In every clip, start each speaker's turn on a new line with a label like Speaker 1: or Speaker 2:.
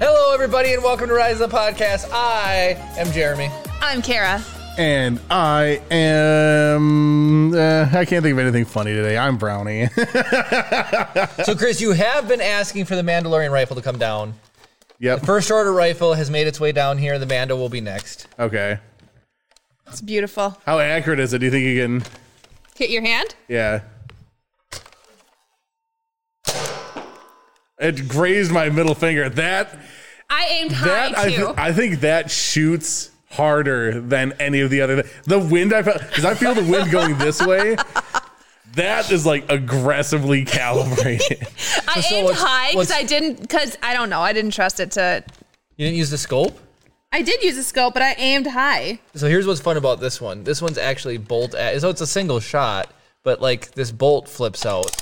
Speaker 1: everybody, and welcome to Rise of the Podcast. I am Jeremy.
Speaker 2: I'm Kara.
Speaker 3: And I am. Uh, I can't think of anything funny today. I'm Brownie.
Speaker 1: So, Chris, you have been asking for the Mandalorian rifle to come down.
Speaker 3: yep.
Speaker 1: First Order rifle has made its way down here. The Mando will be next.
Speaker 3: Okay.
Speaker 2: It's beautiful.
Speaker 3: How accurate is it? Do you think you can?
Speaker 2: Hit your hand.
Speaker 3: Yeah. It grazed my middle finger. That
Speaker 2: I aimed
Speaker 3: that
Speaker 2: high
Speaker 3: I,
Speaker 2: too.
Speaker 3: thi- I think that shoots harder than any of the other. The wind I felt because I feel the wind going this way. That is like aggressively calibrated.
Speaker 2: I
Speaker 1: so
Speaker 2: aimed
Speaker 1: what's-
Speaker 2: high because
Speaker 1: what's-
Speaker 2: I didn't because I don't know. I didn't trust it to.
Speaker 1: You didn't use the scope?
Speaker 2: I did use a scope, but I aimed high.
Speaker 1: So, here's what's fun about this one this one's actually bolt. At, so, it's a single shot, but like this bolt flips out.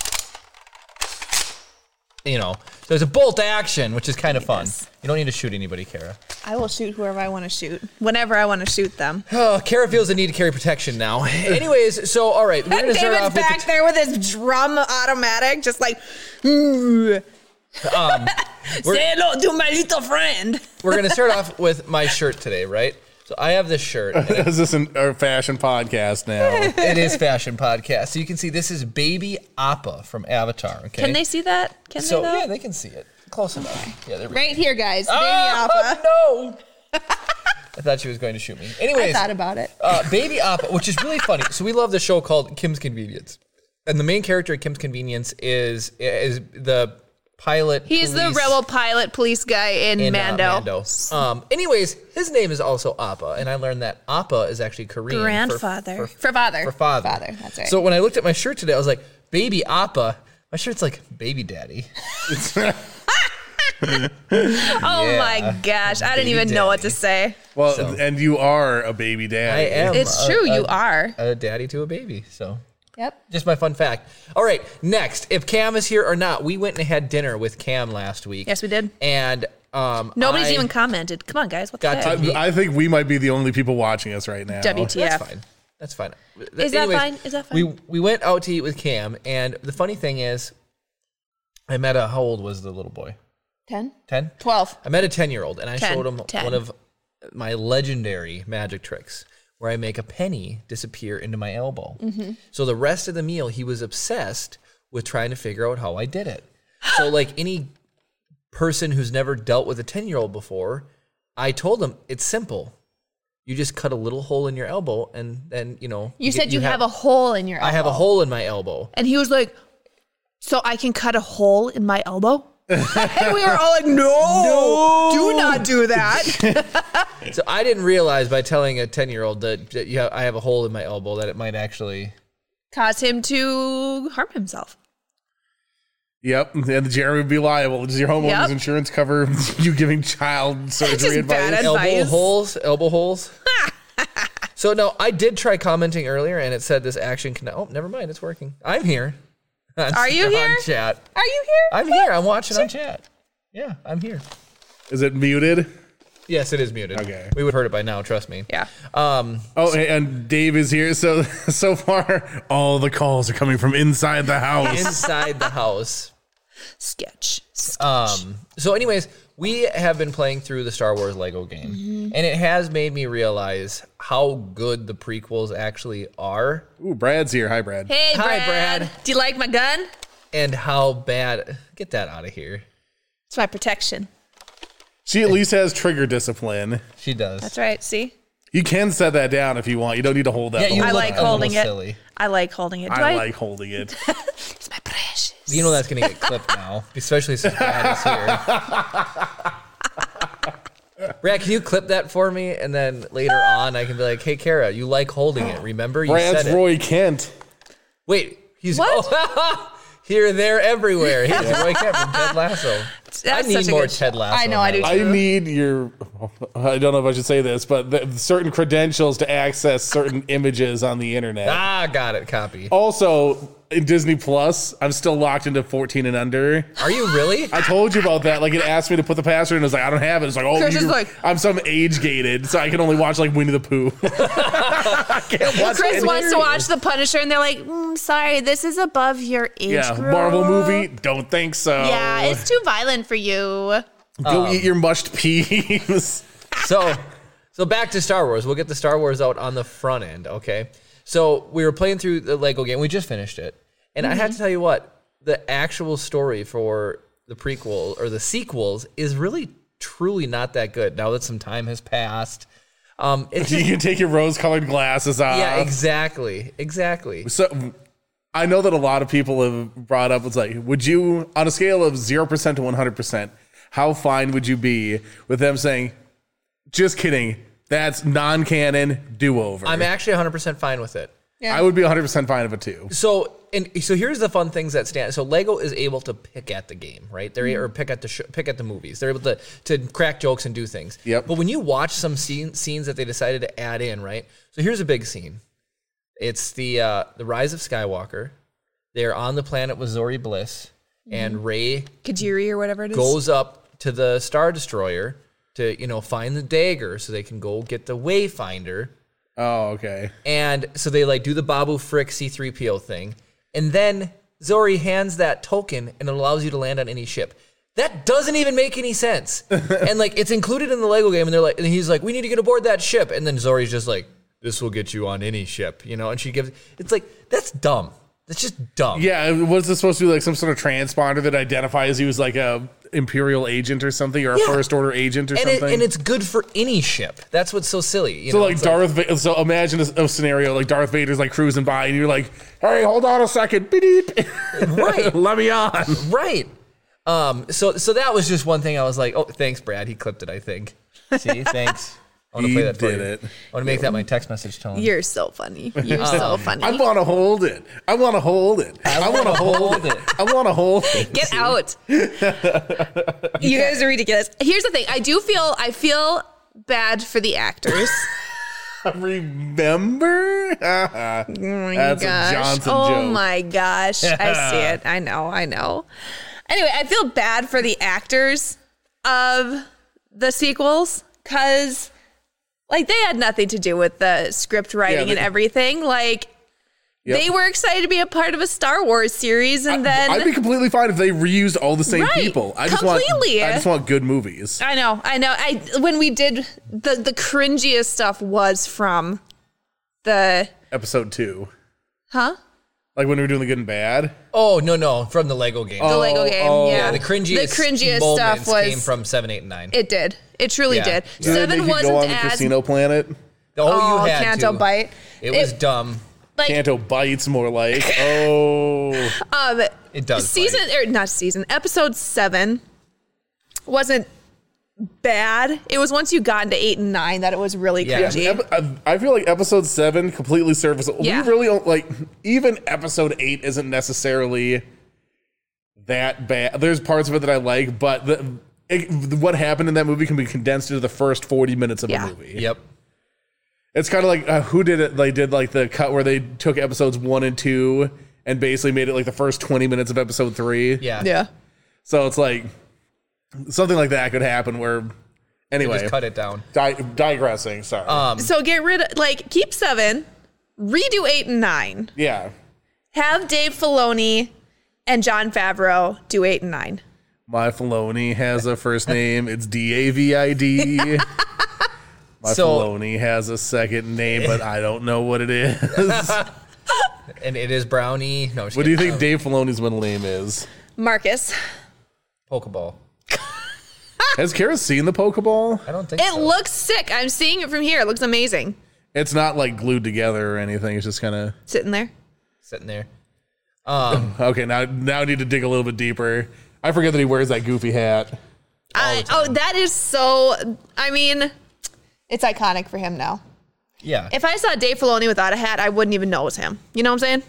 Speaker 1: You know, so it's a bolt action, which is kind of fun.
Speaker 2: Yes.
Speaker 1: You don't need to shoot anybody, Kara.
Speaker 2: I will shoot whoever I want to shoot whenever I want to shoot them.
Speaker 1: Oh, Kara feels the need to carry protection now. Anyways, so all right, we're gonna
Speaker 2: David's
Speaker 1: start off with the
Speaker 2: back there with his drum automatic, just like. "Mm,
Speaker 1: Um, we're-
Speaker 2: Say hello to my little friend.
Speaker 1: we're gonna start off with my shirt today, right? So I have this shirt. and
Speaker 3: Is this an, a fashion podcast now?
Speaker 1: It is fashion podcast, so you can see this is Baby Appa from Avatar. Okay,
Speaker 2: Can they see that? Can
Speaker 1: So
Speaker 2: they? Though?
Speaker 1: yeah, they can see it close enough. Yeah, they're
Speaker 2: right here, guys. Baby Appa.
Speaker 1: Oh no! I thought she was going to shoot me.
Speaker 2: I
Speaker 1: Anyways,
Speaker 2: thought about it.
Speaker 1: uh, Baby Appa, which is really funny. So we love the show called Kim's Convenience, and the main character at Kim's Convenience is is the pilot.
Speaker 2: He's the
Speaker 1: police-
Speaker 2: rebel pilot police guy in,
Speaker 1: in, uh,
Speaker 2: Mando.
Speaker 1: Mando. Um, anyways, his name is also Appa, and I learned that Appa is actually Korean. for-
Speaker 2: Grandfather.
Speaker 1: For,
Speaker 2: For, father.
Speaker 1: for father.
Speaker 2: Father, that's right.
Speaker 1: So when I looked at my shirt today, I was like, baby Appa. My shirt's like baby daddy.
Speaker 2: oh
Speaker 1: yeah.
Speaker 2: my gosh. I didn't
Speaker 1: Baby
Speaker 2: even know what to
Speaker 1: daddy.
Speaker 2: say.
Speaker 3: Well,
Speaker 1: So-
Speaker 3: and you are a baby
Speaker 1: I
Speaker 3: daddy.
Speaker 1: am.
Speaker 2: It's
Speaker 1: a-
Speaker 2: true.
Speaker 1: a-
Speaker 2: you are.
Speaker 1: A daddy to a baby. So
Speaker 2: Yep.
Speaker 1: just my fun fact. All right, next, if Cam is here or not, we went and had dinner with Cam last week.
Speaker 2: Yes, we did.
Speaker 1: And um,
Speaker 2: Nobody's
Speaker 1: I-
Speaker 2: even commented. Come on, guys. What
Speaker 1: Got
Speaker 2: the heck?
Speaker 1: to-
Speaker 3: I, I think we might be the only people watching us right now.
Speaker 2: WTF.
Speaker 1: That's fine. That's fine.
Speaker 2: Is that fine? Is that fine?
Speaker 1: We we went out to eat with Cam, and the funny thing is, I met a how old was the little boy?
Speaker 2: 10?
Speaker 1: Ten.
Speaker 2: 12.
Speaker 1: I met a ten year old, and I
Speaker 2: 10,
Speaker 1: showed him
Speaker 2: 10.
Speaker 1: one of my legendary magic tricks, where I make a penny disappear into my elbow.
Speaker 2: Mm-hmm.
Speaker 1: So the rest of the meal, he was obsessed with trying to figure out how I did it. So like any person who's never dealt with a ten year old before, I told him it's simple. You just cut a little hole in your elbow, and then you know.
Speaker 2: You
Speaker 1: get-
Speaker 2: said you, have, a hole in your elbow.
Speaker 1: I have a hole in my elbow.
Speaker 2: And he was like, So I can cut a hole in my elbow? and we were all like, No, do not do that.
Speaker 1: So I didn't realize by telling a ten-year-old that, that you have, I have a hole in my elbow that it might actually.
Speaker 2: Cause him to harm himself.
Speaker 3: Yep. And Jeremy would be liable. Does your homeowner's
Speaker 2: Yep.
Speaker 3: insurance cover you giving child surgery
Speaker 2: Just bad
Speaker 3: advice?
Speaker 2: ad-
Speaker 1: elbow
Speaker 2: Advice.
Speaker 1: holes, elbow holes. so no, I did try commenting earlier, and it said this action can. Oh, never mind, it's working. I'm here. On-
Speaker 2: Are you
Speaker 1: on
Speaker 2: here?
Speaker 1: Chat.
Speaker 2: Are you here?
Speaker 1: I'm here. I'm watching on chat. Yeah, I'm here.
Speaker 3: Is it muted?
Speaker 1: Yes, it is muted.
Speaker 3: Okay.
Speaker 1: we would have heard it by now. Trust me.
Speaker 2: yeah.
Speaker 1: Um.
Speaker 3: Oh, and- and Dave is here. So so far, all the calls are coming from inside the house.
Speaker 1: Inside the house.
Speaker 2: Sketch. Sketch.
Speaker 1: Um, so, anyways, we have been playing through the Star Wars Lego game,
Speaker 2: Mm-hmm.
Speaker 1: and it has made me realize how good the prequels actually are,
Speaker 3: Ooh, Brad's here. Hi, Brad.
Speaker 2: Hey,
Speaker 1: Hi,
Speaker 2: Brad.
Speaker 1: Brad.
Speaker 2: Do you like my gun?
Speaker 1: and how bad. Get that out of here.
Speaker 2: It's my protection.
Speaker 3: She at least has trigger discipline.
Speaker 1: She does.
Speaker 2: That's right. See,
Speaker 3: You can set that down if you want. You don't need to hold that.
Speaker 1: Yeah, you
Speaker 2: I
Speaker 3: whole
Speaker 1: look
Speaker 2: like
Speaker 3: time.
Speaker 1: a
Speaker 2: holding
Speaker 1: little
Speaker 2: it.
Speaker 1: silly.
Speaker 2: I like holding it. Do
Speaker 3: I like holding it.
Speaker 2: It's my precious.
Speaker 1: You know that's gonna get clipped now, especially since Brad is here. Brad, can you clip that for me, and then later on I can be like, "Hey, Kara, you like holding it? Remember you
Speaker 3: Brad's
Speaker 1: said it."
Speaker 3: Roy Kent.
Speaker 1: Wait, he's
Speaker 2: What?
Speaker 1: Oh, here, there, everywhere. He's Roy Kent from Ted Lasso.
Speaker 2: That's
Speaker 1: I need
Speaker 2: such a
Speaker 1: more
Speaker 2: good
Speaker 1: Ted
Speaker 2: show.
Speaker 1: Lasso.
Speaker 2: I know, I
Speaker 1: in my
Speaker 2: do
Speaker 1: life.
Speaker 3: I
Speaker 2: True.
Speaker 3: need your. I don't know if I should say this, but the, certain credentials to access certain images on the internet.
Speaker 1: Ah, got it. Copy.
Speaker 3: Also, in Disney Plus, I'm still locked into 14 and under.
Speaker 1: Are you really?
Speaker 3: I told you about that. Like, it asked me to put the password, and I was like, I don't have it. It's like, oh,
Speaker 2: Chris is
Speaker 3: you-
Speaker 2: like-
Speaker 3: I'm some age gated, so I can only watch like Winnie the Pooh. I can't watch
Speaker 2: Chris
Speaker 3: any-
Speaker 2: wants to watch The Punisher, and they're like, mm, "Sorry, this is above your age
Speaker 3: Yeah, Oh.
Speaker 2: group."
Speaker 3: Marvel movie. Don't think so.
Speaker 2: Yeah, it's Oh. too violent for you.
Speaker 3: Go eat your mushed peas.
Speaker 1: so so back to Star Wars. We'll get the Star Wars out on the front end, okay? So we were playing through the Lego game. We just finished it. And I have to tell you what, the actual story for the prequel or the sequels is really truly not that good now that some time has passed. Um it's
Speaker 3: you can take your rose-colored glasses off.
Speaker 1: yeah, exactly. Exactly.
Speaker 3: So I know that a lot of people have brought up it's like, would you on a scale of zero percent to one hundred percent, how fine would you be with them saying, just kidding, that's non canon do over.
Speaker 1: I'm actually 100% fine with it.
Speaker 3: I would be one hundred percent fine of it too.
Speaker 1: So and so here's the fun things that stand. So Lego is able to pick at the game, right? They're
Speaker 2: Mm-hmm.
Speaker 1: or pick at the sh- pick at the movies. They're able to to crack jokes and do things.
Speaker 3: Yep.
Speaker 1: But when you watch some scene, scenes that they decided to add in, right? So here's a big scene. It's the uh, the rise of Skywalker. They're on the planet with Zori Bliss, and Ray
Speaker 2: Kajiri Mm-hmm. or whatever it is.
Speaker 1: goes up to the Star Destroyer to you know find the dagger so they can go get the Wayfinder.
Speaker 3: Oh, okay.
Speaker 1: And so they like do the Babu Frick C3PO thing. And then Zori hands that token and it allows you to land on any ship. That doesn't even make any sense. and like it's included in the Lego game and they're like and he's like, We need to get aboard that ship. And then Zori's just like, This will get you on any ship, you know, and she gives it's like, that's dumb. That's just dumb.
Speaker 3: Yeah, was this supposed to be like some sort of transponder that identifies you as like a imperial agent or something, or a
Speaker 1: Yeah.
Speaker 3: first order agent or
Speaker 1: And, it,
Speaker 3: something?
Speaker 1: and it's good for any ship. That's what's so silly. You
Speaker 3: so
Speaker 1: know?
Speaker 3: like
Speaker 1: It's
Speaker 3: Darth. Va- so imagine a, a scenario like Darth Vader's like cruising by, and you're like, "Hey, hold on a second, beep, beep.
Speaker 1: Right.
Speaker 3: let me on."
Speaker 1: Right. Um, so so that was just one thing I was like, oh, thanks, Brad. He clipped it, I think. See, thanks. I want to
Speaker 3: He
Speaker 1: play that for
Speaker 3: did
Speaker 1: you.
Speaker 3: it.
Speaker 1: I want to make that my text message tone.
Speaker 2: You're so funny. You're so funny.
Speaker 3: Oh. I want to hold it. I want to hold it. I want to
Speaker 1: Oh,
Speaker 3: hold it. I want to hold it.
Speaker 2: Get out. you guys are ridiculous. Here's the thing. I do feel I feel bad for the actors.
Speaker 3: Remember? That's
Speaker 2: Oh gosh.
Speaker 3: a Johnson
Speaker 2: oh
Speaker 3: joke.
Speaker 2: my gosh. I see it. I know. I know. Anyway, I feel bad for the actors of the sequels because, like, they had nothing to do with the script writing
Speaker 3: they-
Speaker 2: and everything. Like,
Speaker 3: Yep.
Speaker 2: they were excited to be a part of a Star Wars series, and then
Speaker 3: I'd be completely fine if they reused all the same
Speaker 2: Right,
Speaker 3: people. I just
Speaker 2: completely.
Speaker 3: want. I just want good movies.
Speaker 2: I know, I know. I when we did the the cringiest stuff was from the
Speaker 3: Episode two,
Speaker 2: huh
Speaker 3: like when we were doing the good and bad.
Speaker 1: Oh no no from the Lego game.
Speaker 2: the Lego game.
Speaker 3: oh.
Speaker 2: yeah,
Speaker 1: yeah, the cringiest
Speaker 2: the cringiest
Speaker 1: moments
Speaker 2: stuff was
Speaker 1: came from seven, eight, and nine.
Speaker 2: it did. It truly
Speaker 1: Yeah.
Speaker 2: did.
Speaker 1: Yeah.
Speaker 3: Did they
Speaker 2: Seven
Speaker 3: make you go on
Speaker 2: wasn't
Speaker 3: the
Speaker 2: as
Speaker 3: casino planet.
Speaker 1: oh,
Speaker 2: oh
Speaker 1: you had
Speaker 2: Canto
Speaker 1: to.
Speaker 2: Bite.
Speaker 1: It was dumb.
Speaker 2: like
Speaker 3: Canto bites more like oh
Speaker 2: um
Speaker 1: It does.
Speaker 2: season
Speaker 1: bite.
Speaker 2: or not season episode seven wasn't bad. It was once you got into eight and nine that it was really
Speaker 1: Yeah.
Speaker 2: cringy.
Speaker 3: Ep- I- I feel like episode seven completely serviceable.
Speaker 2: Yeah.
Speaker 3: We really don't like even episode eight isn't necessarily that bad. There's parts of it that I like, but the, it, what happened in that movie can be condensed into the first 40 minutes of
Speaker 2: Yeah.
Speaker 3: the movie.
Speaker 1: Yep.
Speaker 3: It's kind of like uh, who did it? They did like the cut where they took episodes one and two and basically made it like the first 20 minutes of episode three.
Speaker 1: Yeah.
Speaker 2: yeah.
Speaker 3: So it's like something like that could happen where, anyway,
Speaker 1: Just cut it Um, down.
Speaker 3: di- digressing. Sorry.
Speaker 2: So get rid of like keep seven, redo eight and nine.
Speaker 3: yeah.
Speaker 2: Have Dave Filoni and John Favreau do eight and nine.
Speaker 3: My Filoni has a first name. It's D A V I D. My
Speaker 1: So-
Speaker 3: Filoni has a second name, but I don't know what it is.
Speaker 1: And it is brownie. No.
Speaker 3: what do you think Dave Filoni's middle name is?
Speaker 2: Marcus,
Speaker 1: Um, Pokeball.
Speaker 3: Has Kara seen the Pokeball?
Speaker 1: I don't think
Speaker 2: it
Speaker 1: so.
Speaker 2: looks sick. I'm seeing it from here. It looks amazing.
Speaker 3: It's not like glued together or anything. It's just kind of
Speaker 2: Sitting there.
Speaker 1: sitting there.
Speaker 3: okay. Now, now I need to dig a little bit deeper. I forget that he wears that goofy hat.
Speaker 2: I, oh, that is so. I mean, it's iconic for him now.
Speaker 1: Yeah.
Speaker 2: If I saw Dave Filoni without a hat, I wouldn't even know it was him. You know what I'm saying?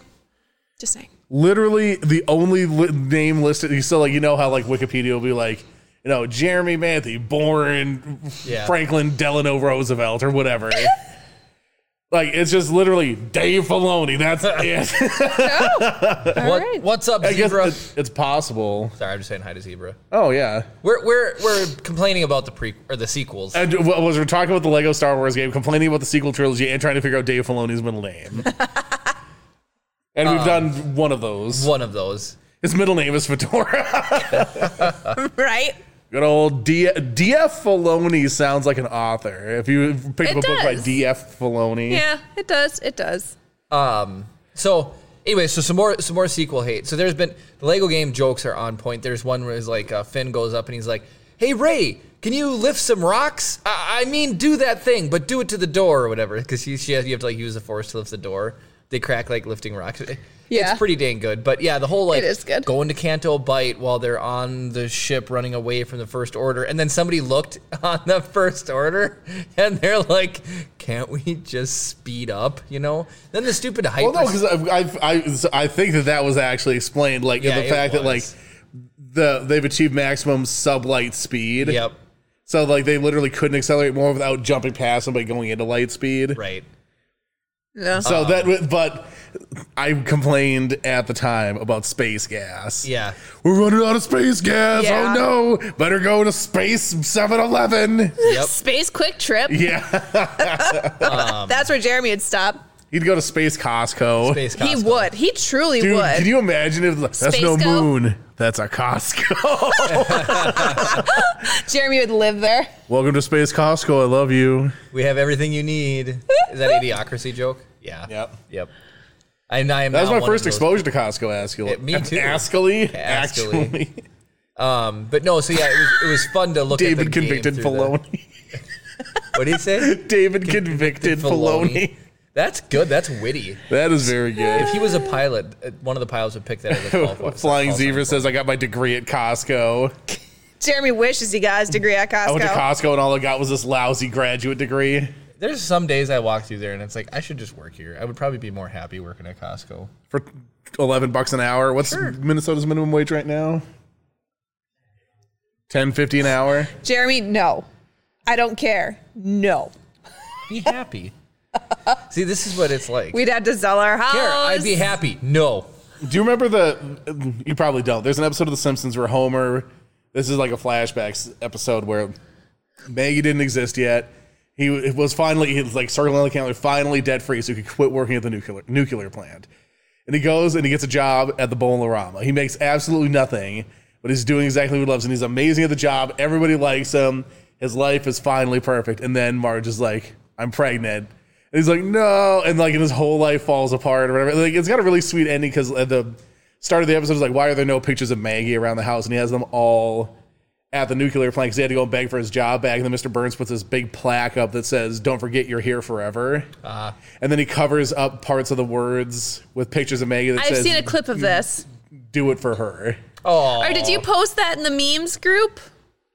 Speaker 2: Just saying.
Speaker 3: literally the only li- name listed. You still like you know how like Wikipedia will be like you know Jeremy Manthe, born
Speaker 1: Yeah.
Speaker 3: Franklin Delano Roosevelt or whatever. like it's just literally Dave Filoni. That's it.
Speaker 1: What-
Speaker 2: right.
Speaker 1: What's up,
Speaker 3: I guess
Speaker 1: zebra?
Speaker 3: it- it's possible.
Speaker 1: Sorry, I'm just saying hi to zebra.
Speaker 3: Oh yeah.
Speaker 1: We're we're we're complaining about the pre or the sequels.
Speaker 3: And what was we're talking about the Lego Star Wars game, complaining about the sequel trilogy, and trying to figure out Dave Filoni's middle name. And we've done one of those.
Speaker 1: One of those.
Speaker 3: His middle name is Fedora.
Speaker 2: right?
Speaker 3: Good old D- D.F. Filoni sounds like an author. If you pick
Speaker 2: It
Speaker 3: up a book by
Speaker 2: does.
Speaker 3: D.F. Filoni,
Speaker 2: Yeah, it does. It does.
Speaker 1: Um. So anyway, so some more some more sequel hate. So there's been the Lego game jokes are on point. There's one where it's like uh, Finn goes up and he's like, "Hey Ray, can you lift some rocks? I, I mean, do that thing, but do it to the door or whatever." Because she, she has, you have to like use the force to lift the door. They crack like lifting rocks.
Speaker 2: Yeah.
Speaker 1: it's pretty dang good. But yeah, the whole like
Speaker 2: It is good.
Speaker 1: going to Canto Bite while they're on the ship running away from the First Order, and then somebody looked on the First Order, and they're like, "Can't we just speed up?" You know. Then the stupid hyper.
Speaker 3: Well, no, because I, I, I, I think that that was actually explained, like
Speaker 1: Yeah,
Speaker 3: the
Speaker 1: it
Speaker 3: fact that like
Speaker 1: was.
Speaker 3: the they've achieved maximum sublight speed.
Speaker 1: Yep.
Speaker 3: So like they literally couldn't accelerate more without jumping past somebody going into light speed.
Speaker 1: Right. Uh-huh.
Speaker 2: No.
Speaker 3: So that that, but I complained at the time about space gas.
Speaker 1: Yeah.
Speaker 3: We're running out of space gas.
Speaker 2: Yeah.
Speaker 3: Oh no! Better go to space 7-Eleven.
Speaker 1: Yep.
Speaker 2: Space quick trip.
Speaker 3: yeah, Um,
Speaker 2: That's where Jeremy would stop.
Speaker 3: he'd go to space Costco.
Speaker 1: Space
Speaker 2: He
Speaker 1: Costco.
Speaker 2: would. He truly
Speaker 3: Dude,
Speaker 2: would.
Speaker 3: can you imagine if like, that's no
Speaker 2: Space-co?
Speaker 3: moon? That's a Costco.
Speaker 2: Jeremy would live there.
Speaker 3: Welcome to Space Costco. I love you.
Speaker 1: We have everything you need. Is that idiocracy joke? Yeah.
Speaker 3: Yep.
Speaker 1: Yep. I, I am
Speaker 3: That was
Speaker 1: now
Speaker 3: my
Speaker 1: one of
Speaker 3: first
Speaker 1: those-
Speaker 3: exposure to Costco Ascule.
Speaker 1: It- me too.
Speaker 3: Ascally?
Speaker 1: Ascally.
Speaker 3: Actually.
Speaker 1: But no, so yeah, it was, it was fun to look
Speaker 3: David
Speaker 1: at the game
Speaker 3: convicted
Speaker 1: through the-
Speaker 3: Filoni.
Speaker 1: What did he say?
Speaker 3: David convicted Filoni.
Speaker 1: That's good. That's witty.
Speaker 3: That is very good.
Speaker 1: If he was a pilot, uh, one of the pilots would pick that as a call for
Speaker 3: Flying
Speaker 1: call sign.
Speaker 3: Zebra says, I got my degree at Costco.
Speaker 2: Jeremy wishes he got his degree at Costco.
Speaker 3: I went to Costco and all I got was this lousy graduate degree.
Speaker 1: There's some days I walk through there and it's like I should just work here. I would probably be more happy working at Costco.
Speaker 3: For 11 bucks an hour. What's Minnesota's minimum wage right now? 10.50 an hour.
Speaker 2: Jeremy, no. I don't care. No.
Speaker 1: Be happy. See, this is what it's like.
Speaker 2: We'd have to sell our house.
Speaker 1: Here, I'd be happy. No,
Speaker 3: Do you remember the? You probably don't. There's an episode of The Simpsons where Homer. This is like a flashback s- episode where Maggie didn't exist yet. He w- was finally he was like circling the calendar, finally debt free, so he could quit working at the nuclear nuclear plant. And he goes and he gets a job at the Bolarama. He makes absolutely nothing, but he's doing exactly what he loves, and he's amazing at the job. Everybody likes him. His life is finally perfect. And then Marge is like, "I'm pregnant." And he's like, "No," and like, and his whole life falls apart or whatever. Like, it's got a really sweet ending because at the start of the episode is like, "Why are there no pictures of Maggie around the house?" And he has them all at the nuclear plant because he had to go and beg for his job back. And then Mr. Burns puts this big plaque up that says, Don't forget you're here forever. and then he covers up parts of the words with pictures of Maggie that
Speaker 2: I've
Speaker 3: says,
Speaker 2: seen a clip of this.
Speaker 3: Do it for her.
Speaker 1: oh,
Speaker 2: Or did you post that in the memes group?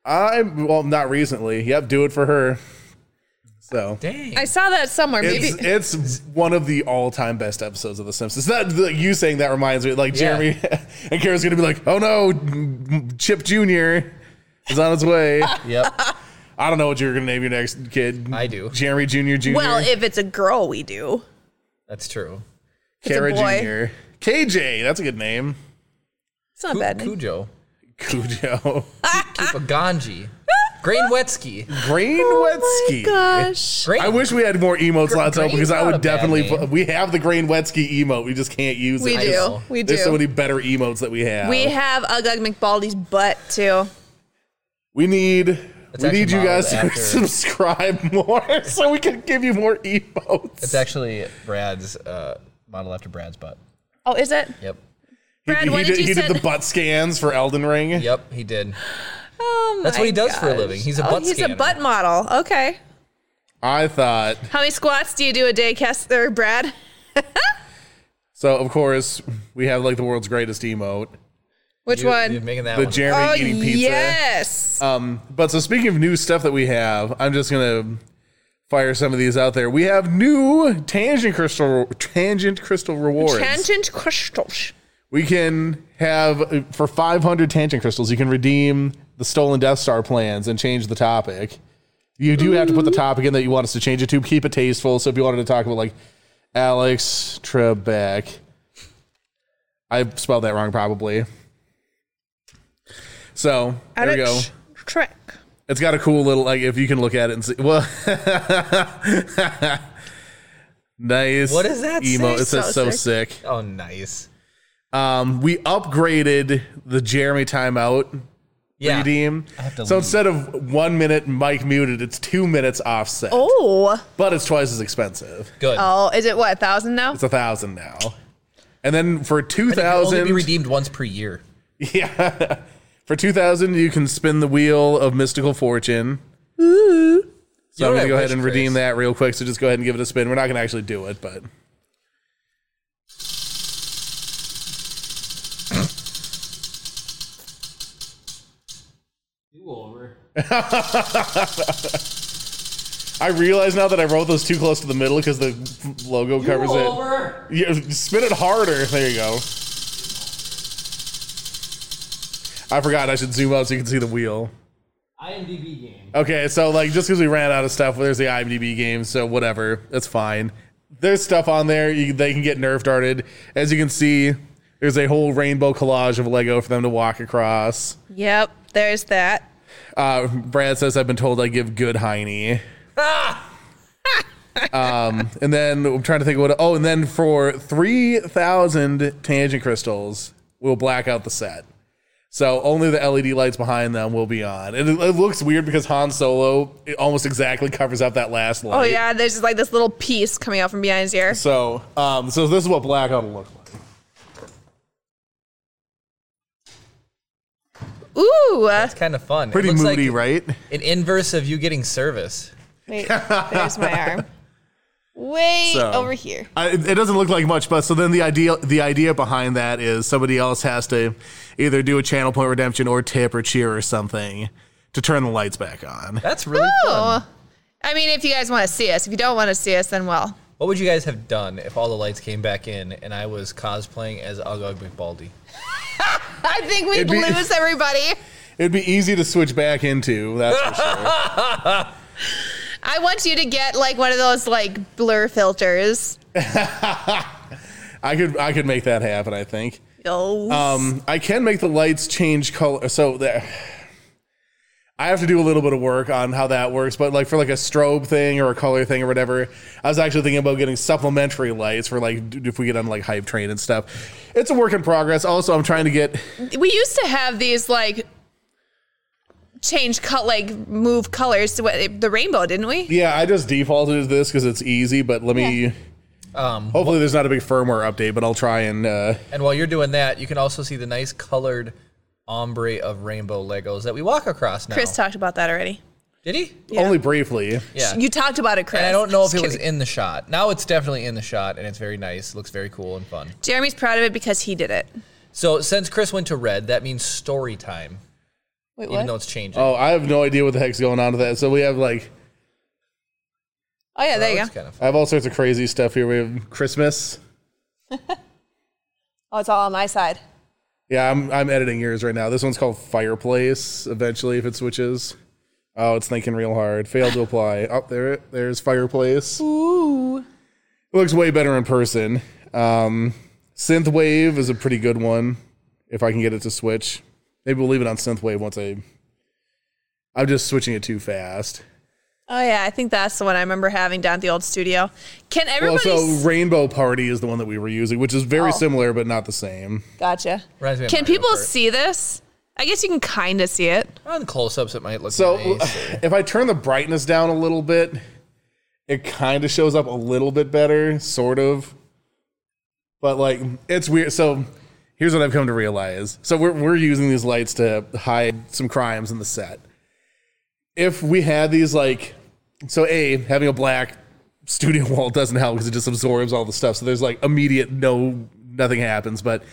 Speaker 3: I'm, well, not recently. Yep, do it for her. So.
Speaker 1: dang.
Speaker 2: I saw that somewhere. Maybe
Speaker 3: It's, it's one of the all time best episodes of The Simpsons. That like, you saying that reminds me, like
Speaker 1: Yeah.
Speaker 3: Jeremy and Kara's gonna be like, "Oh no, Chip Junior is on his way."
Speaker 1: yep.
Speaker 3: I don't know what you're gonna name your next kid.
Speaker 1: I do.
Speaker 3: Jeremy Junior Junior.
Speaker 2: well, if it's a girl, we do.
Speaker 1: That's true.
Speaker 2: a
Speaker 3: Kara
Speaker 2: boy.
Speaker 3: Jr. KJ, that's a good name.
Speaker 2: It's not a
Speaker 1: Cu-
Speaker 2: bad. name.
Speaker 1: Cujo.
Speaker 2: Oh
Speaker 3: Cujo.
Speaker 1: Baganji. Grain Wetsky.
Speaker 3: Brain
Speaker 2: Oh
Speaker 3: Wetsky.
Speaker 2: Gosh.
Speaker 1: Grain.
Speaker 3: I wish we had more emote slots open because
Speaker 1: Grain's
Speaker 3: I
Speaker 1: not
Speaker 3: would
Speaker 1: a bad
Speaker 3: definitely.
Speaker 1: name.
Speaker 3: Put, we have the Grain Wetsky emote. We just can't use
Speaker 2: We
Speaker 3: it.
Speaker 2: do.
Speaker 1: know.
Speaker 2: We do.
Speaker 3: There's so many better emotes that we have.
Speaker 2: we have Ugug McBaldy's butt too.
Speaker 3: We need. We
Speaker 1: actually
Speaker 3: need you guys to
Speaker 1: modeled after-
Speaker 3: subscribe more so we can give you more emotes.
Speaker 1: It's actually Brad's uh, model after Brad's butt.
Speaker 2: Oh, is it?
Speaker 1: Yep.
Speaker 2: Brad,
Speaker 3: he
Speaker 2: why
Speaker 3: he,
Speaker 2: did
Speaker 3: did,
Speaker 2: you
Speaker 3: he did
Speaker 2: send-
Speaker 3: the butt scans for Elden Ring.
Speaker 1: Yep, he did.
Speaker 2: Oh
Speaker 1: That's what
Speaker 2: my
Speaker 1: he does for a
Speaker 2: gosh.
Speaker 1: living. He's a
Speaker 2: oh,
Speaker 1: butt
Speaker 2: He's a
Speaker 1: scanner.
Speaker 2: butt model. Okay.
Speaker 3: I thought
Speaker 2: How many squats do you do a day, Kessler, Brad?
Speaker 3: so. Of course, we have like the world's greatest emote,
Speaker 2: Which
Speaker 1: You-
Speaker 2: one?
Speaker 1: You're making that
Speaker 3: the
Speaker 1: one.
Speaker 3: Jeremy
Speaker 2: oh,
Speaker 3: eating pizza.
Speaker 2: yes.
Speaker 3: Um, but so speaking of new stuff that we have, I'm just gonna fire some of these out there. We have new tangent crystal tangent crystal rewards.
Speaker 2: Tangent crystals.
Speaker 3: we can have uh, for 500 tangent crystals, you can redeem the stolen Death Star plans and change the topic. You do have to put the topic in that you want us to change it to. Keep it tasteful. So if you wanted to talk about like Alex Trebek, I spelled that wrong probably. So there we go.
Speaker 2: Trick.
Speaker 3: It's got a cool little like if you can look at it and see. Well, nice.
Speaker 1: What does that
Speaker 3: emo?
Speaker 1: say?
Speaker 3: It says so,
Speaker 2: So
Speaker 3: sick.
Speaker 1: Oh, nice.
Speaker 3: Um, we upgraded the Jeremy timeout
Speaker 1: Yeah.
Speaker 3: redeem.
Speaker 1: I have to
Speaker 3: so
Speaker 1: leave.
Speaker 3: instead of one minute mic muted, it's two minutes offset.
Speaker 2: Oh.
Speaker 3: But it's twice as expensive.
Speaker 1: Good.
Speaker 2: Oh, is it what, a thousand now?
Speaker 3: It's a thousand now. And then for two
Speaker 1: It can only be
Speaker 3: thousand,
Speaker 1: redeemed once per year.
Speaker 3: yeah, for two thousand you can spin the wheel of mystical fortune. So
Speaker 1: You
Speaker 3: I'm
Speaker 1: know what
Speaker 3: gonna
Speaker 1: I
Speaker 3: go ahead
Speaker 1: wish,
Speaker 3: and redeem
Speaker 1: Chris?
Speaker 3: that real quick. So just go ahead and give it a spin. We're not gonna actually do it, but
Speaker 4: You over.
Speaker 3: I realize now that I wrote those too close to the middle because the logo covers
Speaker 4: you
Speaker 3: it.
Speaker 4: over.
Speaker 3: Yeah, spin it harder. There you go. I forgot I should zoom out so you can see the wheel.
Speaker 4: IMDb game.
Speaker 3: Okay, so like just because we ran out of stuff, there's the IMDb game, so whatever, that's fine. There's stuff on there you, they can get nerf darted. As you can see, there's a whole rainbow collage of Lego for them to walk across.
Speaker 2: Yep, there's that.
Speaker 3: Uh, Brad says I've been told I give good Heine. um, and then I'm trying to think of what. Oh, and then for three thousand tangent crystals, we'll black out the set. So only the LED lights behind them will be on. And it, it looks weird because Han Solo it almost exactly covers up that last light.
Speaker 2: Oh yeah, there's just like this little piece coming out from behind his ear.
Speaker 3: So, um, so this is what blackout will look like.
Speaker 2: Ooh. uh,
Speaker 1: It's kind of fun. It
Speaker 3: Pretty
Speaker 1: looks
Speaker 3: moody,
Speaker 1: like
Speaker 3: right?
Speaker 1: An inverse of you getting service.
Speaker 2: Wait, there's my arm. Way
Speaker 3: So-
Speaker 2: over here.
Speaker 3: I, it it doesn't look like much, but so then the idea the idea behind that is somebody else has to either do a channel point redemption or tip or cheer or something to turn the lights back on.
Speaker 1: That's really fun.
Speaker 2: Oh. I mean, if you guys want to see us, if you don't want to see us, then well,
Speaker 1: What would you guys have done if all the lights came back in and I was cosplaying as Ugog McBaldy?
Speaker 2: I think we'd
Speaker 3: It'd be-
Speaker 2: lose everybody.
Speaker 3: It'd be easy to switch back into. That's for sure.
Speaker 2: I want you to get like one of those like blur filters.
Speaker 3: I could I could make that happen. I think.
Speaker 2: Oh,
Speaker 3: Um, I can make the lights change color. So there. I have to do a little bit of work on how that works, but like for like a strobe thing or a color thing or whatever, I was actually thinking about getting supplementary lights for like d- if we get on like hype train and stuff. It's a work in progress. Also, I'm trying to get
Speaker 2: we used to have these like change cut like move colors to what the rainbow, didn't we?
Speaker 3: yeah. I just defaulted to this because it's easy, but let me.
Speaker 1: Um,
Speaker 3: Hopefully, there's not a big firmware update, but I'll try and uh,
Speaker 1: And while you're doing that, you can also see the nice colored ombre of rainbow Legos that we walk across now.
Speaker 2: Chris talked about that already.
Speaker 1: Did he?
Speaker 3: only briefly.
Speaker 1: Yeah.
Speaker 2: You talked about it, Chris.
Speaker 1: and I don't know if
Speaker 2: Just
Speaker 1: it was
Speaker 2: kidding.
Speaker 1: in the shot. Now it's definitely in the shot, and it's very nice. Looks very cool and fun.
Speaker 2: Jeremy's proud of it because he did it.
Speaker 1: So since Chris went to red, that means story time,
Speaker 2: Wait,
Speaker 1: even though it's changing.
Speaker 3: Oh, I have no idea what the heck's going on with that. So we have like
Speaker 2: Oh yeah, there you go.
Speaker 1: Kind of fun.
Speaker 3: I have all sorts of crazy stuff here. We have Christmas.
Speaker 2: Oh, it's all on my side.
Speaker 3: Yeah, I'm I'm editing yours right now. This one's called Fireplace. Eventually, if it switches, oh, it's thinking real hard. Failed to apply. Up there, it- there's Fireplace. Ooh, it looks way better in person. Um, Synthwave is a pretty good one. If I can get it to switch, maybe we'll leave it on Synthwave once I. I'm just switching it too fast.
Speaker 2: Oh yeah, I think that's the one I remember having down at the old studio. Can
Speaker 3: Well,
Speaker 2: everybody?
Speaker 3: so Rainbow Party is the one that we were using, which is very
Speaker 2: Oh.
Speaker 3: similar but not the same.
Speaker 2: gotcha.
Speaker 1: Reminds me of
Speaker 2: Can
Speaker 1: Mario
Speaker 2: people
Speaker 1: Kart.
Speaker 2: see this? I guess you can kind of see it.
Speaker 1: On close-ups, it might look
Speaker 3: So uh,
Speaker 1: nice.
Speaker 3: if I turn the brightness down a little bit, it kind of shows up a little bit better, sort of. But like it's weird. So here's what I've come to realize. So we're we're using these lights to hide some crimes in the set. If we had these like so A, having a black studio wall doesn't help because it just absorbs all the stuff. So there's like immediate no nothing happens. But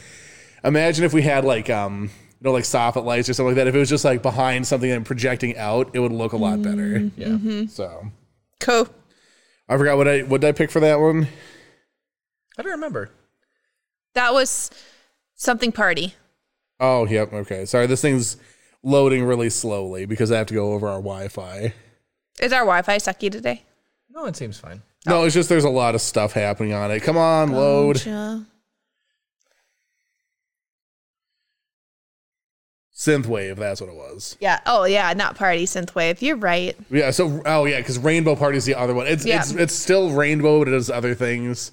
Speaker 3: imagine if we had like um you know like soffit lights or something like that. If it was just like behind something and projecting out, it would look a lot better.
Speaker 1: Yeah.
Speaker 2: Mm-hmm.
Speaker 3: So
Speaker 2: Cool.
Speaker 3: I forgot what I what did I pick for that one.
Speaker 1: I don't remember.
Speaker 2: That was something party.
Speaker 3: Oh yep, okay. Sorry, this thing's loading really slowly because I have to go over our Wi-Fi.
Speaker 2: Is our Wi-Fi sucky today?
Speaker 1: No, it seems fine.
Speaker 3: No, it's just there's a lot of stuff happening on it. Come on, load.
Speaker 2: Oh. Gotcha.
Speaker 3: Synthwave, that's what it was.
Speaker 2: Yeah. Oh yeah, not party synthwave. You're right.
Speaker 3: Yeah. So, oh yeah, because Rainbow Party's the other one. It's
Speaker 2: Yeah.
Speaker 3: it's it's still Rainbow, but it does other things.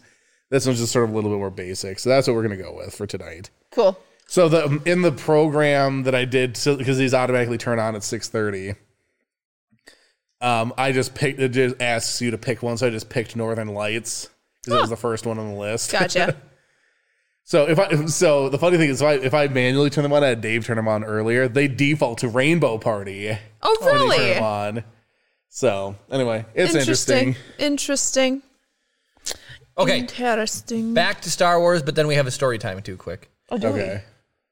Speaker 3: This one's just sort of a little bit more basic. So that's what we're gonna go with for tonight.
Speaker 2: Cool.
Speaker 3: So the um, in the program that I did because these automatically turn on at six thirty. Um, I just picked. It just asks you to pick one, so I just picked Northern Lights because it was the first one on the list.
Speaker 2: Gotcha.
Speaker 3: So if I so the funny thing is if I if I manually turn them on, I had Dave turn them on earlier. They default to Rainbow Party. when
Speaker 2: Oh,
Speaker 3: you turn
Speaker 2: really?
Speaker 3: them on. So anyway, it's interesting.
Speaker 2: Interesting.
Speaker 1: Okay,
Speaker 2: Interesting.
Speaker 1: back to Star Wars, but then we have a story time too quick.
Speaker 3: Okay.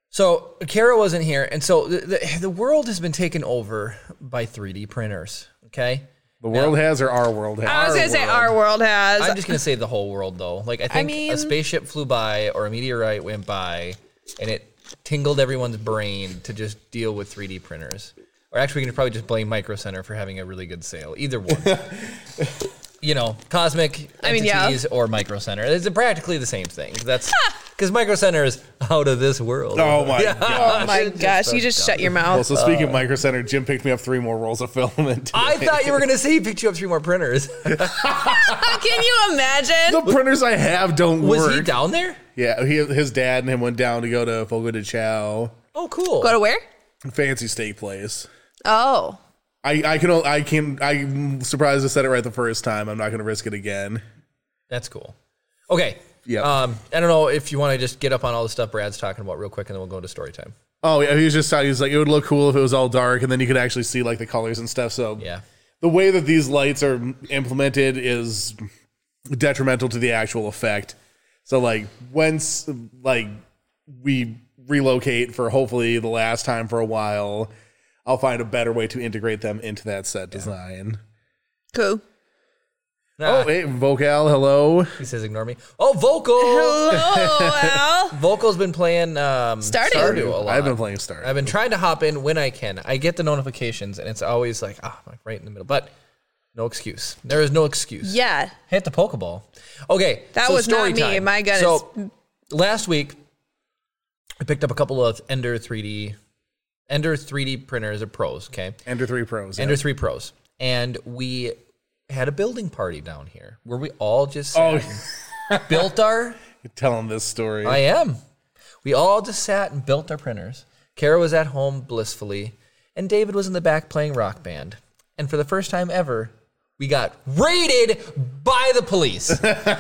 Speaker 1: So Kara wasn't here, and so the, the, the world has been taken over by 3D printers. Okay,
Speaker 3: The world has or our world has.
Speaker 2: I was gonna say our world has.
Speaker 1: I'm just gonna say the whole world though. Like I think a
Speaker 2: mean-
Speaker 1: spaceship flew by or a meteorite went by, and it tingled everyone's brain to just deal with 3D printers. Or actually, we can probably just blame Micro Center for having a really good sale. Either one. you know, cosmic
Speaker 2: I mean,
Speaker 1: entities
Speaker 2: yeah.
Speaker 1: or Micro Center. It's practically the same thing. That's because Micro Center is out of this world.
Speaker 3: Oh my god.
Speaker 2: oh my gosh, you just shut your
Speaker 3: Well,
Speaker 2: mouth.
Speaker 3: so speaking of Micro Center, Jim picked me up three more rolls of filament.
Speaker 1: I
Speaker 3: today.
Speaker 1: thought you were gonna say he picked you up three more printers.
Speaker 2: Can you imagine?
Speaker 3: the printers I have don't
Speaker 1: Was
Speaker 3: work.
Speaker 1: he down there?
Speaker 3: Yeah, he, his dad and him went down to go to Fogo de Chao,
Speaker 1: Oh, cool.
Speaker 2: Go to where?
Speaker 3: fancy steak place.
Speaker 2: Oh.
Speaker 3: I, I can I can I'm surprised I said it right the first time. I'm not going to risk it again.
Speaker 1: That's cool. Okay.
Speaker 3: Yep.
Speaker 1: Um, I don't know if you want to just get up on all the stuff Brad's talking about real quick, and then we'll go into story time.
Speaker 3: Oh yeah, he was just talking. He's like, it would look cool if it was all dark, and then you could actually see like the colors and stuff. So
Speaker 1: Yeah.
Speaker 3: the way that these lights are implemented is detrimental to the actual effect. So like once like we relocate for hopefully the last time for a while, I'll find a better way to integrate them into that set design.
Speaker 2: Cool.
Speaker 1: Nah,
Speaker 3: Oh,
Speaker 1: Uh,
Speaker 3: hey, Vocal, hello.
Speaker 1: he says ignore me. Oh, Vocal.
Speaker 2: Hello, Al.
Speaker 1: Vocal's been playing um,
Speaker 2: Stardew.
Speaker 1: Stardew a lot.
Speaker 3: I've been playing Star.
Speaker 1: I've been trying to hop in when I can. I get the notifications, and it's always like ah, like right in the middle. But no excuse. There is no excuse.
Speaker 2: Yeah.
Speaker 1: Hit the Pokeball. Okay.
Speaker 2: That
Speaker 1: so
Speaker 2: was not
Speaker 1: story
Speaker 2: me.
Speaker 1: time.
Speaker 2: My goodness.
Speaker 1: So last week, I picked up a couple of Ender 3D, Ender 3D printers or pros. Okay.
Speaker 3: Ender Three Pros. yeah.
Speaker 1: Ender Three Pros, and we had a building party down here where we all just sat
Speaker 3: Oh,
Speaker 1: and built our.
Speaker 3: telling this story.
Speaker 1: I am. We all just sat and built our printers. Kara was at home blissfully, and David was in the back playing rock band. And for the first time ever, we got raided by the police.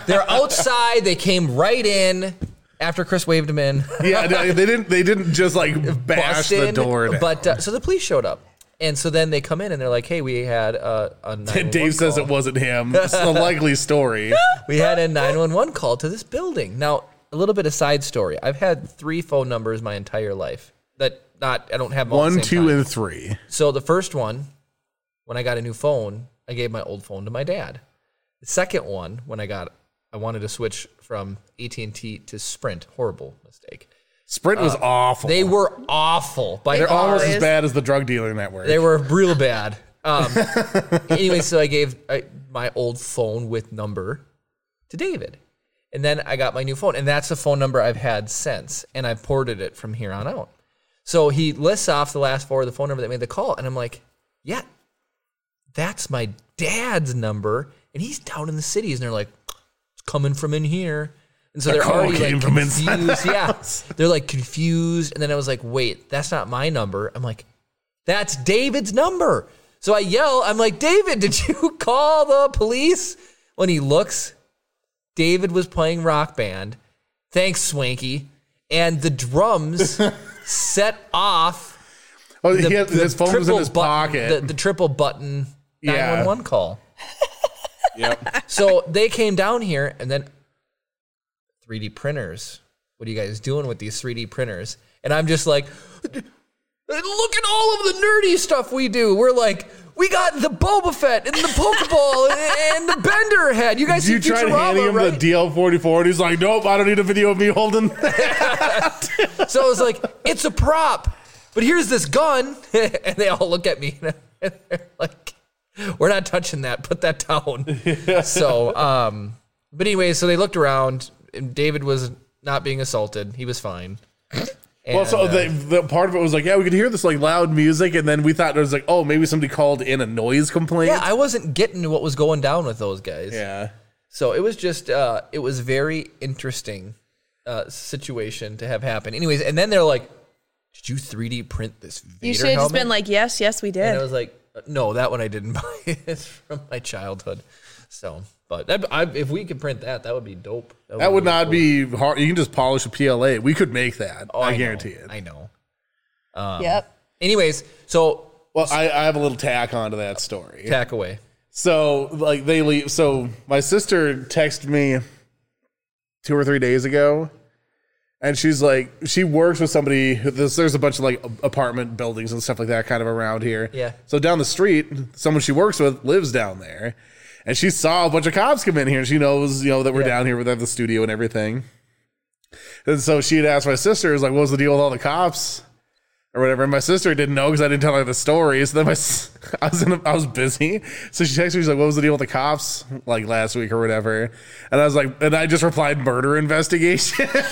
Speaker 1: They're outside. They came right in after Chris waved them in.
Speaker 3: yeah, no, they didn't. They didn't just like bash
Speaker 1: Busted,
Speaker 3: the door. down.
Speaker 1: But uh, so the police showed up. And so then they come in and they're like, "Hey, we had uh, a 911
Speaker 3: Dave says
Speaker 1: call.
Speaker 3: it wasn't him. It's a likely story.
Speaker 1: we had a 911 call to this building. Now, a little bit of side story. I've had three phone numbers my entire life. That not I don't have all at
Speaker 3: One,
Speaker 1: the same
Speaker 3: two,
Speaker 1: time.
Speaker 3: and three.
Speaker 1: so the first one, when I got a new phone, I gave my old phone to my dad. The second one, when I got, I wanted to switch from AT and T to Sprint. Horrible mistake.
Speaker 3: Sprint was awful.
Speaker 1: Uh, They were awful. By
Speaker 3: They're
Speaker 1: far.
Speaker 3: almost as
Speaker 2: Always.
Speaker 3: bad as the drug dealer network.
Speaker 1: They were real bad. Um, anyway, so I gave I, my old phone with number to David. And then I got my new phone. And that's the phone number I've had since. And I ported it from here on out. So he lists off the last four of the phone number that made the call. And I'm like, yeah, that's my dad's number. And he's down in the cities. And they're like, it's coming from in here. And so
Speaker 3: The
Speaker 1: they're
Speaker 3: call
Speaker 1: already
Speaker 3: came
Speaker 1: like
Speaker 3: from inside the
Speaker 1: confused. Yeah. They're like confused. And then I was like, wait, that's not my number. I'm like, that's David's number. So I yell, I'm like, David, did you call the police? When he looks, David was playing rock band. Thanks, Swanky. And the drums set off
Speaker 3: oh,
Speaker 1: the,
Speaker 3: he had,
Speaker 1: the
Speaker 3: his phone was in
Speaker 1: triple
Speaker 3: his
Speaker 1: button-
Speaker 3: pocket.
Speaker 1: The, the triple button
Speaker 3: Yeah.
Speaker 1: 911 call.
Speaker 3: yep.
Speaker 1: So they came down here and then 3D printers. What are you guys doing with these 3D printers? And I'm just like, look at all of the nerdy stuff we do. We're like, we got the Boba Fett and the Pokeball and, and the Bender head. You guys
Speaker 3: You
Speaker 1: see
Speaker 3: tried handing
Speaker 1: Futurama,
Speaker 3: him
Speaker 1: right?
Speaker 3: the DL44, and he's like, nope, I don't need a video of me holding that.
Speaker 1: so I was like, it's a prop, but here's this gun. and they all look at me and they're like, we're not touching that. Put that down. so, um, but anyway, so they looked around and David was not being assaulted. He was fine. And,
Speaker 3: Well, so
Speaker 1: uh,
Speaker 3: the, the part of it was like, yeah, we could hear this like loud music, and then we thought it was like, oh, maybe somebody called in a noise complaint.
Speaker 1: yeah, I wasn't getting to what was going down with those guys.
Speaker 3: yeah.
Speaker 1: So it was just, uh, it was very interesting. uh, situation to have happen. Anyways, and then they're like, "Did you 3D print this Vader
Speaker 2: You should have just
Speaker 1: helmet?"
Speaker 2: been like, yes, yes, we
Speaker 1: and I
Speaker 2: did.
Speaker 1: was like, uh, "No, that one I didn't buy. it's from my childhood." So, but that, I, if we could print that, that would be dope.
Speaker 3: That
Speaker 1: really
Speaker 3: would not
Speaker 1: cool.
Speaker 3: be hard. You can just polish a PLA. We could make that.
Speaker 1: Oh,
Speaker 3: I,
Speaker 1: know.
Speaker 3: guarantee it.
Speaker 1: I know. Um,
Speaker 2: Yep.
Speaker 1: Anyways, so
Speaker 3: well, I, I have a little tack onto that story.
Speaker 1: tack away.
Speaker 3: So like they leave. So my sister texted me two or three days ago, and she's like, she works with somebody. who- There's, there's a bunch of like a- apartment buildings and stuff like that kind of around here.
Speaker 1: Yeah.
Speaker 3: So down the street, someone she works with lives down there, and she saw a bunch of cops come in here, and she knows you know that we're
Speaker 1: Yeah.
Speaker 3: down here with the studio and everything. And so she had asked my sister, "Is like, what was the deal with all the cops?" or whatever. And my sister didn't know because I didn't tell her the story. So then my, s- I was in a, I was busy. So she texted me. She's like, "What was the deal with the cops like last week or whatever?" And I was like, and I just replied, "Murder investigation."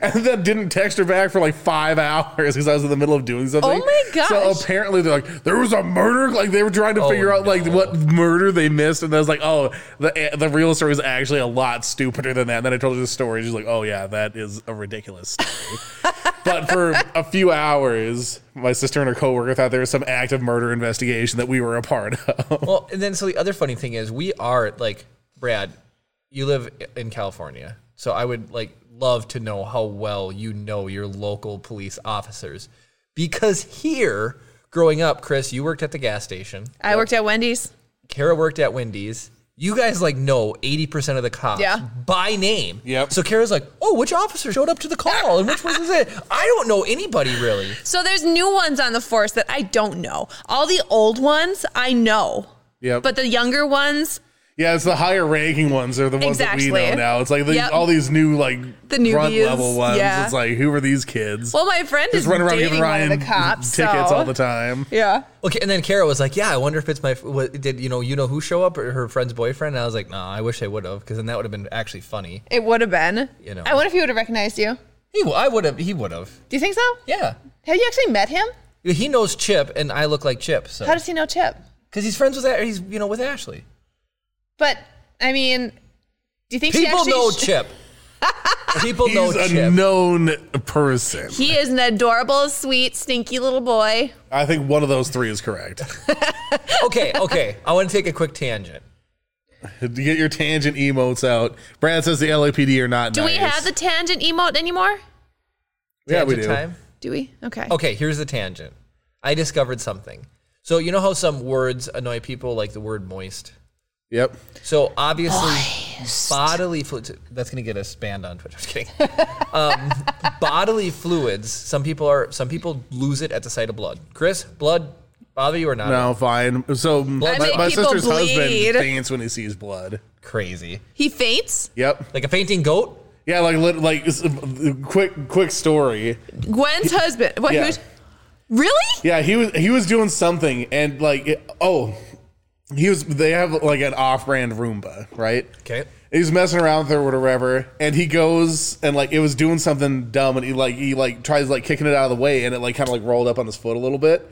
Speaker 3: and then didn't text her back for like five hours because I was in the middle of doing something.
Speaker 2: Oh my
Speaker 3: So
Speaker 2: gosh.
Speaker 3: apparently they're like, there was a murder. Like they were trying to
Speaker 1: Oh,
Speaker 3: figure out like
Speaker 1: no.
Speaker 3: what murder they missed, and I was like, oh, the the real story is actually a lot stupider than that. And then I told her the story. She's like, oh yeah, that is a ridiculous story. but for a few hours, my sister and her coworker thought there was some active murder investigation that we were a part of.
Speaker 1: Well, and then so the other funny thing is we are like Brad, you live in California, so I would like love to know how well you know your local police officers because here, growing up, Chris, you worked at the gas station.
Speaker 2: I worked at Wendy's.
Speaker 1: Kara worked at Wendy's. You guys like know 80% of the cops
Speaker 2: Yeah.
Speaker 1: by name.
Speaker 3: Yep.
Speaker 1: So Kara's like, oh, which officer showed up to the call and which one was it? I don't know anybody really.
Speaker 2: So there's new ones on the force that I don't know. All the old ones I know,
Speaker 3: Yep.
Speaker 2: but the younger ones,
Speaker 3: yeah, it's the higher ranking ones are the ones that we
Speaker 2: Exactly.
Speaker 3: know now. It's like the,
Speaker 2: Yep.
Speaker 3: all these new like
Speaker 2: The
Speaker 3: front
Speaker 2: newbies,
Speaker 3: level ones.
Speaker 2: yeah.
Speaker 3: It's like who are these kids?
Speaker 2: well, my friend is
Speaker 3: just run around
Speaker 2: dating
Speaker 3: giving
Speaker 2: one
Speaker 3: Ryan
Speaker 2: of the cops.
Speaker 3: tickets
Speaker 2: so.
Speaker 3: all the time.
Speaker 2: Yeah.
Speaker 1: Okay, and then Kara was like, "Yeah, I wonder if it's my what, did you know you know who show up or her friend's boyfriend." And I was like, "Nah, I wish I would have because then that would have been actually funny."
Speaker 2: It would have been.
Speaker 1: You know.
Speaker 2: I wonder if he would have recognized you.
Speaker 1: He, w- I would have, he would have,
Speaker 2: Do you think so?
Speaker 1: yeah.
Speaker 2: Have you actually met him?
Speaker 1: He knows Chip, and I look like Chip, so
Speaker 2: How does he know Chip?
Speaker 1: because he's friends with that, he's you know with Ashley.
Speaker 2: But I mean, do you think she
Speaker 1: People
Speaker 2: actually
Speaker 1: know
Speaker 2: sh-
Speaker 1: Chip. People know
Speaker 3: He's a
Speaker 1: Chip.
Speaker 3: known person.
Speaker 2: He is an adorable, sweet, stinky little boy.
Speaker 3: I think one of those three is correct.
Speaker 1: okay, okay. I want to take a quick tangent.
Speaker 3: Get your tangent emotes out. Brad says the LAPD are not.
Speaker 2: Do we have the tangent emote anymore?
Speaker 3: yeah, we
Speaker 1: Tangent
Speaker 3: do.
Speaker 1: Time.
Speaker 2: Do we? Okay.
Speaker 1: Okay, here's the tangent. I discovered something. So you know how some words annoy people, like the word moist.
Speaker 3: Yep.
Speaker 1: So obvioly, bodily fluids. That's gonna get us banned on Twitch. I'm just kidding. um, bodily fluids. Some people are. Some people lose it at the sight of blood. Chris, blood bother you or not?
Speaker 3: No, fine. So my,
Speaker 2: make
Speaker 3: my
Speaker 2: people
Speaker 3: sister's
Speaker 2: bleed.
Speaker 3: husband faints when he sees blood.
Speaker 1: Crazy.
Speaker 2: He faints.
Speaker 3: Yep.
Speaker 1: Like a fainting goat.
Speaker 3: Yeah, like lit- like s- quick quick story.
Speaker 2: Gwen's husband. What?
Speaker 3: Yeah.
Speaker 2: He was, really?
Speaker 3: Yeah, he was he was doing something and like it- oh, he was they have like an off-brand Roomba, right?
Speaker 1: Okay.
Speaker 3: He was messing around with her or whatever, and he goes and like it was doing something dumb, and he like he like tries like kicking it out of the way, and it like kind of like rolled up on his foot a little bit,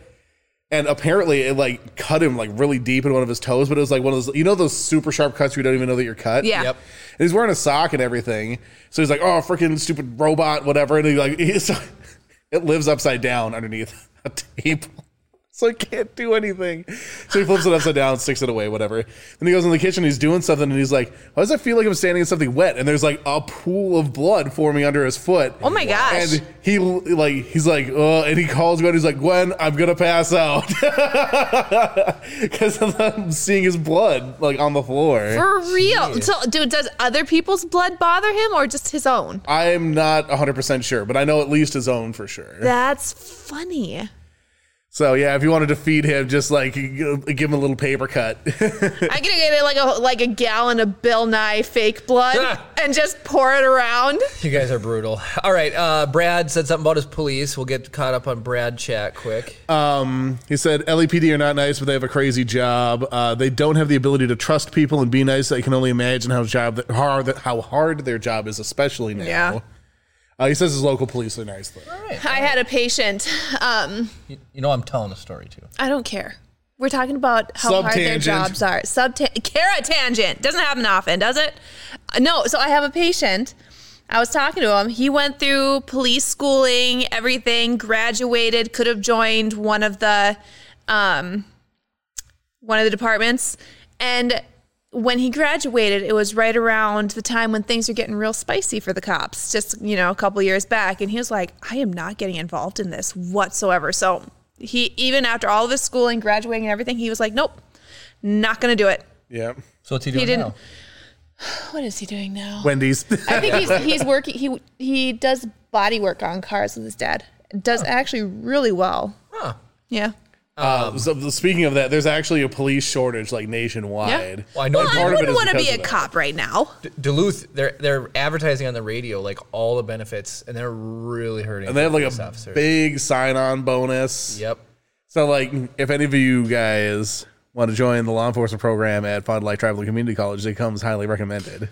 Speaker 3: and apparently it like cut him like really deep in one of his toes, but it was like one of those you know those super sharp cuts where you don't even know that you're cut.
Speaker 2: Yeah.
Speaker 1: Yep.
Speaker 3: And he's wearing a sock and everything. So he's like, oh, freaking stupid robot, whatever. And he like, he's, it lives upside down underneath a table. So I can't do anything. So he flips it upside down, sticks it away, whatever. Then he goes in the kitchen, he's doing something, and he's like, Why does it feel like I'm standing in something wet? And there's like a pool of blood forming under his foot.
Speaker 2: Oh my gosh.
Speaker 3: And he like he's like, oh, and he calls Gwen, he's like, Gwen, I'm gonna pass out. Because I'm seeing his blood like on the floor.
Speaker 2: For real. So, dude, does other people's blood bother him or just his own?
Speaker 3: I'm not 100% sure, but I know at least his own for sure.
Speaker 2: That's funny.
Speaker 3: so, yeah, if you want to defeat him, just like g- give him a little paper cut.
Speaker 2: I'm gonna get like a like a gallon of Bill Nye fake blood
Speaker 1: Ah.
Speaker 2: and just pour it around.
Speaker 1: You guys are brutal. All right. Uh, Brad said something about his police. We'll get caught up on Brad chat quick.
Speaker 3: um, he said, LAPD are not nice, but they have a crazy job. Uh, they don't have the ability to trust people and be nice. I can only imagine how, job that, hard, how hard their job is, especially now.
Speaker 2: Yeah.
Speaker 3: Uh, he says his local police are nice, though.
Speaker 2: I had a patient. Um,
Speaker 1: you, you know I'm telling a story too.
Speaker 2: I don't care. We're talking about how hard their
Speaker 3: Subtangent.
Speaker 2: jobs are. Subta- Cara tangent doesn't happen often, does it? Uh, No. So I have a patient. I was talking to him. He went through police schooling, everything, graduated, could have joined one of the um, one of the departments. And when he graduated, it was right around the time when things were getting real spicy for the cops, just, you know, a couple years back. And he was like, I am not getting involved in this whatsoever. So he, even after all of his schooling, graduating and everything, he was like, nope, not going to do it.
Speaker 3: Yeah.
Speaker 1: So what's he doing
Speaker 2: didn't-
Speaker 1: now?
Speaker 2: What is he doing now?
Speaker 3: Wendy's.
Speaker 2: Oh. I think he's, he's working, he, he does body work on cars with his dad. Does actually really well.
Speaker 1: Huh.
Speaker 2: Yeah.
Speaker 3: Uh, so speaking of that, there's actually a police shortage like nationwide.
Speaker 2: Yeah.
Speaker 1: Well, I know
Speaker 2: Well, I
Speaker 1: Part
Speaker 3: of it
Speaker 2: wouldn't
Speaker 3: is
Speaker 2: want to
Speaker 3: because
Speaker 2: be
Speaker 3: of
Speaker 2: a
Speaker 3: that.
Speaker 2: cop right now.
Speaker 1: D- Duluth, they're they're advertising on the radio like all the benefits, and they're really hurting.
Speaker 3: And they have like
Speaker 1: police
Speaker 3: a
Speaker 1: officers.
Speaker 3: big sign-on bonus.
Speaker 1: Yep.
Speaker 3: So like, if any of you guys want to join the law enforcement program at Fond du Lac Tribal Community College, it comes highly recommended.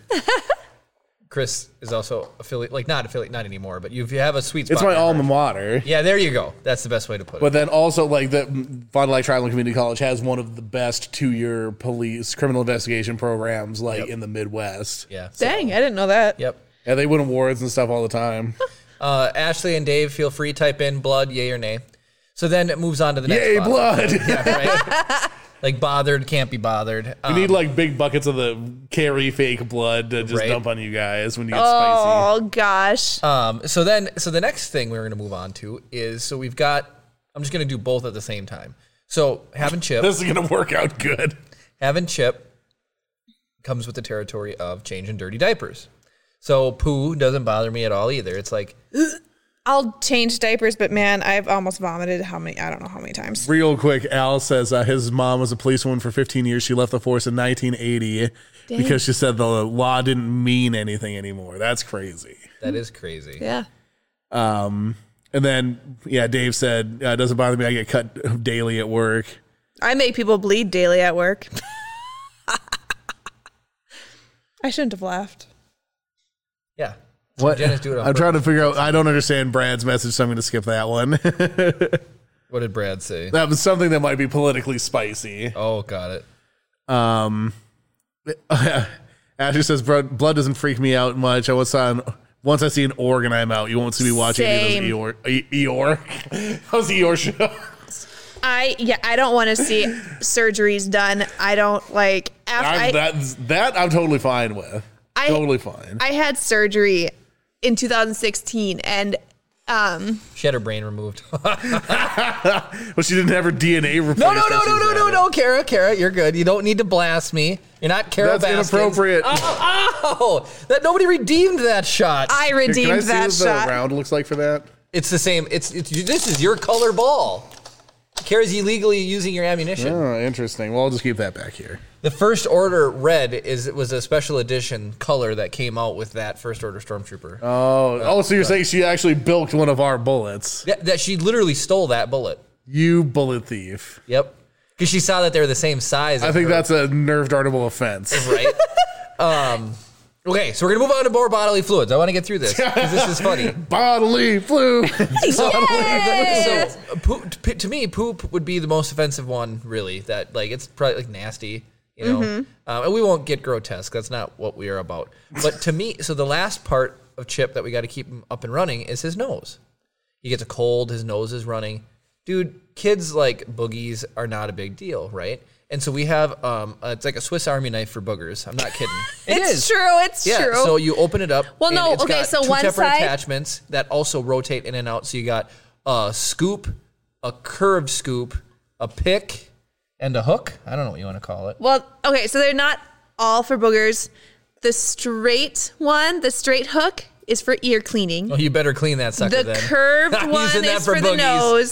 Speaker 1: Chris is also affiliate, like not affiliate, not anymore, but you, if you have a sweet spot,
Speaker 3: It's my
Speaker 1: member-
Speaker 3: alma mater.
Speaker 1: Yeah, there you go. That's the best way to put
Speaker 3: But
Speaker 1: it.
Speaker 3: then also like the Fond du Lac Tribal Community College has one of the best two-year police criminal investigation programs like in the Midwest.
Speaker 1: Yeah.
Speaker 2: Dang, I didn't know that.
Speaker 1: Yep.
Speaker 3: And they win awards and stuff all the time.
Speaker 1: Uh, Ashley and Dave, feel free type in blood, yay or nay. So then it moves on to the next.
Speaker 3: Yay,
Speaker 1: spot,
Speaker 3: blood!
Speaker 1: right? like bothered, can't be bothered. Um,
Speaker 3: We need like big buckets of the carry fake blood to just
Speaker 1: Right.
Speaker 3: dump on you guys when you get
Speaker 2: Oh gosh.
Speaker 1: Um, so then, so the next thing we're going to move on to is so we've got. I'm just going to do both at the same time. So having Chip,
Speaker 3: spicy. This is gonna work out good.
Speaker 1: having Chip comes with the territory of changing dirty diapers. So poo doesn't bother me at all either. It's like
Speaker 2: I'll change diapers, but man, I've almost vomited how many I don't know how many times.
Speaker 3: Real quick, Al says uh, his mom was a policewoman for 15 years. She left the force in 1980 because she said the law didn't mean anything anymore. That's crazy.
Speaker 1: that is crazy.
Speaker 2: Yeah.
Speaker 3: Um, and then yeah, Dave said uh, doesn't bother me. I get cut daily at work.
Speaker 2: I make people bleed daily at work. I shouldn't have laughed.
Speaker 1: Yeah.
Speaker 3: What?
Speaker 1: Jenna's doing it on
Speaker 3: I'm trying to figure out. I don't understand Brad's message, so I'm going to skip that one.
Speaker 1: What did Brad say?
Speaker 3: that was something that might be politically spicy.
Speaker 1: Oh, got it.
Speaker 3: Um, Asher says blood blood doesn't freak me out much. I was on once I see an organ, I'm out. You won't see me watching any of those Eeyore. E- Eeyore. How's Eeyore show?
Speaker 2: I yeah, I don't want to see surgeries done. I don't like after
Speaker 3: I'm,
Speaker 2: I,
Speaker 3: that's that I'm totally fine with.
Speaker 2: I-
Speaker 3: totally fine.
Speaker 2: I had surgery in 2016 and um
Speaker 1: She had her brain removed.
Speaker 3: but she didn't have her DNA replaced.
Speaker 1: No, no, no,
Speaker 3: since
Speaker 1: no,
Speaker 3: she's
Speaker 1: no, no,
Speaker 3: had
Speaker 1: no, Kara, Kara, you're good. You don't need to blast me. You're not
Speaker 3: it.
Speaker 1: Kara
Speaker 3: That's
Speaker 1: Baskins.
Speaker 3: inappropriate.
Speaker 1: Oh, that nobody redeemed that shot.
Speaker 2: I
Speaker 3: Here,
Speaker 2: redeemed
Speaker 3: can I see
Speaker 2: that
Speaker 3: what the
Speaker 2: shot.
Speaker 3: round looks like for that?
Speaker 1: it's the same. It's, it's you- this is your color ball. Kara's illegally using your ammunition.
Speaker 3: Oh, interesting. Well, I'll just keep that back here.
Speaker 1: The first order red is it was a special edition color that came out with that first order stormtrooper.
Speaker 3: Oh, oh, so you're saying she actually bilked one of our bullets?
Speaker 1: that, that she literally stole that bullet.
Speaker 3: You bullet thief.
Speaker 1: Yep, because she saw that they were the same size.
Speaker 3: I think that's a nerve dartable offense.
Speaker 1: right. um, okay, so we're gonna move on to more bodily fluids. I want to get through this because this is funny.
Speaker 3: bodily flu.
Speaker 2: Yay!
Speaker 1: so uh, poo, t- p- to me, poop would be the most offensive one, really. That like it's probably like nasty, you know. Um, and we won't get grotesque. That's not what we are about. But to me, so the last part of Chip that we got to keep him up and running is his nose. He gets a cold. His nose is running. Dude, kids like boogies are not a big deal, right? And so we have um, uh, it's like a Swiss Army knife for boogers. I'm not kidding. It
Speaker 2: it's
Speaker 1: is.
Speaker 2: true. It's
Speaker 1: Yeah,
Speaker 2: true.
Speaker 1: so you open it up.
Speaker 2: Well,
Speaker 1: and
Speaker 2: no,
Speaker 1: it's
Speaker 2: okay,
Speaker 1: got
Speaker 2: so
Speaker 1: two
Speaker 2: one
Speaker 1: separate
Speaker 2: side-
Speaker 1: attachments that also rotate in and out. So you got a scoop, a curved scoop, a pick, and a hook. I don't know what you want to call it.
Speaker 2: Well, okay, so they're not all for boogers. The straight one, the straight hook, is for ear cleaning.
Speaker 3: Oh,
Speaker 1: Well, you better clean that sucker
Speaker 2: The
Speaker 1: then.
Speaker 2: curved
Speaker 1: I'm
Speaker 2: one
Speaker 1: using that
Speaker 2: is
Speaker 1: for
Speaker 2: for, the
Speaker 1: boogies.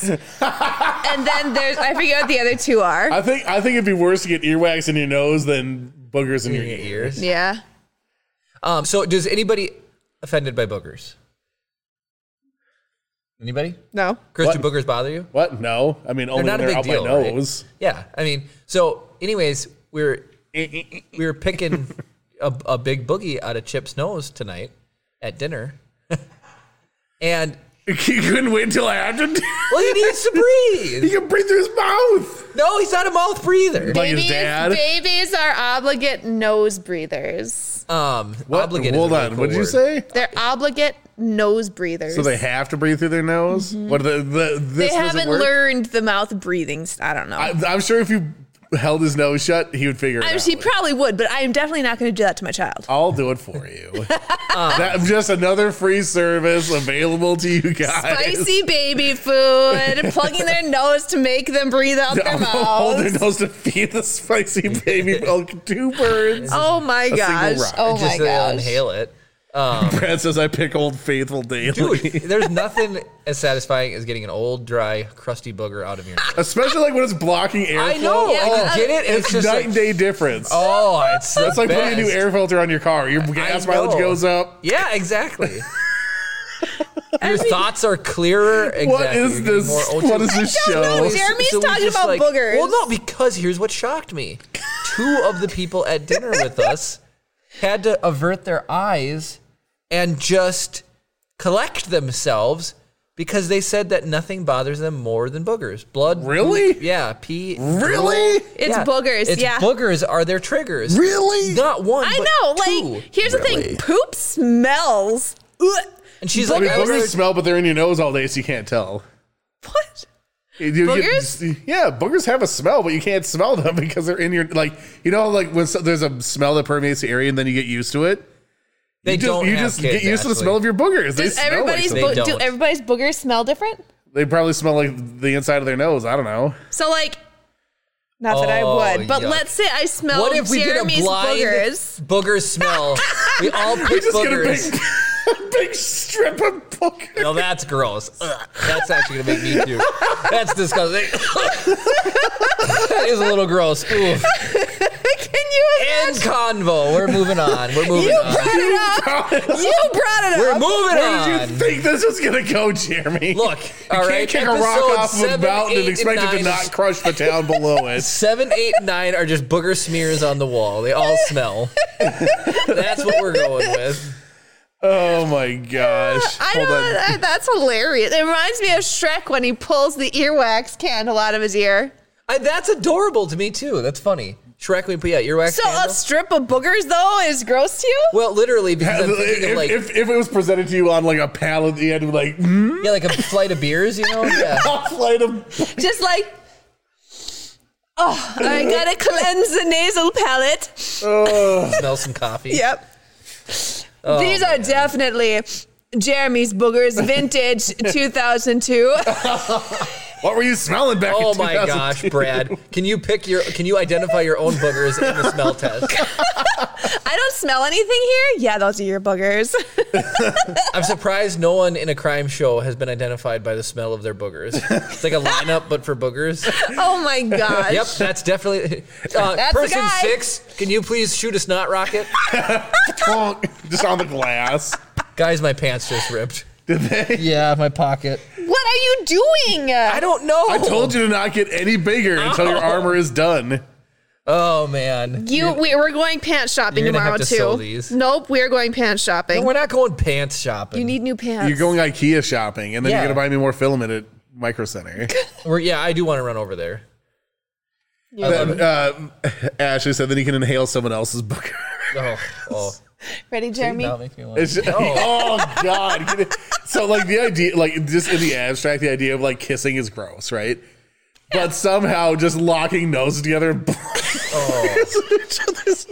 Speaker 2: nose. and then there's, I forget what the other two are.
Speaker 3: I think I think it'd be worse to get earwax in your nose than boogers in your
Speaker 1: In your
Speaker 3: ear.
Speaker 1: ears.
Speaker 2: Yeah.
Speaker 1: Um, so does anybody offended by boogers? Anybody?
Speaker 2: No.
Speaker 1: Chris, do
Speaker 3: What?
Speaker 1: boogers bother you?
Speaker 3: What? No, I mean only
Speaker 1: They're not
Speaker 3: when
Speaker 1: a
Speaker 3: they're
Speaker 1: big
Speaker 3: up
Speaker 1: deal.
Speaker 3: my
Speaker 1: right?
Speaker 3: nose.
Speaker 1: Yeah, I mean, so anyways, we're we were picking a, a big boogie out of Chip's nose tonight at dinner, and
Speaker 3: He couldn't wait until after. he
Speaker 1: Well, he needs to breathe.
Speaker 3: can breathe through his mouth.
Speaker 1: No, he's not a mouth breather.
Speaker 3: Like his
Speaker 2: Babies,
Speaker 3: dad.
Speaker 2: babies are obligate nose breathers.
Speaker 1: Um,
Speaker 3: What?
Speaker 1: obligate. is
Speaker 3: Hold
Speaker 1: a really
Speaker 3: on.
Speaker 1: cool
Speaker 3: What did you
Speaker 1: word.
Speaker 3: say?
Speaker 2: They're obligate nose breathers.
Speaker 3: So they have to breathe through their nose. What the, the
Speaker 2: Mm-hmm. They
Speaker 3: this doesn't
Speaker 2: haven't
Speaker 3: work?
Speaker 2: learned the mouth breathing. st- I don't know.
Speaker 3: I, I'm sure if you held his nose shut, he would figure it
Speaker 2: I,
Speaker 3: out.
Speaker 2: she probably would, but I am definitely not going to do that to my child.
Speaker 3: I'll do it for you. That- just another free service available to you guys.
Speaker 2: Spicy baby food, plugging their nose to make them breathe out their
Speaker 3: Hold their
Speaker 2: mouths.
Speaker 3: nose to feed the spicy baby milk. Two birds.
Speaker 2: Oh my
Speaker 3: single
Speaker 2: gosh!
Speaker 3: rock.
Speaker 2: Oh my
Speaker 1: Just to
Speaker 2: gosh!
Speaker 1: inhale it.
Speaker 3: Brad says I pick old faithful daily.
Speaker 1: Dude, there's nothing as satisfying as getting an old, dry, crusty booger out of your nose.
Speaker 3: Especially like when it's blocking air.
Speaker 1: I know.
Speaker 2: Yeah,
Speaker 1: and
Speaker 2: uh,
Speaker 1: you get it, and it's,
Speaker 3: It's
Speaker 1: just
Speaker 3: night
Speaker 1: like,
Speaker 3: and day difference.
Speaker 1: oh, it's
Speaker 3: That's like putting a new
Speaker 1: best.
Speaker 3: air filter on your car. Your gas
Speaker 1: I
Speaker 3: mileage
Speaker 1: know.
Speaker 3: goes up.
Speaker 1: Yeah, exactly. Your thoughts are clearer. Exactly.
Speaker 3: What is
Speaker 1: You're getting
Speaker 3: this?
Speaker 1: more ultra-
Speaker 3: What is this
Speaker 2: I don't know,
Speaker 3: show?
Speaker 2: Jared. Jeremy's
Speaker 1: we
Speaker 2: talking
Speaker 1: just,
Speaker 2: about boogers.
Speaker 1: Well, no, because here's what shocked me. Two of the people at dinner with us had to avert their eyes and just collect themselves because they said that nothing bothers them more than boogers. Blood.
Speaker 3: Really?
Speaker 1: Yeah. Pee.
Speaker 3: Really?
Speaker 2: It's
Speaker 1: yeah.
Speaker 2: boogers.
Speaker 1: It's
Speaker 2: yeah,
Speaker 1: boogers are their triggers.
Speaker 3: Really?
Speaker 1: Not one.
Speaker 2: I
Speaker 1: but
Speaker 2: know.
Speaker 1: two.
Speaker 2: Like, here's the thing: poop smells. Ugh.
Speaker 1: And she's
Speaker 3: I mean,
Speaker 1: like, "Oh, I would
Speaker 3: boogers
Speaker 1: rather-
Speaker 3: smell, but they're in your nose all day, so you can't tell.
Speaker 2: What?
Speaker 3: You- you-
Speaker 2: Boogers?
Speaker 3: yeah, boogers have a smell, but you can't smell them because they're in your like. You know, like when so, there's a smell that permeates the area, and then you get used to it.
Speaker 1: They
Speaker 3: you just,
Speaker 1: don't.
Speaker 3: You
Speaker 1: have
Speaker 3: just
Speaker 1: kids,
Speaker 3: get used to the
Speaker 1: actually.
Speaker 3: smell of your boogers. They
Speaker 2: Does
Speaker 3: smell like
Speaker 2: everybody's
Speaker 3: something.
Speaker 2: bo-
Speaker 1: They
Speaker 2: do
Speaker 1: don't.
Speaker 2: everybody's boogers smell different?
Speaker 3: They probably smell like the inside of their nose. I don't know.
Speaker 2: So like, not that
Speaker 1: Oh,
Speaker 2: I would, but
Speaker 1: yuck.
Speaker 2: let's say I smell
Speaker 1: What if we
Speaker 2: Oh, Jeremy's
Speaker 1: did a blind
Speaker 2: boogers.
Speaker 1: booger smell? we all pick
Speaker 3: Just get a
Speaker 1: boogers.
Speaker 3: big, a big strip of boogers.
Speaker 1: No, that's gross. Ugh, that's actually gonna make me puke. That's disgusting. that is a little gross. Oof.
Speaker 2: Can you?
Speaker 1: And convo. We're moving on. We're moving
Speaker 2: You
Speaker 1: on.
Speaker 2: brought it up. You brought it
Speaker 1: We're
Speaker 2: up.
Speaker 1: moving
Speaker 3: Where did
Speaker 1: on.
Speaker 3: you think this was gonna go, Jeremy?
Speaker 1: Look,
Speaker 3: you
Speaker 1: all
Speaker 3: can't
Speaker 1: right,
Speaker 3: kick a rock
Speaker 1: episode
Speaker 3: off of a
Speaker 1: seven,
Speaker 3: mountain
Speaker 1: eight, and
Speaker 3: and expect it to
Speaker 1: nine
Speaker 3: not
Speaker 1: is-
Speaker 3: crush the town below it.
Speaker 1: Seven, eight, and nine are just booger smears on the wall. They all smell. That's what we're going with.
Speaker 3: Oh my gosh!
Speaker 2: I
Speaker 3: Hold on.
Speaker 2: don't. I, that's hilarious. It reminds me of Shrek when he pulls the earwax candle out of his ear.
Speaker 1: I, that's adorable to me too. That's funny. Shrek, we put yeah, earwax.
Speaker 2: So uh,
Speaker 1: candle?
Speaker 2: a strip of boogers though is gross to you?
Speaker 1: well, literally because I'm thinking
Speaker 3: If,
Speaker 1: of like
Speaker 3: if, if it was presented to you on like a pallet, you had to be like, mm,
Speaker 1: yeah, like a flight of beers, you know? Yeah.
Speaker 3: flight of
Speaker 2: Just like. Oh, I gotta cleanse the nasal palate.
Speaker 1: smell some coffee.
Speaker 2: Yep.
Speaker 1: Oh,
Speaker 2: These are definitely Jeremy's boogers, vintage 2002.
Speaker 3: what were you smelling back?
Speaker 1: Oh
Speaker 3: in
Speaker 1: my
Speaker 3: 2002?
Speaker 1: gosh, Brad. Can you pick your can you identify your own boogers in the smell test?
Speaker 2: I don't smell anything here. Yeah, those are your boogers.
Speaker 1: I'm surprised no one in a crime show has been identified by the smell of their boogers. It's like a lineup but for boogers.
Speaker 2: oh my gosh.
Speaker 1: Yep, that's definitely uh,
Speaker 2: That's the
Speaker 1: person
Speaker 2: guy.
Speaker 1: 6. Can you please shoot a snot rocket?
Speaker 3: Bonk. just on the glass.
Speaker 1: Guys, my pants just ripped.
Speaker 3: Did they?
Speaker 1: Yeah, my pocket.
Speaker 2: What are you doing?
Speaker 1: I don't know.
Speaker 3: I told you to not get any bigger until your
Speaker 1: Ow.
Speaker 3: armor is done.
Speaker 1: Oh man.
Speaker 2: You, we, we're going pants shopping
Speaker 1: You're gonna
Speaker 2: tomorrow
Speaker 1: have to
Speaker 2: too.
Speaker 1: sew these.
Speaker 2: Nope, we are going pants shopping.
Speaker 1: We're not going pants shopping.
Speaker 2: you need new pants.
Speaker 3: You're going IKEA shopping, and then
Speaker 1: Yeah.
Speaker 3: you're gonna buy me more filament at Micro Center.
Speaker 1: We're, yeah, I do want to run over there.
Speaker 3: then, uh, Ashley said, then you can inhale someone else's booger.
Speaker 1: Oh, oh.
Speaker 2: ready, Jeremy?
Speaker 1: Now it makes me want
Speaker 3: It's just- oh God! Get it? So like the idea, like just in the abstract, the idea of like kissing is gross, right? But somehow just locking noses together and each other's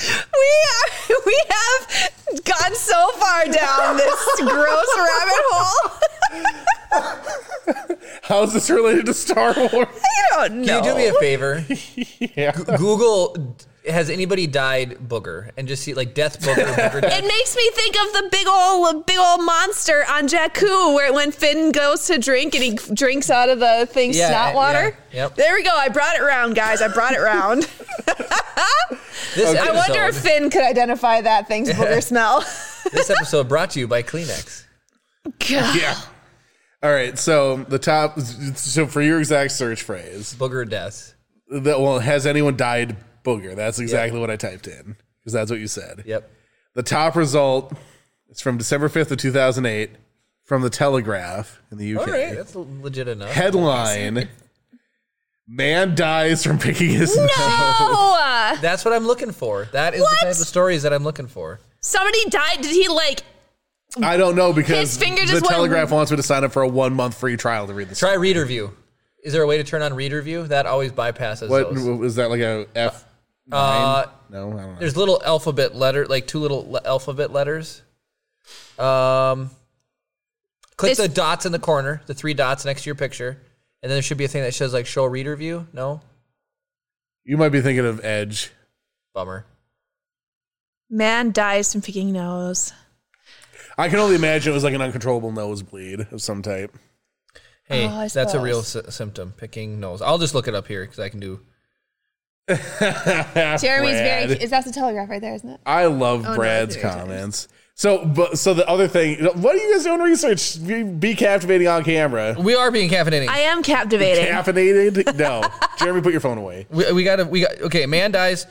Speaker 2: We are. We have gone so far down this gross rabbit hole.
Speaker 3: How is this related to Star Wars?
Speaker 2: I don't know.
Speaker 1: Can you do me a favor?
Speaker 3: Yeah.
Speaker 1: Google has anybody died booger and just see like death booger booger
Speaker 2: it
Speaker 1: death.
Speaker 2: makes me think of the big old big old monster on Jakku, where when Finn goes to drink and he drinks out of the thing
Speaker 1: Yeah,
Speaker 2: snot
Speaker 1: yeah,
Speaker 2: water.
Speaker 1: yep.
Speaker 2: There we go. I brought it round, guys. I brought it round.
Speaker 1: This
Speaker 2: I
Speaker 1: episode,
Speaker 2: wonder if Finn could identify that thing's booger smell.
Speaker 1: this episode brought to you by Kleenex.
Speaker 2: God.
Speaker 3: Yeah. All right. So the top. So for your exact search phrase,
Speaker 1: Booger deaths.
Speaker 3: that well, has anyone died booger? That's exactly what I typed in because that's what you said.
Speaker 1: Yep.
Speaker 3: The top result It's from December 5th of 2008 from the Telegraph in the UK.
Speaker 1: All right, that's legit enough.
Speaker 3: Headline Man dies from picking his nose.
Speaker 2: No,
Speaker 1: That's what I'm looking for. That is
Speaker 2: What?
Speaker 1: the type of stories that I'm looking for.
Speaker 2: somebody died. Did he like?
Speaker 3: I don't know because
Speaker 2: His finger
Speaker 3: the
Speaker 2: just went-
Speaker 3: Telegraph wants me to sign up for a one month free trial to read this.
Speaker 1: Try reader view. Is there a way to turn on reader view? That always bypasses
Speaker 3: What
Speaker 1: those.
Speaker 3: was that like a F?
Speaker 1: Uh,
Speaker 3: No, I don't know.
Speaker 1: there's little alphabet letter, like two little le- alphabet letters. Um, click
Speaker 2: This-
Speaker 1: the dots in the corner, the three dots next to your picture, and then there should be a thing that says like show reader view. No,
Speaker 3: You might be thinking of Edge.
Speaker 1: bummer.
Speaker 2: Man dies from picking nose.
Speaker 3: I can only imagine it was like an uncontrollable nosebleed of some type.
Speaker 1: Hey,
Speaker 2: Oh, I
Speaker 1: that's a real
Speaker 2: suppose.
Speaker 1: sy- symptom. Picking nose. I'll just look it up here because I can do.
Speaker 2: Jeremy's
Speaker 3: Brad.
Speaker 2: very. Is that the telegraph right there? Isn't it?
Speaker 3: I love
Speaker 2: no,
Speaker 3: Brad's
Speaker 2: it's very
Speaker 3: comments. So, but so the other thing, what are you guys doing research? Be- Be captivating on camera.
Speaker 1: We are being caffeinating.
Speaker 2: I am captivating.
Speaker 3: Caffeinated? No. Jeremy, put your phone away.
Speaker 1: we, we gotta. We got. Okay, man dies.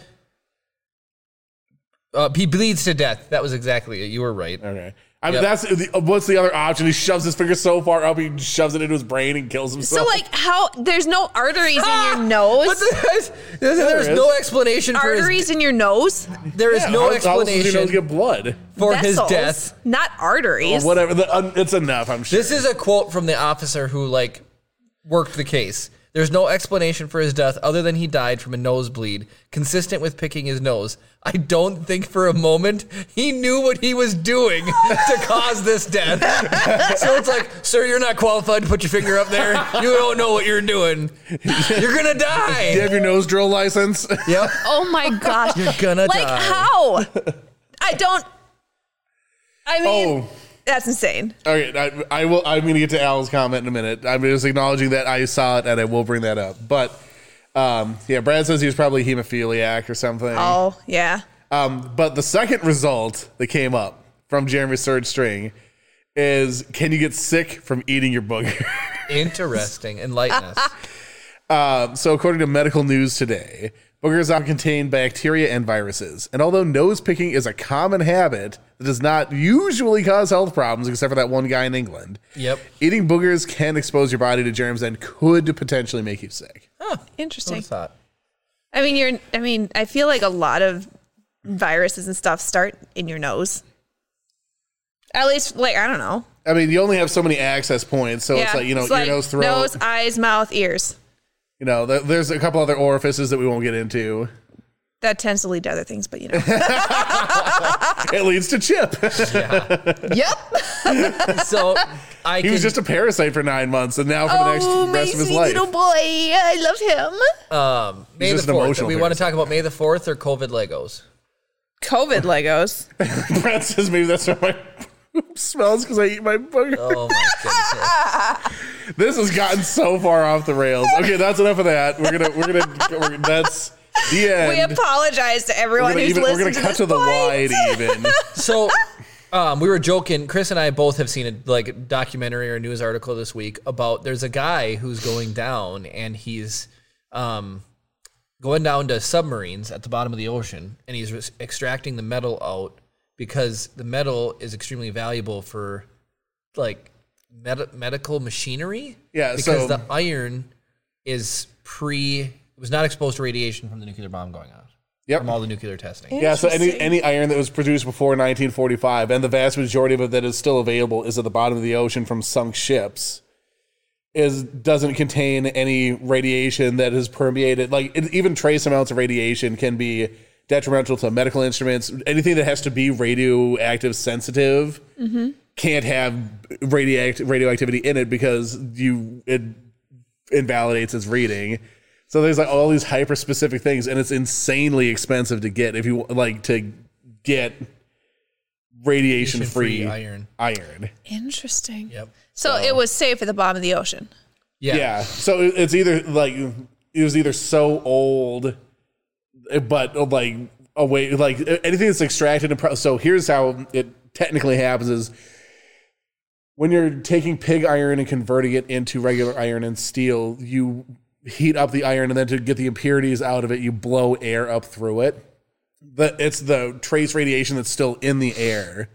Speaker 1: Uh, he bleeds to death. That was exactly it. You were right.
Speaker 3: Okay. I
Speaker 1: Yep.
Speaker 3: mean, that's the, what's the other option? He shoves his finger so far up, he shoves it into his brain and kills
Speaker 2: so
Speaker 3: himself.
Speaker 2: like, how? There's no arteries in
Speaker 1: Ah!
Speaker 2: your nose.
Speaker 1: But there's, there's, there's
Speaker 3: is.
Speaker 1: no explanation for his
Speaker 2: arteries in your nose.
Speaker 1: There is
Speaker 3: Yeah,
Speaker 1: no
Speaker 3: how- how else does he know to
Speaker 1: explanation
Speaker 3: get blood.
Speaker 1: for
Speaker 2: Vessels,
Speaker 1: his death.
Speaker 2: not arteries.
Speaker 3: Whatever. The, um, it's enough. I'm sure.
Speaker 1: This is a quote from the officer who like worked the case. There's no explanation for his death other than he died from a nosebleed, consistent with picking his nose. I don't think for a moment he knew what he was doing to cause this death. so it's like, sir, you're not qualified to put your finger up there. You don't know what you're doing. You're gonna
Speaker 3: Do you
Speaker 1: die.
Speaker 3: have your nose drill license?
Speaker 1: Yep.
Speaker 2: oh my gosh.
Speaker 1: You're gonna
Speaker 2: like
Speaker 1: die.
Speaker 2: how? I don't. I mean,
Speaker 3: oh.
Speaker 2: that's insane.
Speaker 3: Okay, I, I will. I'm going to get to Al's comment in a minute. I'm just acknowledging that I saw it, and I will bring that up. But um, yeah, Brad says he was probably hemophiliac or something.
Speaker 2: Oh yeah.
Speaker 3: Um, but the second result that came up from Jeremy's third string is: Can you get sick from eating your booger?
Speaker 1: Interesting. Enlighten us.
Speaker 3: Um, so, according to Medical News Today, boogers often contain bacteria and viruses. And although nose picking is a common habit that does not usually cause health problems, except for that one guy in England,
Speaker 1: Yep.
Speaker 3: eating boogers can expose your body to germs and could potentially make you sick.
Speaker 2: Interesting.
Speaker 1: Thought.
Speaker 2: I mean, you're. I mean, I feel like a lot of viruses and stuff start in your nose. At least, like I don't know.
Speaker 3: I mean, you only have so many access points, so it's
Speaker 2: Yeah,
Speaker 3: like you know,
Speaker 2: it's
Speaker 3: your
Speaker 2: like
Speaker 3: nose, throat.
Speaker 2: nose, eyes, mouth, ears.
Speaker 3: You know, th- there's a couple other orifices that we won't get into.
Speaker 2: That tends to lead to other things, but you know.
Speaker 3: It leads to Chip.
Speaker 2: yep.
Speaker 1: So I
Speaker 3: he
Speaker 1: can,
Speaker 3: was just a parasite for nine months, and now for the next
Speaker 2: Oh, my
Speaker 3: rest of his
Speaker 2: sweet
Speaker 3: life.
Speaker 2: little boy, I love him.
Speaker 1: May
Speaker 3: He's
Speaker 1: the
Speaker 3: just an
Speaker 1: fourth.
Speaker 3: emotional
Speaker 1: We want to
Speaker 3: person.
Speaker 1: talk about May the fourth or COVID Legos.
Speaker 2: COVID Legos.
Speaker 3: Brad says maybe that's why my poop smells because I eat my booger.
Speaker 1: Oh my goodness!
Speaker 3: This has gotten so far off the rails. Okay, that's enough of that. We're gonna we're gonna we're, that's the end.
Speaker 2: We apologize to everyone
Speaker 3: We're gonna,
Speaker 2: who's
Speaker 3: even, we're
Speaker 2: listening
Speaker 3: gonna
Speaker 2: to
Speaker 3: cut
Speaker 2: this
Speaker 3: to the
Speaker 2: point.
Speaker 3: wide even.
Speaker 1: so, um, we were joking. Chris and I both have seen a like documentary or news article this week about there's a guy who's going down and he's um, going down to submarines at the bottom of the ocean and he's res- extracting the metal out because the metal is extremely valuable for like med- medical machinery.
Speaker 3: Yeah,
Speaker 1: because
Speaker 3: so-
Speaker 1: the iron is pre was not exposed to radiation from the nuclear bomb going off.
Speaker 3: Yep.
Speaker 1: From all the nuclear testing.
Speaker 3: Yeah, so any
Speaker 2: Interesting.
Speaker 3: any iron that was produced before 1945, and the vast majority of it that is still available is at the bottom of the ocean from sunk ships, is doesn't contain any radiation that has permeated. Like it, even trace amounts of radiation can be detrimental to medical instruments. Anything that has to be radioactive sensitive can't have radioact- radioactivity in it because you it invalidates its reading. So there's like all these hyper specific things, and it's insanely expensive to get if you like to get radiation free
Speaker 1: Radiation-free iron.
Speaker 3: Iron,
Speaker 2: Interesting.
Speaker 1: Yep.
Speaker 2: So it was safe at the bottom of the ocean.
Speaker 1: Yeah.
Speaker 3: yeah. So it- it's either like it was either so old, eh, but oh, like away like anything that's extracted. and pro- So here's how it technically happens: is when you're taking pig iron and converting it into regular iron and steel, you heat up the iron, and then to get the impurities out of it, you blow air up through it. The, it's the trace radiation that's still in the air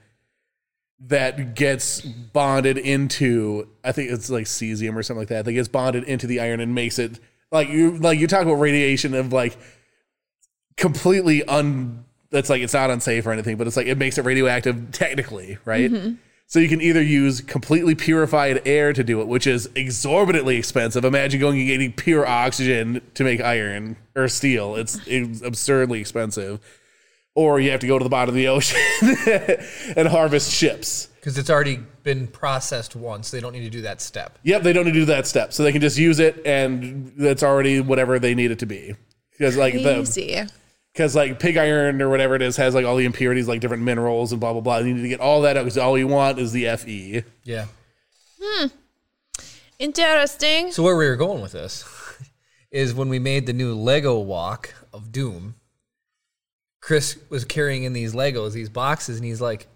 Speaker 3: that gets bonded into I think it's like cesium or something like that that gets bonded into the iron and makes it like you like you talk about radiation of like completely un that's like it's not unsafe or anything but it's like it makes it radioactive technically right so you can either use completely purified air to do it which is exorbitantly expensive imagine going and getting pure oxygen to make iron or steel it's, it's absurdly expensive or you have to go to the bottom of the ocean and harvest ships
Speaker 1: because it's already been processed once. They don't need to do that step.
Speaker 3: Yep, they don't need to do that step, so they can just use it, and that's already whatever they need it to be. Because like the
Speaker 2: Easy.
Speaker 3: because like pig iron or whatever it is has like all the impurities, like different minerals and blah blah blah. You need to get all that out because all you want is the E. Fe.
Speaker 1: Yeah.
Speaker 2: Interesting.
Speaker 1: So where we were going with this is when we made the new Lego walk of Doom. Chris was carrying in these Legos, these boxes, and he's like,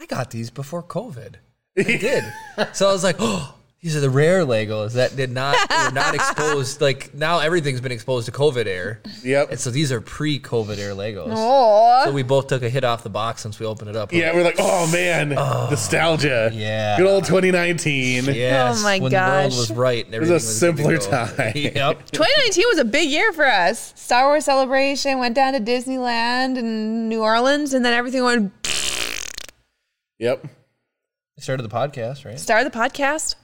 Speaker 1: "I got these before COVID." I did. So I was like, "Oh, these are the rare Legos that did not were not exposed. Like now everything's been exposed to COVID air,
Speaker 3: Yep.
Speaker 1: and so these are pre-COVID air Legos."
Speaker 2: Oh,
Speaker 1: So we both took a hit off the box since we opened it up.
Speaker 3: yeah, we're like, oh man, nostalgia.
Speaker 1: yeah.
Speaker 3: good old 2019.
Speaker 1: Yes,
Speaker 2: Oh my
Speaker 1: when the world
Speaker 2: gosh.
Speaker 1: was right. And
Speaker 3: was a
Speaker 1: everything good to
Speaker 3: simpler
Speaker 1: go.
Speaker 3: time.
Speaker 1: yep.
Speaker 2: 2019 was a big year for us. Star Wars Celebration went down to Disneyland and New Orleans, and then everything went.
Speaker 3: Yep.
Speaker 1: Started the podcast, right?
Speaker 2: Started the podcast.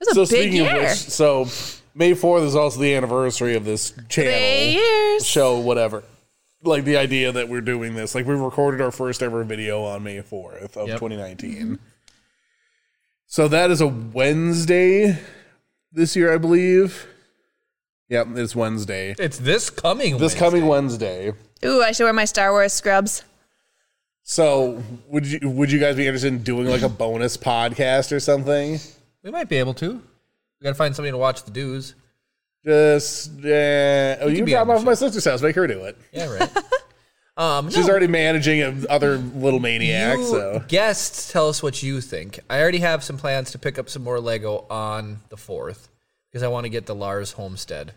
Speaker 2: It was
Speaker 3: So
Speaker 2: a big
Speaker 3: speaking
Speaker 2: year.
Speaker 3: of which, so May 4th is also the anniversary of this channel.
Speaker 2: Three years.
Speaker 3: show whatever. Like the idea that we're doing this. Like we recorded our first ever video on May 4th of
Speaker 1: Yep.
Speaker 3: 2019. So that is a Wednesday this year, I believe. Yep, it's Wednesday.
Speaker 1: It's this coming.
Speaker 3: This coming Wednesday.
Speaker 2: Ooh, I should wear my Star Wars scrubs.
Speaker 3: So would you would you guys be interested in doing like a bonus podcast or something?
Speaker 1: we might be able to. We gotta find somebody to watch the dues.
Speaker 3: Just uh, oh, you
Speaker 1: be
Speaker 3: drop
Speaker 1: on the
Speaker 3: off my sister's house. Make her do it.
Speaker 1: Yeah, right. um,
Speaker 3: She's
Speaker 1: no,
Speaker 3: already managing a other little maniac.
Speaker 1: you
Speaker 3: so
Speaker 1: guests, tell us what you think. I already have some plans to pick up some more Lego on the fourth because I want to get the Lars Homestead.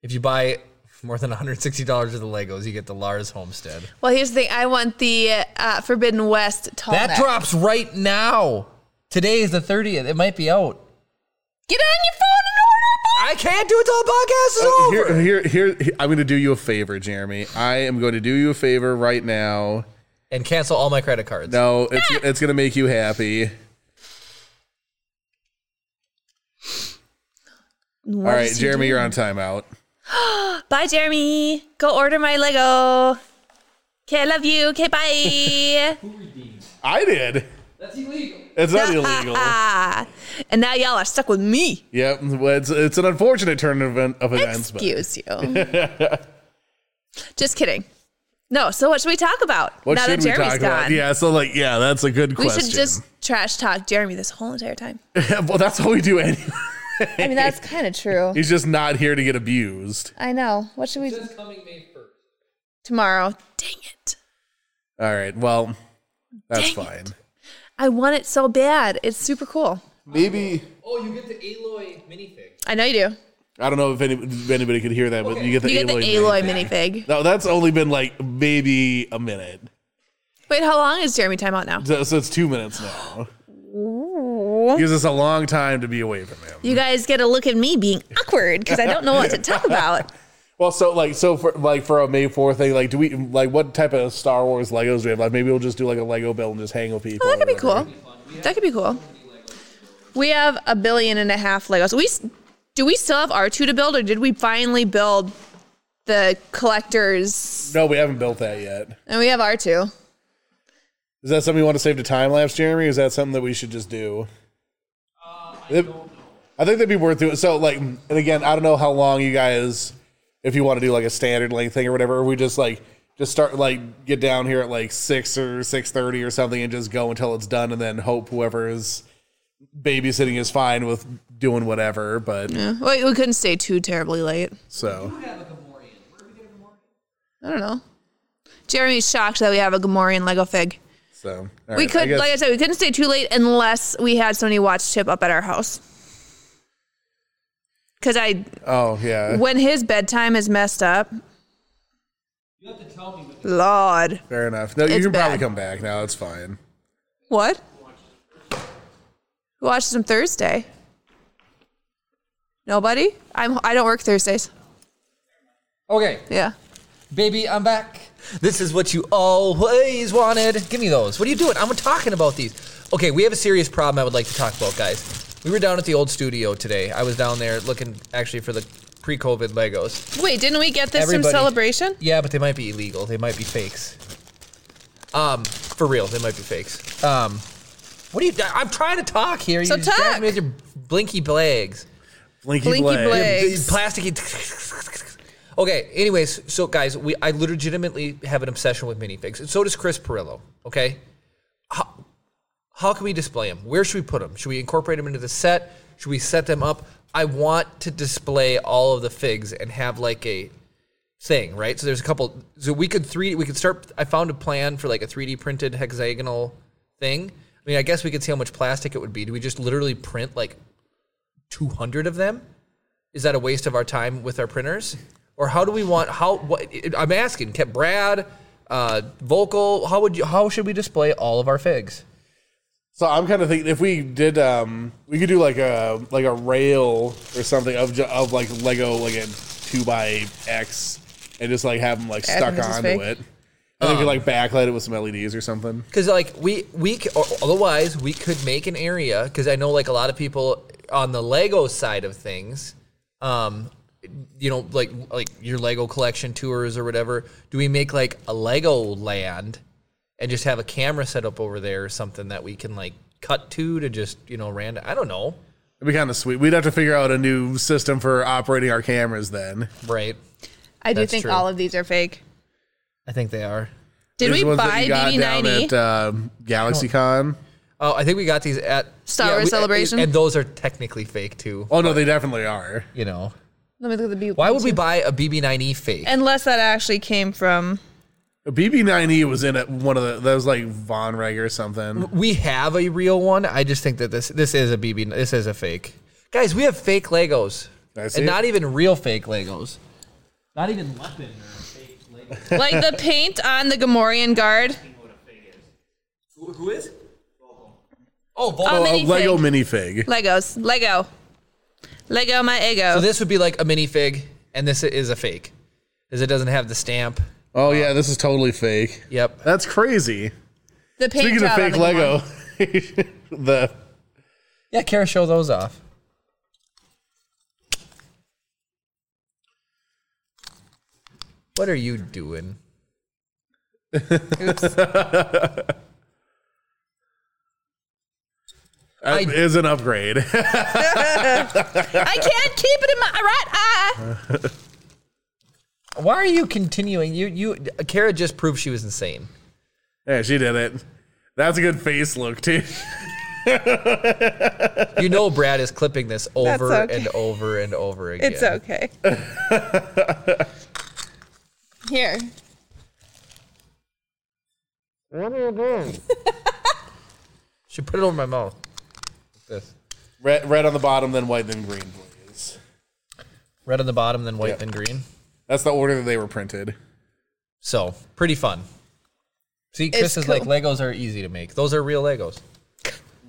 Speaker 1: If you buy more than one hundred sixty dollars of the Legos, you get the Lars Homestead.
Speaker 2: Well, here's the thing. I want the uh, Forbidden West tall
Speaker 1: that
Speaker 2: neck.
Speaker 1: drops right now. Today is the thirtieth. It might be out.
Speaker 2: Get on your phone and order a box.
Speaker 1: I can't do it till the podcast is over.
Speaker 3: Oh, Here, here, here, here- I'm going to do you a favor, Jeremy. I am going to do you a favor right now.
Speaker 1: and cancel all my credit cards.
Speaker 3: No, it's it's going to make you happy. All right, Jeremy, you're on timeout.
Speaker 2: Bye, Jeremy. Go order my Lego. Okay, I love you. Okay, bye.
Speaker 4: Who redeemed?
Speaker 3: I did.
Speaker 4: That's illegal.
Speaker 3: It's not illegal.
Speaker 2: and now y'all are stuck with me.
Speaker 3: Yep, well, it's it's an unfortunate turn of, event, of events. But
Speaker 2: Excuse you. Just kidding. No, so what should we talk about
Speaker 3: what
Speaker 2: now
Speaker 3: should
Speaker 2: that
Speaker 3: we
Speaker 2: Jeremy's
Speaker 3: talk
Speaker 2: gone?
Speaker 3: about? Yeah, so like, yeah, that's a good
Speaker 2: we
Speaker 3: question.
Speaker 2: should just trash talk Jeremy this whole entire time.
Speaker 3: well, that's what we do anyway.
Speaker 2: I mean, that's kind of true.
Speaker 3: He's just not here to get abused.
Speaker 2: I know. What should we
Speaker 4: This coming May 1st.
Speaker 2: tomorrow? Dang it.
Speaker 3: All right, well, that's
Speaker 2: Dang
Speaker 3: fine.
Speaker 2: I want it so bad. It's super cool.
Speaker 3: Maybe
Speaker 4: Oh, you get the Aloy minifig.
Speaker 2: I know you do.
Speaker 3: I don't know if, any, if anybody could hear that, but you get the
Speaker 2: You get the
Speaker 3: Aloy
Speaker 2: Aloy
Speaker 3: name.
Speaker 2: minifig.
Speaker 3: No, that's only been like maybe a minute.
Speaker 2: Wait, how long is Jeremy time out now?
Speaker 3: So, so it's two minutes now. Gives us a long time to be away from him.
Speaker 2: You guys get a look at me being awkward because I don't know what to talk about.
Speaker 3: Well, so like so for like for a May Fourth thing, like do we like what type of Star Wars Legos do we have? Like maybe we'll just do like a Lego build and just hang with people.
Speaker 2: Oh, that could be
Speaker 3: or whatever.
Speaker 2: cool. That could be cool. We have a billion and a half Legos. We s- do we still have R two to build, or did we finally build the collectors?
Speaker 3: No, we haven't built that yet.
Speaker 2: And we have R two.
Speaker 3: Is that something you want to save to time lapse, Jeremy? Or is that something that we should just do? I, think that'd be worth doing. So, like, and again, I don't know how long you guys, if you want to do like a standard length thing or whatever, or we just like just start like get down here at like six or six thirty or something, and just go until it's done, and then hope whoever is babysitting is fine with doing whatever. But
Speaker 2: Wait, we couldn't stay too terribly late.
Speaker 3: so
Speaker 2: I don't know. Jeremy's shocked that we have a Gamorrean Lego fig.
Speaker 3: so all
Speaker 2: We
Speaker 3: right,
Speaker 2: could,
Speaker 3: I guess-
Speaker 2: like I said, we couldn't stay too late unless we had somebody watch Chip up at our house. Because I,
Speaker 3: oh yeah,
Speaker 2: when his bedtime is messed up,
Speaker 4: You have to tell me what
Speaker 2: Lord,
Speaker 3: fair enough. No, you
Speaker 2: It's
Speaker 3: can probably
Speaker 2: bad.
Speaker 3: come back now. It's fine.
Speaker 2: what? Who watches them Thursday? Nobody. I'm. I don't work Thursdays.
Speaker 1: Okay,
Speaker 2: Yeah.
Speaker 1: baby, I'm back. This is what you always wanted. Give me those. What are you doing? I'm talking about these. Okay, we have a serious problem I would like to talk about, guys. We were down at the old studio today. I was down there looking actually for the pre-COVID Legos.
Speaker 2: Wait, didn't we get this
Speaker 1: Everybody-
Speaker 2: from Celebration?
Speaker 1: Yeah, but they might be illegal. They might be fakes. Um, for real, they might be fakes. Um, what are you? I'm trying to talk here.
Speaker 2: So
Speaker 1: you just grab
Speaker 2: talk.
Speaker 1: me with your blinky legs.
Speaker 3: Blinky,
Speaker 2: Blinky
Speaker 3: Blade.
Speaker 2: Blade.
Speaker 1: Yeah,
Speaker 2: Eggs.
Speaker 1: the plasticky. Okay. Anyways, so guys, we I legitimately have an obsession with minifigs, and so does Chris Perillo. Okay. How, how can we display them? Where should we put them? Should we incorporate them into the set? Should we set them up? I want to display all of the figs and have like a thing, right? So there's a couple. So we could three. We could start. I found a plan for like a 3D printed hexagonal thing. I mean, I guess we could see how much plastic it would be. Do we just literally print like 200 of them? Is that a waste of our time with our printers? Or how do we want how what I'm asking, kept Brad, uh vocal, how would you how should we display all of our figs?
Speaker 3: So I'm kind of thinking if we did, um, we could do like a like a rail or something of ju- of like Lego like a two by X, and just like have them like
Speaker 2: Add
Speaker 3: stuck
Speaker 2: them as a
Speaker 3: onto
Speaker 2: fake.
Speaker 3: it. And we could like backlight it with some LEDs or something.
Speaker 1: Cuz like we we c- or otherwise we could make an area cuz I know like a lot of people on the Lego side of things um you know like like your Lego collection tours or whatever, do we make like a Lego land and just have a camera set up over there or something that we can like cut to to just, you know, random I don't know.
Speaker 3: It'd be kind of sweet. We'd have to figure out a new system for operating our cameras then.
Speaker 1: Right.
Speaker 2: I do
Speaker 1: That's
Speaker 2: think
Speaker 1: true.
Speaker 2: all of these are fake.
Speaker 1: I think they are.
Speaker 2: Did
Speaker 3: There's
Speaker 2: we
Speaker 3: ones that
Speaker 2: buy
Speaker 3: you got down
Speaker 2: DD90?
Speaker 3: at um, GalaxyCon?
Speaker 1: Oh, I think we got these at
Speaker 2: Star Wars
Speaker 1: we-
Speaker 2: Celebration?
Speaker 1: and those are technically fake too.
Speaker 3: Oh no, they definitely are.
Speaker 1: You know,
Speaker 2: Let me look at the B.
Speaker 1: why would we buy a BB9E fake?
Speaker 2: Unless that actually came from.
Speaker 3: A BB9E was in it, one of the that was like Von Reg or something.
Speaker 1: we have a real one. I just think that this this is a BB. This is a fake. Guys, we have fake Legos,
Speaker 3: I see
Speaker 1: and
Speaker 3: it.
Speaker 1: not even real fake Legos.
Speaker 4: Not even weapon or fake Lego.
Speaker 2: Like the paint on the Gamorrean guard.
Speaker 4: who, who is?
Speaker 1: Oh,
Speaker 2: Oh,
Speaker 1: Volvo.
Speaker 3: A
Speaker 2: minifig.
Speaker 3: Lego minifig.
Speaker 2: Legos. Lego. Lego my ego.
Speaker 1: so this would be like a minifig, and this is a fake, because it doesn't have the stamp.
Speaker 3: Oh yeah, this is totally fake.
Speaker 1: Yep.
Speaker 3: That's crazy.
Speaker 2: the paint
Speaker 3: Speaking of
Speaker 2: job on
Speaker 3: fake
Speaker 2: the
Speaker 3: Lego,
Speaker 2: Gamorrean.
Speaker 3: the
Speaker 1: Yeah, Kara, show those off. What are you doing?
Speaker 3: uh,
Speaker 1: I-
Speaker 3: is an upgrade.
Speaker 2: I can't keep it in my right uh, eye.
Speaker 1: Why are you continuing? You you Kara just proved she was insane.
Speaker 3: yeah, she did it. That's a good face look too.
Speaker 1: You know Brad is clipping this over
Speaker 2: okay.
Speaker 1: and over and over again.
Speaker 2: It's okay. Here.
Speaker 1: She put it over my mouth. Like This.
Speaker 3: Red, red on the bottom, then white, then green, please.
Speaker 1: Red on the bottom, then white,
Speaker 3: Yeah.
Speaker 1: then green.
Speaker 3: That's the order that they were printed.
Speaker 1: So pretty fun. See, Chris
Speaker 2: It's
Speaker 1: is
Speaker 2: cool.
Speaker 1: like Legos are easy to make. Those are real Legos.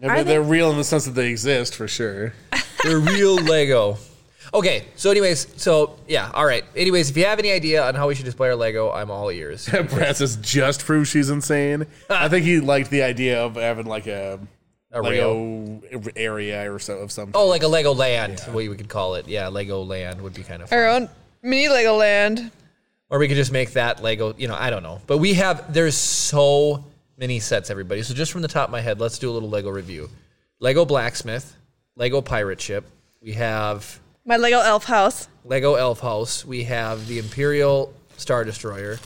Speaker 3: I mean, they're real in the sense that they exist for sure.
Speaker 1: They're real Lego. Okay, so anyways, so yeah, all right. Anyways, if you have any idea on how we should display our Lego, I'm all ears.
Speaker 3: Brad says just proves she's insane. I think he liked the idea of having like a,
Speaker 1: A real.
Speaker 3: Lego area or so of some.
Speaker 1: Oh, like a Lego land, what you could call it. Yeah, Lego land would be kind of fun.
Speaker 2: Our own mini Lego land.
Speaker 1: or we could just make that Lego. You know, I don't know. But we have there's so many sets, everybody. So just from the top of my head, let's do a little Lego review. Lego blacksmith, Lego pirate ship. We have
Speaker 2: My Lego elf house.
Speaker 1: Lego elf house. We have the Imperial star destroyer.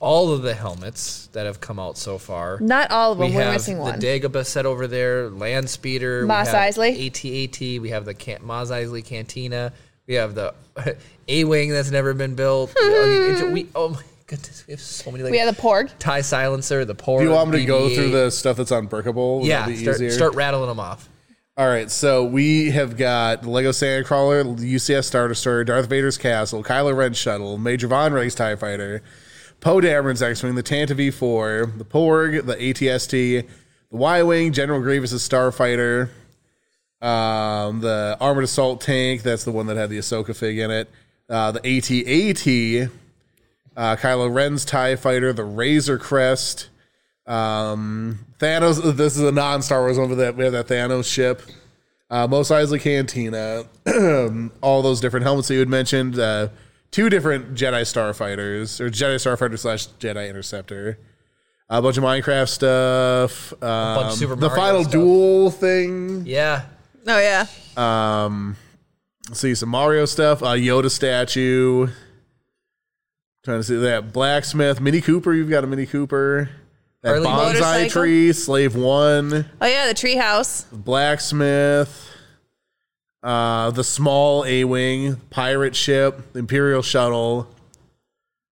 Speaker 1: All of the helmets that have come out so far.
Speaker 2: Not all of them.
Speaker 1: We
Speaker 2: We're
Speaker 1: have
Speaker 2: missing
Speaker 1: the
Speaker 2: one.
Speaker 1: Dagobah set over there, Land Speeder, we
Speaker 2: Mos
Speaker 1: have
Speaker 2: Eisley.
Speaker 1: AT-AT, we have the can- Mos Eisley Cantina, we have the A-wing that's never been built. I mean, it's- we, oh my goodness, we have so many. Like,
Speaker 2: we have the porg.
Speaker 1: tie silencer, the port.
Speaker 3: Do you want me to go through
Speaker 1: the?
Speaker 3: the stuff that's unbreakable? Would that
Speaker 1: Yeah,
Speaker 3: be
Speaker 1: start,
Speaker 3: easier?
Speaker 1: start rattling them off.
Speaker 3: All right, so we have got Lego Sandcrawler, UCS Star Destroyer, Darth Vader's Castle, Kylo Ren's Shuttle, Major Von Ray's TIE Fighter, Poe Dameron's X-Wing, the Tanta V4, the Porg, the ATST, the Y-Wing, General Grievous' Starfighter, Um, the armored assault tank, that's the one that had the Ahsoka fig in it. Uh, the AT-AT, uh, Kylo Ren's Tie Fighter, the Razor Crest, um, Thanos. This is a non-Star Wars one, but that we have that Thanos ship. Uh, Mos Eisley Cantina, all those different helmets that you had mentioned. Uh, two different Jedi Starfighters or Jedi Starfighter slash Jedi Interceptor. A bunch of Minecraft stuff. Um,
Speaker 1: bunch of Super
Speaker 3: the
Speaker 1: Mario
Speaker 3: final
Speaker 1: stuff.
Speaker 3: duel thing.
Speaker 1: Yeah.
Speaker 2: Oh yeah.
Speaker 3: see some Mario stuff, a Yoda statue. Trying to see that blacksmith, Mini Cooper. You've got a Mini Cooper. That
Speaker 1: Harley-
Speaker 3: bonsai
Speaker 2: Motorcycle.
Speaker 3: tree, slave one,
Speaker 2: Oh yeah, the treehouse.
Speaker 3: blacksmith, uh, the small A wing, pirate ship, the imperial shuttle,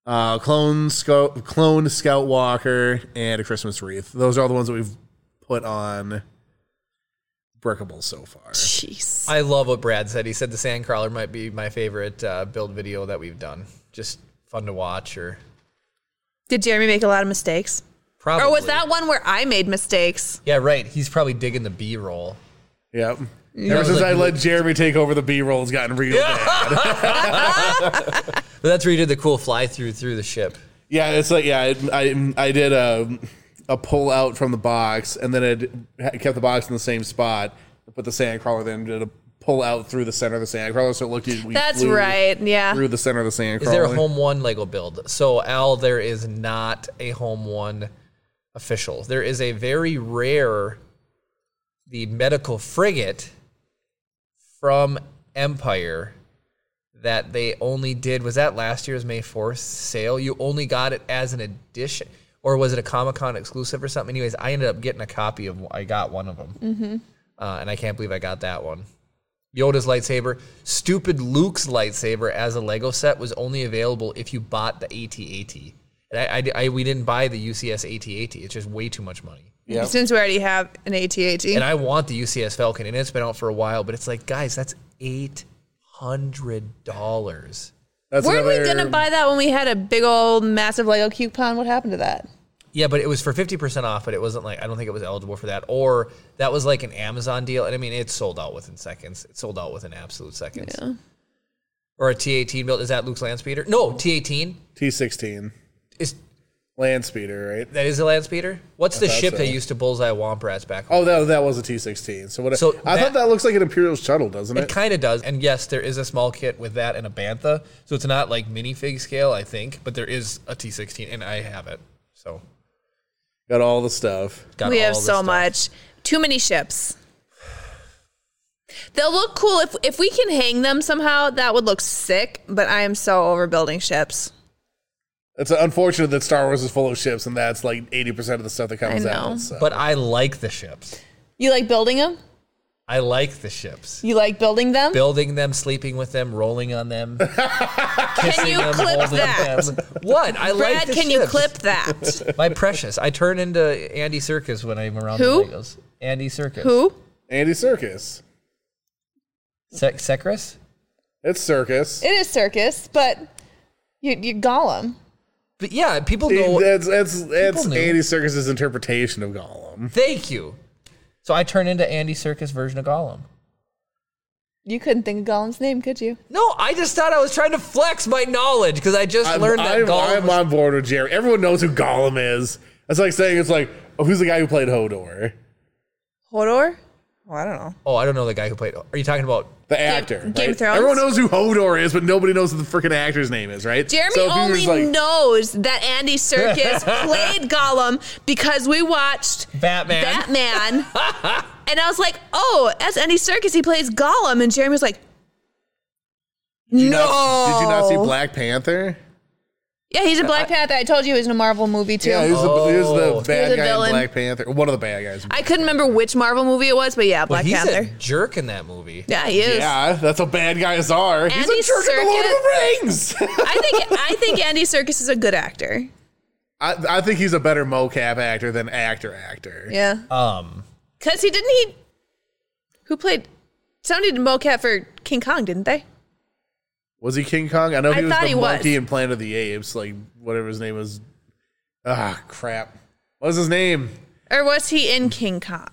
Speaker 3: uh, clone scout, clone scout walker, and a Christmas wreath. Those are all the ones that we've put on Brickable so far.
Speaker 2: Jeez.
Speaker 1: I love what Brad said. He said the Sandcrawler might be my favorite uh, build video that we've done. Just fun to watch or
Speaker 2: Did Jeremy make a lot of mistakes?
Speaker 1: probably.
Speaker 2: Or was Oh, that one where I made mistakes?
Speaker 1: Yeah, right. He's probably digging the B roll.
Speaker 3: Yep. Ever since
Speaker 1: like-
Speaker 3: I let Jeremy take over the B roll, it's gotten real bad.
Speaker 1: But that's where you did the cool fly through through the ship.
Speaker 3: Yeah, it's like yeah, I I, I did a a pull out from the box, and then it ha- kept the box in the same spot, put the sand crawler, then did a pull out through the center of the sand crawler, so it looked we
Speaker 2: That's
Speaker 3: flew
Speaker 2: right. Yeah.
Speaker 3: through the center of the sand
Speaker 1: Is there
Speaker 3: crawler.
Speaker 1: a home one Lego build? So Al, there is not a home one official. There is a very rare the medical frigate from Empire that they only did was that last year's May 4th sale. You only got it as an addition or was it a Comic-Con exclusive or something? Anyways, I ended up getting a copy of I got one of them. Uh, and I can't believe I got that one. Yoda's lightsaber, stupid Luke's lightsaber as a Lego set was only available if you bought the AT-AT. And I, I di- I- we didn't buy the UCS AT-AT. It's just way too much money.
Speaker 3: Yeah.
Speaker 2: Since we already have an ATAT.
Speaker 1: And I want the UCS Falcon, and it's been out for a while, but it's like, guys, that's eight hundred dollars.
Speaker 3: That's
Speaker 2: Weren't we
Speaker 3: another-
Speaker 2: gonna buy that when we had a big old massive Lego coupon? What happened to that?
Speaker 1: Yeah, but it was for fifty percent off, but it wasn't like I don't think it was eligible for that. Or that was like an Amazon deal, and I mean, it sold out within seconds. It sold out within absolute seconds.
Speaker 2: Yeah.
Speaker 1: Or a T eighteen build is that Luke's land speeder? No, T eighteen
Speaker 3: T16
Speaker 1: is
Speaker 3: land speeder, right?
Speaker 1: That is a land speeder. What's the
Speaker 3: thought
Speaker 1: ship
Speaker 3: so.
Speaker 1: that used to bullseye womp rats back home?
Speaker 3: Oh, that that was a T16. So what?
Speaker 1: So
Speaker 3: I
Speaker 1: that-
Speaker 3: thought that looks like an imperial shuttle, doesn't
Speaker 1: It
Speaker 3: it?
Speaker 1: kind of does, and yes, there is a small kit with that and a bantha, so it's not like minifig scale, I think, but there is a T sixteen, and I have it, so
Speaker 3: Got all the stuff.
Speaker 1: got
Speaker 2: we have
Speaker 1: all the
Speaker 2: so
Speaker 1: stuff.
Speaker 2: much. Too many ships. They'll look cool if if we can hang them somehow. That would look sick. But I am so over building ships.
Speaker 3: It's unfortunate that Star Wars is full of ships, and that's like eighty percent of the stuff that comes
Speaker 2: know.
Speaker 3: out. So.
Speaker 1: But I like the ships.
Speaker 2: You like building them?
Speaker 1: I like the ships.
Speaker 2: You like building them?
Speaker 1: Building them, sleeping with them, rolling on them,
Speaker 2: can you clip
Speaker 1: holding
Speaker 2: that?
Speaker 1: them. What I like.
Speaker 2: Brad,
Speaker 1: The
Speaker 2: can you
Speaker 1: ships.
Speaker 2: clip that?
Speaker 1: my precious? I turn into Andy Circus when I'm around
Speaker 2: Who?
Speaker 1: the Legos. Andy Circus.
Speaker 2: Who?
Speaker 3: Andy Circus,
Speaker 1: Sec- Secrus.
Speaker 3: it's Circus.
Speaker 2: It is circus, but you you Gollum.
Speaker 1: But yeah, people know.
Speaker 3: That's that's that's
Speaker 1: knew.
Speaker 3: Andy Circus's interpretation of Gollum.
Speaker 1: Thank you. So I turn into Andy Circus version of Gollum.
Speaker 2: You couldn't think of Gollum's name, could you?
Speaker 1: No, I just thought I was trying to flex my knowledge because I just
Speaker 3: I'm,
Speaker 1: learned that
Speaker 3: I'm,
Speaker 1: Gollum.
Speaker 3: I'm on board with Jerry. Everyone knows who Gollum is. That's like saying it's like oh, who's the guy who played Hodor,
Speaker 2: Hodor? Well, I don't know.
Speaker 1: oh, I don't know the guy who played. Are you talking about?
Speaker 3: the actor.
Speaker 2: Game of
Speaker 3: right?
Speaker 2: Thrones?
Speaker 3: Everyone knows who Hodor is, but nobody knows what the freaking actor's name is, right?
Speaker 2: Jeremy
Speaker 3: So if he was
Speaker 2: only
Speaker 3: like-
Speaker 2: knows that Andy Serkis played Gollum because we watched
Speaker 1: Batman.
Speaker 2: Batman. and I was like, oh, as Andy Serkis, he plays Gollum. And Jeremy was like,
Speaker 3: Did you
Speaker 2: no.
Speaker 3: not- did you not see Black Panther?
Speaker 2: Yeah, he's a Black Panther. I told you he was in a Marvel movie too.
Speaker 3: Yeah, he was, the, he was the
Speaker 1: Oh.
Speaker 3: bad
Speaker 2: He was a
Speaker 3: guy
Speaker 2: villain.
Speaker 3: in Black Panther. One of the bad guys.
Speaker 2: I couldn't remember which Marvel movie it was, but yeah,
Speaker 1: Well,
Speaker 2: Black
Speaker 1: he's
Speaker 2: Panther.
Speaker 1: a jerk in that movie.
Speaker 2: yeah, he is.
Speaker 3: yeah, that's what bad guys are. He's
Speaker 2: Andy
Speaker 3: a jerk in the Lord of the Rings.
Speaker 2: I think I think Andy Serkis is a good actor.
Speaker 3: I, I think he's a better mocap actor than actor actor.
Speaker 2: Yeah,
Speaker 1: Um,
Speaker 2: because he didn't he. Who played? Somebody did mocap for King Kong, didn't they?
Speaker 3: Was he King Kong? I know he
Speaker 2: I
Speaker 3: was
Speaker 2: thought
Speaker 3: the
Speaker 2: he was.
Speaker 3: monkey in Planet of the Apes, like whatever his name was. Ah, crap. What was his name?
Speaker 2: Or was he in King Kong?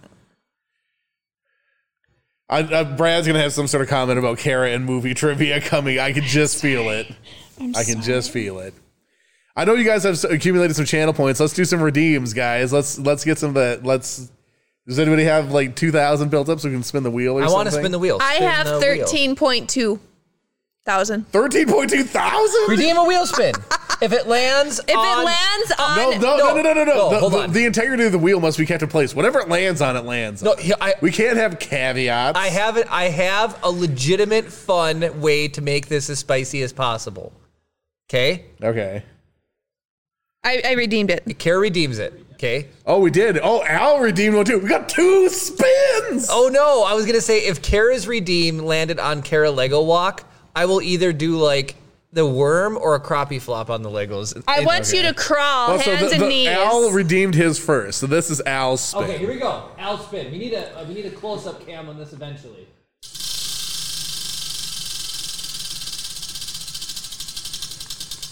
Speaker 3: I, I, Brad's gonna have some sort of comment about Kara and movie trivia coming. I can just feel it.
Speaker 5: I'm
Speaker 3: I can just feel it. I know you guys have s- accumulated some channel points. Let's do some redeems, guys. Let's let's get some of that. Let's. Does anybody have like two thousand built up so we can spin the wheel? Or
Speaker 1: I want to
Speaker 3: something?
Speaker 1: spin the wheel.
Speaker 2: I
Speaker 1: Spin
Speaker 2: have
Speaker 1: the wheel.
Speaker 2: 13.2 thousand.
Speaker 3: thirteen point two thousand.
Speaker 1: Redeem a wheel spin. If it lands,
Speaker 2: If
Speaker 1: on-
Speaker 2: it lands on.
Speaker 3: No, no, no, no, no, no,
Speaker 1: No,
Speaker 3: The-
Speaker 1: hold
Speaker 3: the,
Speaker 1: on.
Speaker 3: the integrity of the wheel must be kept in place. Whatever it lands on, it lands.
Speaker 1: no,
Speaker 3: on.
Speaker 1: he- I,
Speaker 3: we can't have caveats.
Speaker 1: I have it. I have a legitimate, fun way to make this as spicy as possible. Okay,
Speaker 3: Okay.
Speaker 2: I, I redeemed it.
Speaker 1: Kara redeems it. Okay.
Speaker 3: Oh, we did. Oh, Al redeemed one too. We got two spins.
Speaker 1: Oh no, I was gonna say if Kara's redeem landed on Kara Lego Walk, I will either do like the worm or a crappie flop on the Legos.
Speaker 2: I
Speaker 1: It-
Speaker 2: want you to crawl
Speaker 3: Also,
Speaker 2: hands
Speaker 3: Oh, the-
Speaker 2: and
Speaker 3: the-
Speaker 2: knees.
Speaker 3: Al redeemed his first, so this is Al's spin.
Speaker 4: Okay, here we go. Al spin. We need a uh, we need a close up cam on this eventually.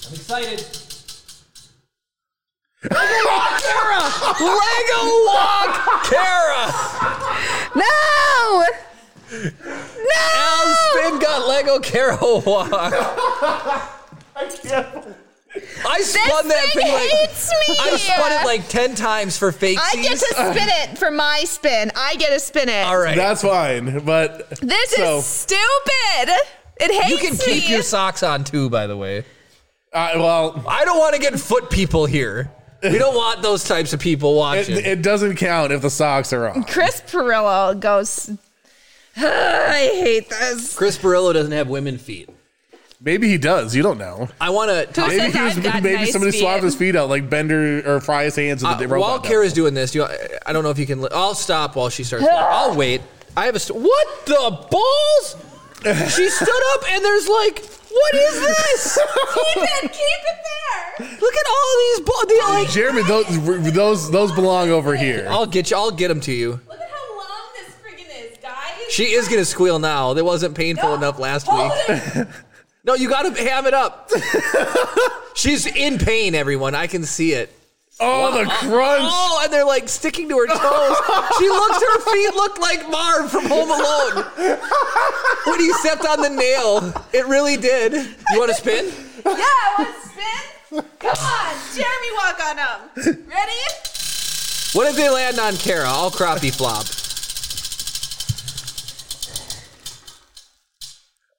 Speaker 4: I'm excited.
Speaker 1: Lego Walk, Kara.
Speaker 2: no!
Speaker 1: Al's spin got Lego Kara Walk. I spun
Speaker 2: This
Speaker 1: that
Speaker 2: thing
Speaker 1: thing like
Speaker 2: hates me!
Speaker 1: I spun it like ten times for fake.
Speaker 2: I get to spin it for my spin. I get to spin it.
Speaker 1: All right.
Speaker 3: That's fine, but
Speaker 2: This
Speaker 3: So-
Speaker 2: is stupid. It hates
Speaker 1: you can keep
Speaker 2: me.
Speaker 1: your socks on too, by the way.
Speaker 3: uh, well,
Speaker 1: I don't want to get foot people here. We don't want those types of people
Speaker 3: it,
Speaker 1: watching.
Speaker 3: it doesn't count if the socks are off.
Speaker 2: Chris Perillo goes. I hate this.
Speaker 1: Chris Barillo doesn't have women feet.
Speaker 3: Maybe he does. You don't know.
Speaker 1: I want to.
Speaker 2: Who
Speaker 3: Maybe
Speaker 2: says I've got
Speaker 3: maybe
Speaker 2: nice
Speaker 3: somebody
Speaker 2: feet?
Speaker 3: swapped his feet out like Bender or Fry's hands with
Speaker 1: Uh,
Speaker 3: the
Speaker 1: while
Speaker 3: robot. dog.
Speaker 1: Kara's doing this, you, I don't know if you can. Li- I'll stop while she starts. I'll wait. I have a. St- what the balls? she stood up and there's like, what is this?
Speaker 2: Keep it. Keep it there.
Speaker 1: Look at all these balls. They like.
Speaker 3: Jeremy, those those those belong over here.
Speaker 1: I'll get you. I'll get them to you.
Speaker 2: Look at how long this friggin' is, guys.
Speaker 1: She is gonna squeal now. That wasn't painful enough last week. No, you gotta ham it up. She's in pain, everyone. I can see it.
Speaker 3: Oh, the crunch!
Speaker 1: Oh, and they're like sticking to her toes. she looks, her feet look like Marv from Home Alone. when he stepped on the nail, it really did. You want to spin?
Speaker 2: Yeah, I want to spin. Come on, Jeremy, walk on them. Ready?
Speaker 1: What if they land on Kara? I'll crappie flop.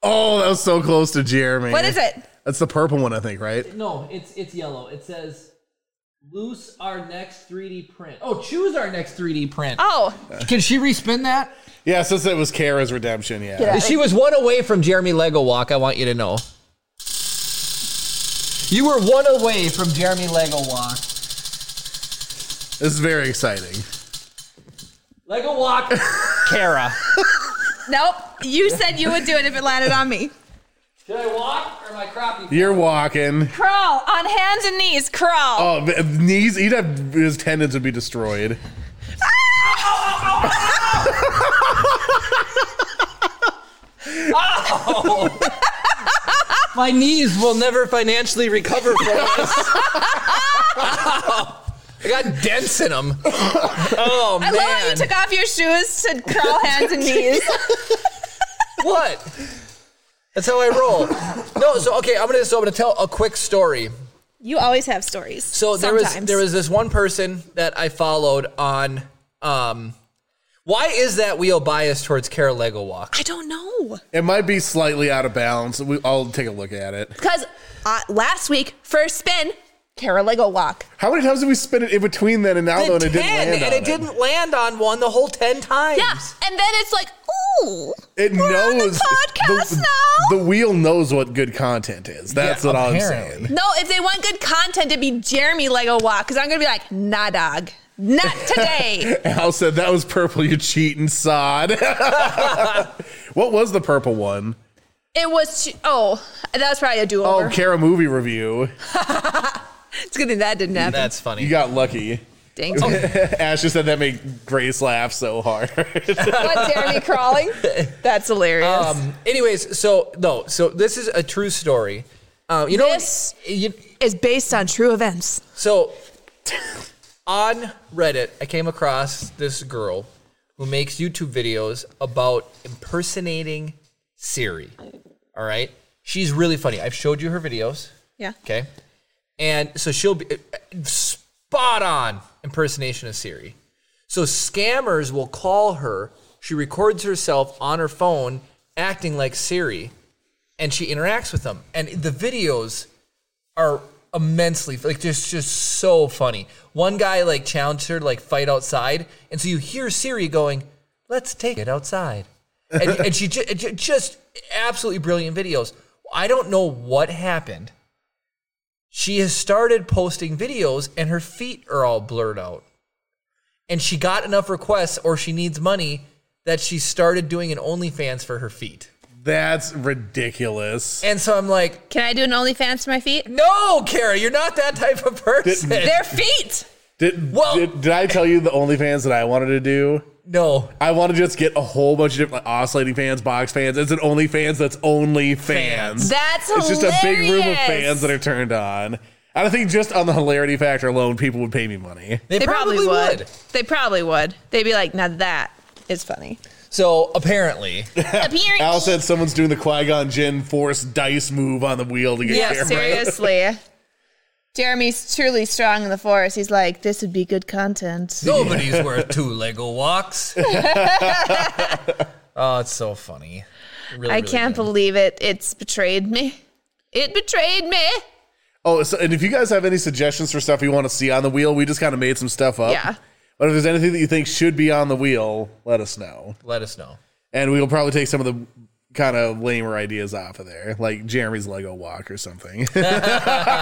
Speaker 3: Oh, that was so close to Jeremy.
Speaker 2: What is it?
Speaker 3: That's the purple one, I think, right?
Speaker 4: No, it's it's yellow. It says loose our next 3D print. Oh, choose our next 3D print.
Speaker 2: Oh,
Speaker 1: Uh, Can she respin that?
Speaker 3: Yeah, since it was Kara's redemption, yeah.
Speaker 2: Yeah.
Speaker 1: She was one away from Jeremy Lego Walk, I want you to know. You were one away from Jeremy Lego Walk.
Speaker 3: This is very exciting.
Speaker 4: Lego walk.
Speaker 1: Kara.
Speaker 2: nope. You said you would do it if it landed on me.
Speaker 4: Should I walk or my crappie?
Speaker 3: You're walking.
Speaker 2: Crawl on hands and knees. Crawl.
Speaker 3: Oh, b- knees. He'd have his tendons would be destroyed.
Speaker 1: My knees will never financially recover from this. Ow. I got dents in them. Oh
Speaker 2: I love how you
Speaker 1: man!
Speaker 2: took off your shoes to crawl hands and knees.
Speaker 1: what? That's how I roll. No, so okay, I'm gonna so I'm gonna tell a quick story.
Speaker 2: You always have stories.
Speaker 1: So there was
Speaker 2: sometimes.
Speaker 1: there was this one person that I followed on. Um, why is that wheel biased towards Cara Lego Walk?
Speaker 2: I don't know.
Speaker 3: It might be slightly out of balance. We, I'll take a look at it.
Speaker 2: Because uh, last week, first spin, Cara Lego walk.
Speaker 3: How many times did we spin it in between then and now though, and it didn't land
Speaker 1: and
Speaker 3: on
Speaker 1: it didn't land on one the whole ten times.
Speaker 2: Yeah. And then it's like, ooh.
Speaker 3: It
Speaker 2: we're on the
Speaker 3: knows
Speaker 2: podcast
Speaker 3: the,
Speaker 2: now.
Speaker 3: the wheel knows what good content is. That's
Speaker 1: Yeah,
Speaker 3: what I'm
Speaker 1: apparently.
Speaker 3: saying.
Speaker 2: no, if they want good content, it'd be Jeremy Lego walk. Because I'm going to be like, nah, dog. Not today.
Speaker 3: Al said that was purple. You cheating sod. what was the purple one?
Speaker 2: it was, ch- oh, that was probably a do
Speaker 3: Oh,
Speaker 2: over.
Speaker 3: Kara movie review.
Speaker 2: It's good that that didn't happen.
Speaker 1: that's funny.
Speaker 3: You got lucky.
Speaker 2: Dang.
Speaker 3: Ash just said that made Grace laugh so hard.
Speaker 2: What, Jeremy crawling? That's hilarious.
Speaker 1: Um, anyways, so no, so this is a true story. Um, you know,
Speaker 2: This-
Speaker 1: you,
Speaker 2: it's based on true events.
Speaker 1: so on Reddit, I came across this girl who makes YouTube videos about impersonating Siri. All right. She's really funny. I've showed you her videos.
Speaker 2: Yeah.
Speaker 1: Okay. And so she'll be spot on impersonation of Siri. So scammers will call her. She records herself on her phone acting like Siri and she interacts with them. And the videos are immensely like just just so funny. One guy like challenged her to like fight outside, and so you hear Siri going, "Let's take it outside," and, and she ju- ju- just absolutely brilliant videos. I don't know what happened. She has started posting videos, and her feet are all blurred out. And she got enough requests, or she needs money, that she started doing an OnlyFans for her feet.
Speaker 3: That's ridiculous.
Speaker 1: And so I'm like,
Speaker 2: Can I do an OnlyFans for my feet?
Speaker 1: No, Kara, you're not that type of person.
Speaker 2: Their feet.
Speaker 3: Did,
Speaker 1: Well-
Speaker 3: did, did I tell you the OnlyFans that I wanted to do?
Speaker 1: no,
Speaker 3: I want to just get a whole bunch of different like, oscillating fans, box fans. It's an OnlyFans that's only fans.
Speaker 2: That's
Speaker 3: it's
Speaker 2: hilarious.
Speaker 3: just a big room of fans that are turned on. I don't think just on the hilarity factor alone, people would pay me money.
Speaker 1: they,
Speaker 2: They
Speaker 1: probably, would.
Speaker 2: They probably would. They'd be like, now that is funny.
Speaker 1: So apparently,
Speaker 2: Appearing.
Speaker 3: Al said someone's doing the Qui Gon Jinn force dice move on the wheel to get
Speaker 2: Yeah,
Speaker 3: there.
Speaker 2: seriously. Jeremy's truly strong in the forest. He's like, this would be good content.
Speaker 1: nobody's worth two Lego walks. oh, it's so funny. Really,
Speaker 2: I
Speaker 1: really
Speaker 2: can't
Speaker 1: good.
Speaker 2: believe it. It's betrayed me. It betrayed me.
Speaker 3: Oh, so, and if you guys have any suggestions for stuff you want to see on the wheel, we just kind of made some stuff up.
Speaker 2: Yeah.
Speaker 3: But if there's anything that you think should be on the wheel, let us know.
Speaker 1: Let us know.
Speaker 3: And we'll probably take some of the kind of lamer ideas off of there, like Jeremy's Lego walk or something.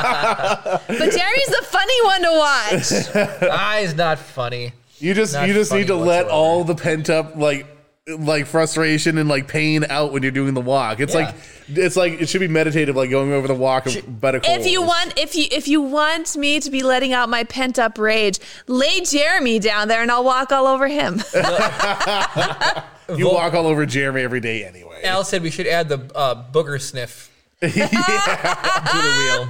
Speaker 2: But Jeremy's the funny one to watch.
Speaker 1: Ah, it's not funny.
Speaker 3: You just
Speaker 1: Not
Speaker 3: you just
Speaker 1: funny
Speaker 3: need to let
Speaker 1: whatsoever.
Speaker 3: all the pent up like like frustration and like pain out when you're doing the walk. It's
Speaker 1: Yeah.
Speaker 3: like it's like it should be meditative, like going over the walk of better.
Speaker 2: If you
Speaker 3: goals.
Speaker 2: want, if you if you want me to be letting out my pent up rage, lay Jeremy down there and I'll walk all over him.
Speaker 1: Oh,
Speaker 3: you
Speaker 1: Vol-
Speaker 3: walk all over Jeremy every day anyway.
Speaker 1: Al said we should add the uh, booger sniff to the wheel.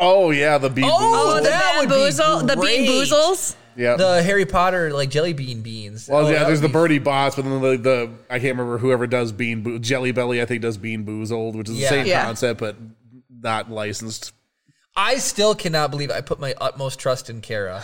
Speaker 3: Oh yeah, the bee.
Speaker 1: Oh,
Speaker 3: boozled.
Speaker 1: that- would be
Speaker 2: the
Speaker 1: great.
Speaker 2: bean boozles.
Speaker 3: yeah.
Speaker 1: The Harry Potter like jelly bean beans.
Speaker 3: well,
Speaker 1: Oh,
Speaker 3: yeah.
Speaker 1: that
Speaker 3: There's
Speaker 1: would
Speaker 3: the
Speaker 1: be-
Speaker 3: birdie boss, but then the, the I can't remember whoever does bean boo- jelly belly. I think does bean boozled, which is
Speaker 1: Yeah.
Speaker 3: the same
Speaker 2: Yeah.
Speaker 3: concept but not licensed.
Speaker 1: I still cannot believe I put my utmost trust in Kara.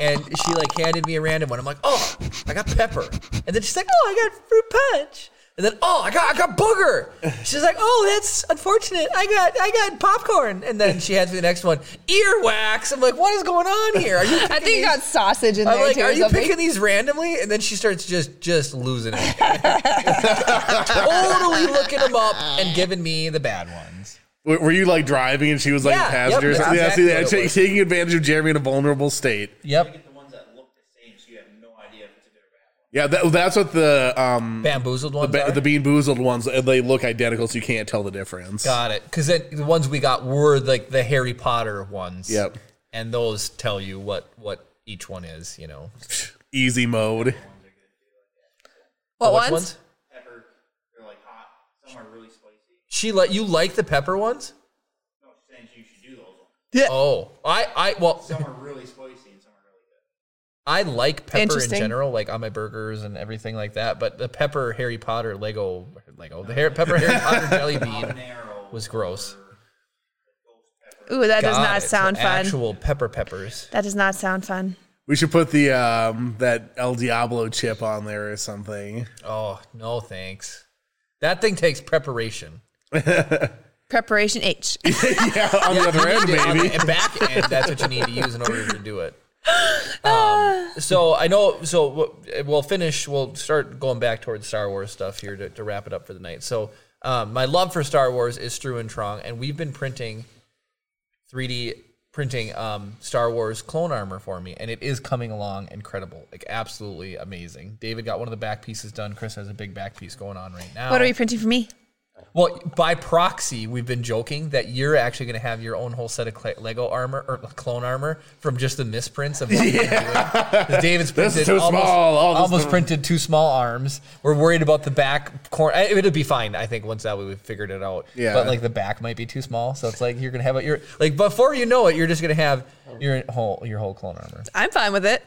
Speaker 1: And she like handed me a random one. I'm like, oh, I got pepper. And then she's like, oh, I got fruit punch. And then, oh, I got I got booger. She's like, oh, that's unfortunate. I got I got popcorn. And then she hands me the next one, earwax. I'm like, what is going on here? Are you?
Speaker 2: I
Speaker 1: picking
Speaker 2: think you got
Speaker 1: these-
Speaker 2: sausage in
Speaker 1: I'm
Speaker 2: there
Speaker 1: like,
Speaker 2: too. or
Speaker 1: are you
Speaker 2: something.
Speaker 1: picking these randomly? And then she starts just just losing it. totally looking them up and giving me the bad ones.
Speaker 3: Were were you like driving and she was like
Speaker 1: Yeah,
Speaker 3: a passenger?
Speaker 1: yep,
Speaker 3: or
Speaker 1: that's
Speaker 3: something?
Speaker 1: exactly
Speaker 3: yeah,
Speaker 1: what it
Speaker 3: see, yeah, ta-
Speaker 1: was.
Speaker 3: taking advantage of Jeremy in a vulnerable state.
Speaker 1: Yep,
Speaker 5: the ones that look the same, so you have no idea if it's a good or bad one.
Speaker 3: Yeah, that, that's what the um
Speaker 1: bamboozled
Speaker 3: the,
Speaker 1: ones.
Speaker 3: ba-
Speaker 1: are.
Speaker 3: the bean boozled ones uh, they look identical, so you can't tell the difference.
Speaker 1: Got it. Because the ones we got were like the Harry Potter ones.
Speaker 3: Yep.
Speaker 1: And those tell you what what each one is. You know.
Speaker 3: Easy mode.
Speaker 2: what
Speaker 1: Which
Speaker 2: ones?
Speaker 5: Pepper, they're like hot. Some are really spicy.
Speaker 1: She let you like the pepper ones.
Speaker 5: No, she's saying you should do those ones.
Speaker 1: Oh, I I well
Speaker 5: Some are really spicy and some are really good.
Speaker 1: I like pepper in
Speaker 2: Interesting.
Speaker 1: general, like on my burgers and everything like that. But the pepper Harry Potter Lego Lego the Har pepper Harry Potter jelly bean
Speaker 5: Habanero,
Speaker 1: was gross.
Speaker 2: Ooh, that does
Speaker 1: Got
Speaker 2: not
Speaker 1: it. So
Speaker 2: sound fun.
Speaker 1: Actual pepper peppers.
Speaker 2: that does not sound fun.
Speaker 3: We should put the um that El Diablo chip on there or something.
Speaker 1: Oh no, thanks. That thing takes preparation.
Speaker 2: Preparation H.
Speaker 3: yeah, on the other end,
Speaker 1: need it on
Speaker 3: maybe.
Speaker 1: the back end, that's what you need to use in order to do it. Um, so I know. So w- we'll finish. We'll start going back towards Star Wars stuff here to, to wrap it up for the night. So um, my love for Star Wars is through and Trong, and we've been printing 3D printing um, Star Wars clone armor for me, and it is coming along incredible, like absolutely amazing. David got one of the back pieces done. Chris has a big back piece going on right now.
Speaker 2: What are we printing for me?
Speaker 1: Well, by proxy, we've been joking that you're actually going to have your own whole set of cl- Lego armor or clone armor from just the misprints of what yeah. David's
Speaker 3: This
Speaker 1: printed
Speaker 3: is too
Speaker 1: almost,
Speaker 3: small. All this
Speaker 1: almost
Speaker 3: stuff.
Speaker 1: printed two small arms. We're worried about the back corner. It'll be fine, I think, once that we figured it out.
Speaker 3: Yeah.
Speaker 1: But like the back might be too small, so it's like you're going to have it. You're like before you know it, you're just going to have your whole your whole clone armor.
Speaker 2: I'm fine with it.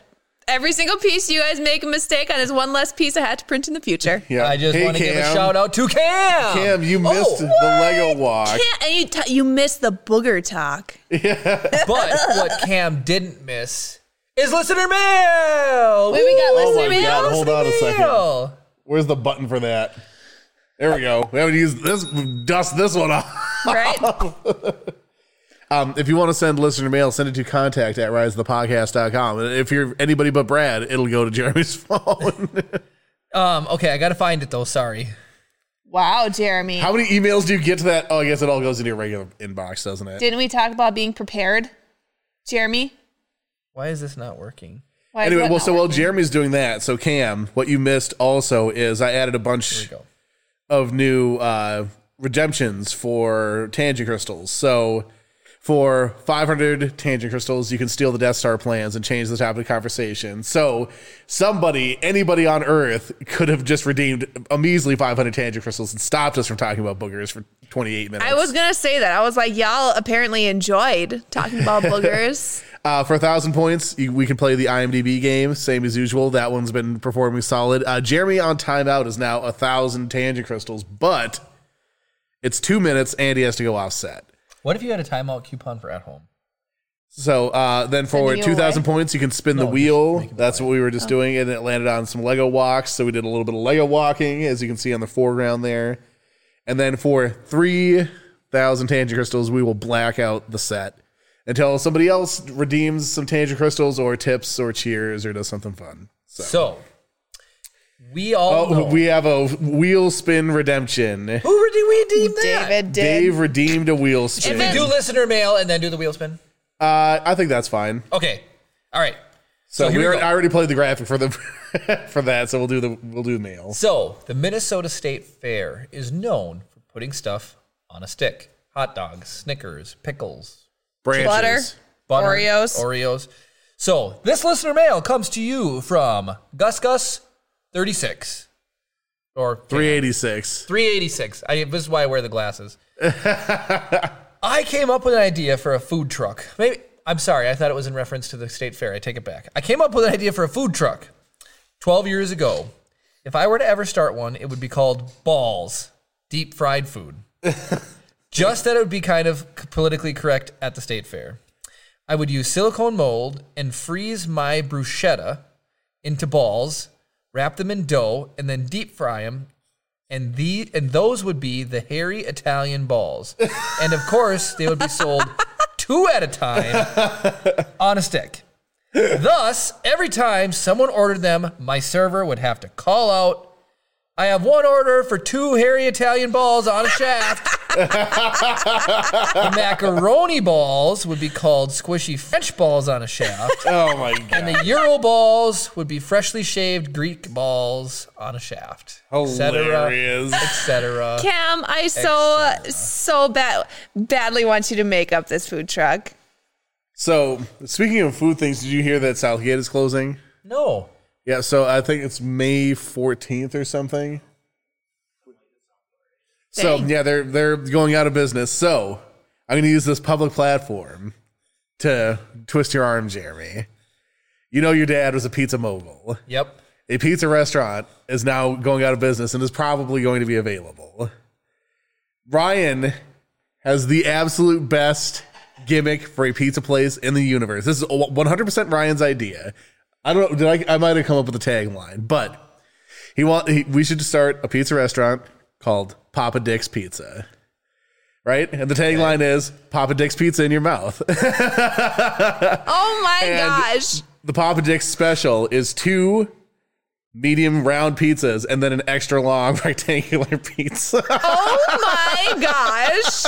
Speaker 2: Every single piece you guys make a mistake on is one less piece I had to print in the future.
Speaker 3: Yeah.
Speaker 1: I just
Speaker 3: Hey,
Speaker 1: want to give a Oh,
Speaker 3: Cam.
Speaker 1: shout out to Cam.
Speaker 3: Cam, you missed the Lego walk.
Speaker 2: Can't, and you, t- you missed the booger talk.
Speaker 1: But what Cam didn't miss is listener mail.
Speaker 2: Wait, we got
Speaker 1: Woo!
Speaker 2: listener
Speaker 3: my
Speaker 2: mail?
Speaker 3: God, hold on a
Speaker 1: Listener
Speaker 3: second.
Speaker 1: mail.
Speaker 3: Where's the button for that? There we go. We haven't used this. Dust this one off.
Speaker 2: Right?
Speaker 3: Um, if you want to send listener mail, send it to contact at risethepodcast.com. And if you're anybody but Brad, it'll go to Jeremy's phone.
Speaker 1: Um, okay, I gotta find it though. Sorry.
Speaker 2: wow, Jeremy.
Speaker 3: How many emails do you get to that? Oh, I guess it all goes into your regular inbox, doesn't it?
Speaker 2: Didn't we talk about being prepared, Jeremy?
Speaker 1: Why is this not working?
Speaker 2: Why is
Speaker 3: Anyway,
Speaker 2: that
Speaker 3: well,
Speaker 2: not
Speaker 3: so
Speaker 2: working?
Speaker 3: while Jeremy's doing that, so Cam, what you missed also is I added a bunch
Speaker 1: Here we go.
Speaker 3: of new uh, redemptions for tangent crystals. So for 500 tangent crystals, you can steal the Death Star plans and change the topic of conversation. So somebody, anybody on Earth, could have just redeemed a measly 500 tangent crystals and stopped us from talking about boogers for 28 minutes.
Speaker 2: I was gonna say that. I was like, y'all apparently enjoyed talking about boogers.
Speaker 3: Uh, for a thousand points, you, we can play the IMDb game, same as usual. That one's been performing solid. Uh, Jeremy on timeout is now a thousand tangent crystals, but it's two minutes and he has to go offset.
Speaker 1: What if you had a timeout coupon for at home?
Speaker 3: So uh, then for
Speaker 2: you
Speaker 3: two thousand
Speaker 2: away?
Speaker 3: points, you can spin the
Speaker 1: just
Speaker 3: wheel.
Speaker 1: make it
Speaker 3: That's what we were just doing, and it landed on some Lego walks. So we did a little bit of Lego walking, as you can see on the foreground there. And then for three thousand tangent crystals, we will black out the set until somebody else redeems some tangent crystals, or tips, or cheers, or does something fun.
Speaker 1: So, we all know.
Speaker 3: Oh, we have a wheel spin redemption.
Speaker 1: who did we deem that?
Speaker 2: David did.
Speaker 3: Dave redeemed a wheel
Speaker 1: Should we
Speaker 3: spin.
Speaker 1: do listener mail and then do the wheel spin?
Speaker 3: Uh, I think that's fine.
Speaker 1: Okay. All right.
Speaker 3: So,
Speaker 1: here
Speaker 3: we
Speaker 1: we
Speaker 3: are,
Speaker 1: go.
Speaker 3: I already played the graphic for the for that. So we'll do the we'll do the mail.
Speaker 1: So, the Minnesota State Fair is known for putting stuff on a stick hot dogs, Snickers, pickles,
Speaker 3: branches.
Speaker 2: Butter.
Speaker 1: butter,
Speaker 2: Oreos.
Speaker 1: Oreos. So this listener mail comes to you from Gus Gus thirty six or
Speaker 3: 386.
Speaker 1: three eighty six. I this is why I wear the glasses. I came up with an idea for a food truck. Maybe I'm sorry, I thought it was in reference to the state fair. I take it back. I came up with an idea for a food truck twelve years ago. If I were to ever start one, it would be called Balls Deep Fried Food. Just that it would be kind of c- politically correct at the state fair. I would use silicone mold and freeze my bruschetta into balls, wrap them in dough, and then deep fry them. And the and those would be the hairy Italian balls. and of course, they would be sold two at a time on a stick. Thus, every time someone ordered them, my server would have to call out, "I have one order for two hairy Italian balls on a shaft." the macaroni balls would be called squishy French balls on a shaft.
Speaker 3: Oh my god.
Speaker 1: The Euro balls would be freshly shaved Greek balls on a shaft. Etc.
Speaker 3: Hilarious.
Speaker 1: Etc.
Speaker 2: Cam, I so so bad badly want you to make up this food truck.
Speaker 3: So, speaking of food things, did you hear that Southgate is closing?
Speaker 1: No.
Speaker 3: Yeah, so I think it's May 14th or something. So,
Speaker 2: Dang.
Speaker 3: yeah, they're they're going out of business. So, I'm going to use this public platform to twist your arm, Jeremy. You know your dad was a pizza mogul.
Speaker 1: Yep.
Speaker 3: a pizza restaurant is now going out of business and is probably going to be available. Ryan has the absolute best gimmick for a pizza place in the universe. This is 100% Ryan's idea. I don't know. Did I, I might have come up with a tagline, but he want he, we should start a pizza restaurant called Papa Dick's Pizza, right? And the tagline is Papa Dick's Pizza in your mouth.
Speaker 2: Oh my
Speaker 3: And-
Speaker 2: gosh.
Speaker 3: the Papa Dick's special is two medium round pizzas and then an extra long rectangular pizza.
Speaker 2: Oh my gosh.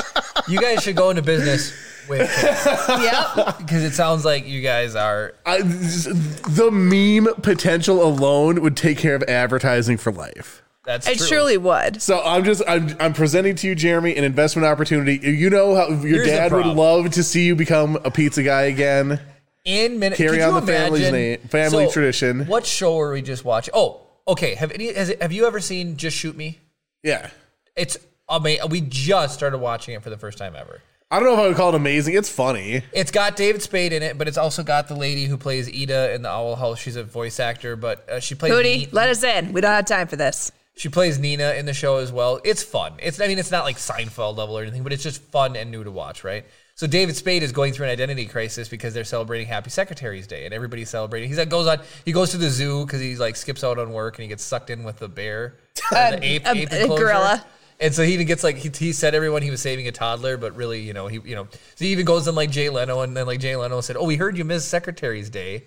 Speaker 1: You guys should go into business with
Speaker 2: Yep.
Speaker 1: because it sounds like you guys are.
Speaker 3: I, the meme potential alone would take care of advertising for life.
Speaker 1: That's
Speaker 2: It
Speaker 1: true.
Speaker 2: surely would.
Speaker 3: So I'm just I'm I'm presenting to you, Jeremy, an investment opportunity. You know how your
Speaker 1: Here's the
Speaker 3: dad would
Speaker 1: problem.
Speaker 3: love to see you become a pizza guy again.
Speaker 1: in minute.
Speaker 3: Carry
Speaker 1: could
Speaker 3: on
Speaker 1: you
Speaker 3: the family's
Speaker 1: imagine-
Speaker 3: name- family tradition.
Speaker 1: What show were we just watching? Oh, okay. Have any? Has, have you ever seen Just Shoot Me?
Speaker 3: Yeah.
Speaker 1: It's amazing. We just started watching it for the first time ever.
Speaker 3: I don't know if I would call it amazing. It's funny.
Speaker 1: It's got David Spade in it, but it's also got the lady who plays Ida in the Owl House. She's a voice actor, but uh, she plays
Speaker 2: Hootie,
Speaker 1: Ni-
Speaker 2: let us in. We don't have time for this.
Speaker 1: she plays Nina in the show as well. It's fun. It's I mean it's not like Seinfeld level or anything, but it's just fun and new to watch, right? So David Spade is going through an identity crisis because they're celebrating Happy Secretary's Day and everybody's celebrating. He's like goes on he goes to the zoo because he like skips out on work and he gets sucked in with the bear, uh, the ape,
Speaker 2: a-
Speaker 1: ape
Speaker 2: a
Speaker 1: enclosure.
Speaker 2: gorilla.
Speaker 1: And so he even gets like he, he said everyone he was saving a toddler, but really you know he you know so he even goes on like Jay Leno and then like Jay Leno said, oh we heard you missed Secretary's Day,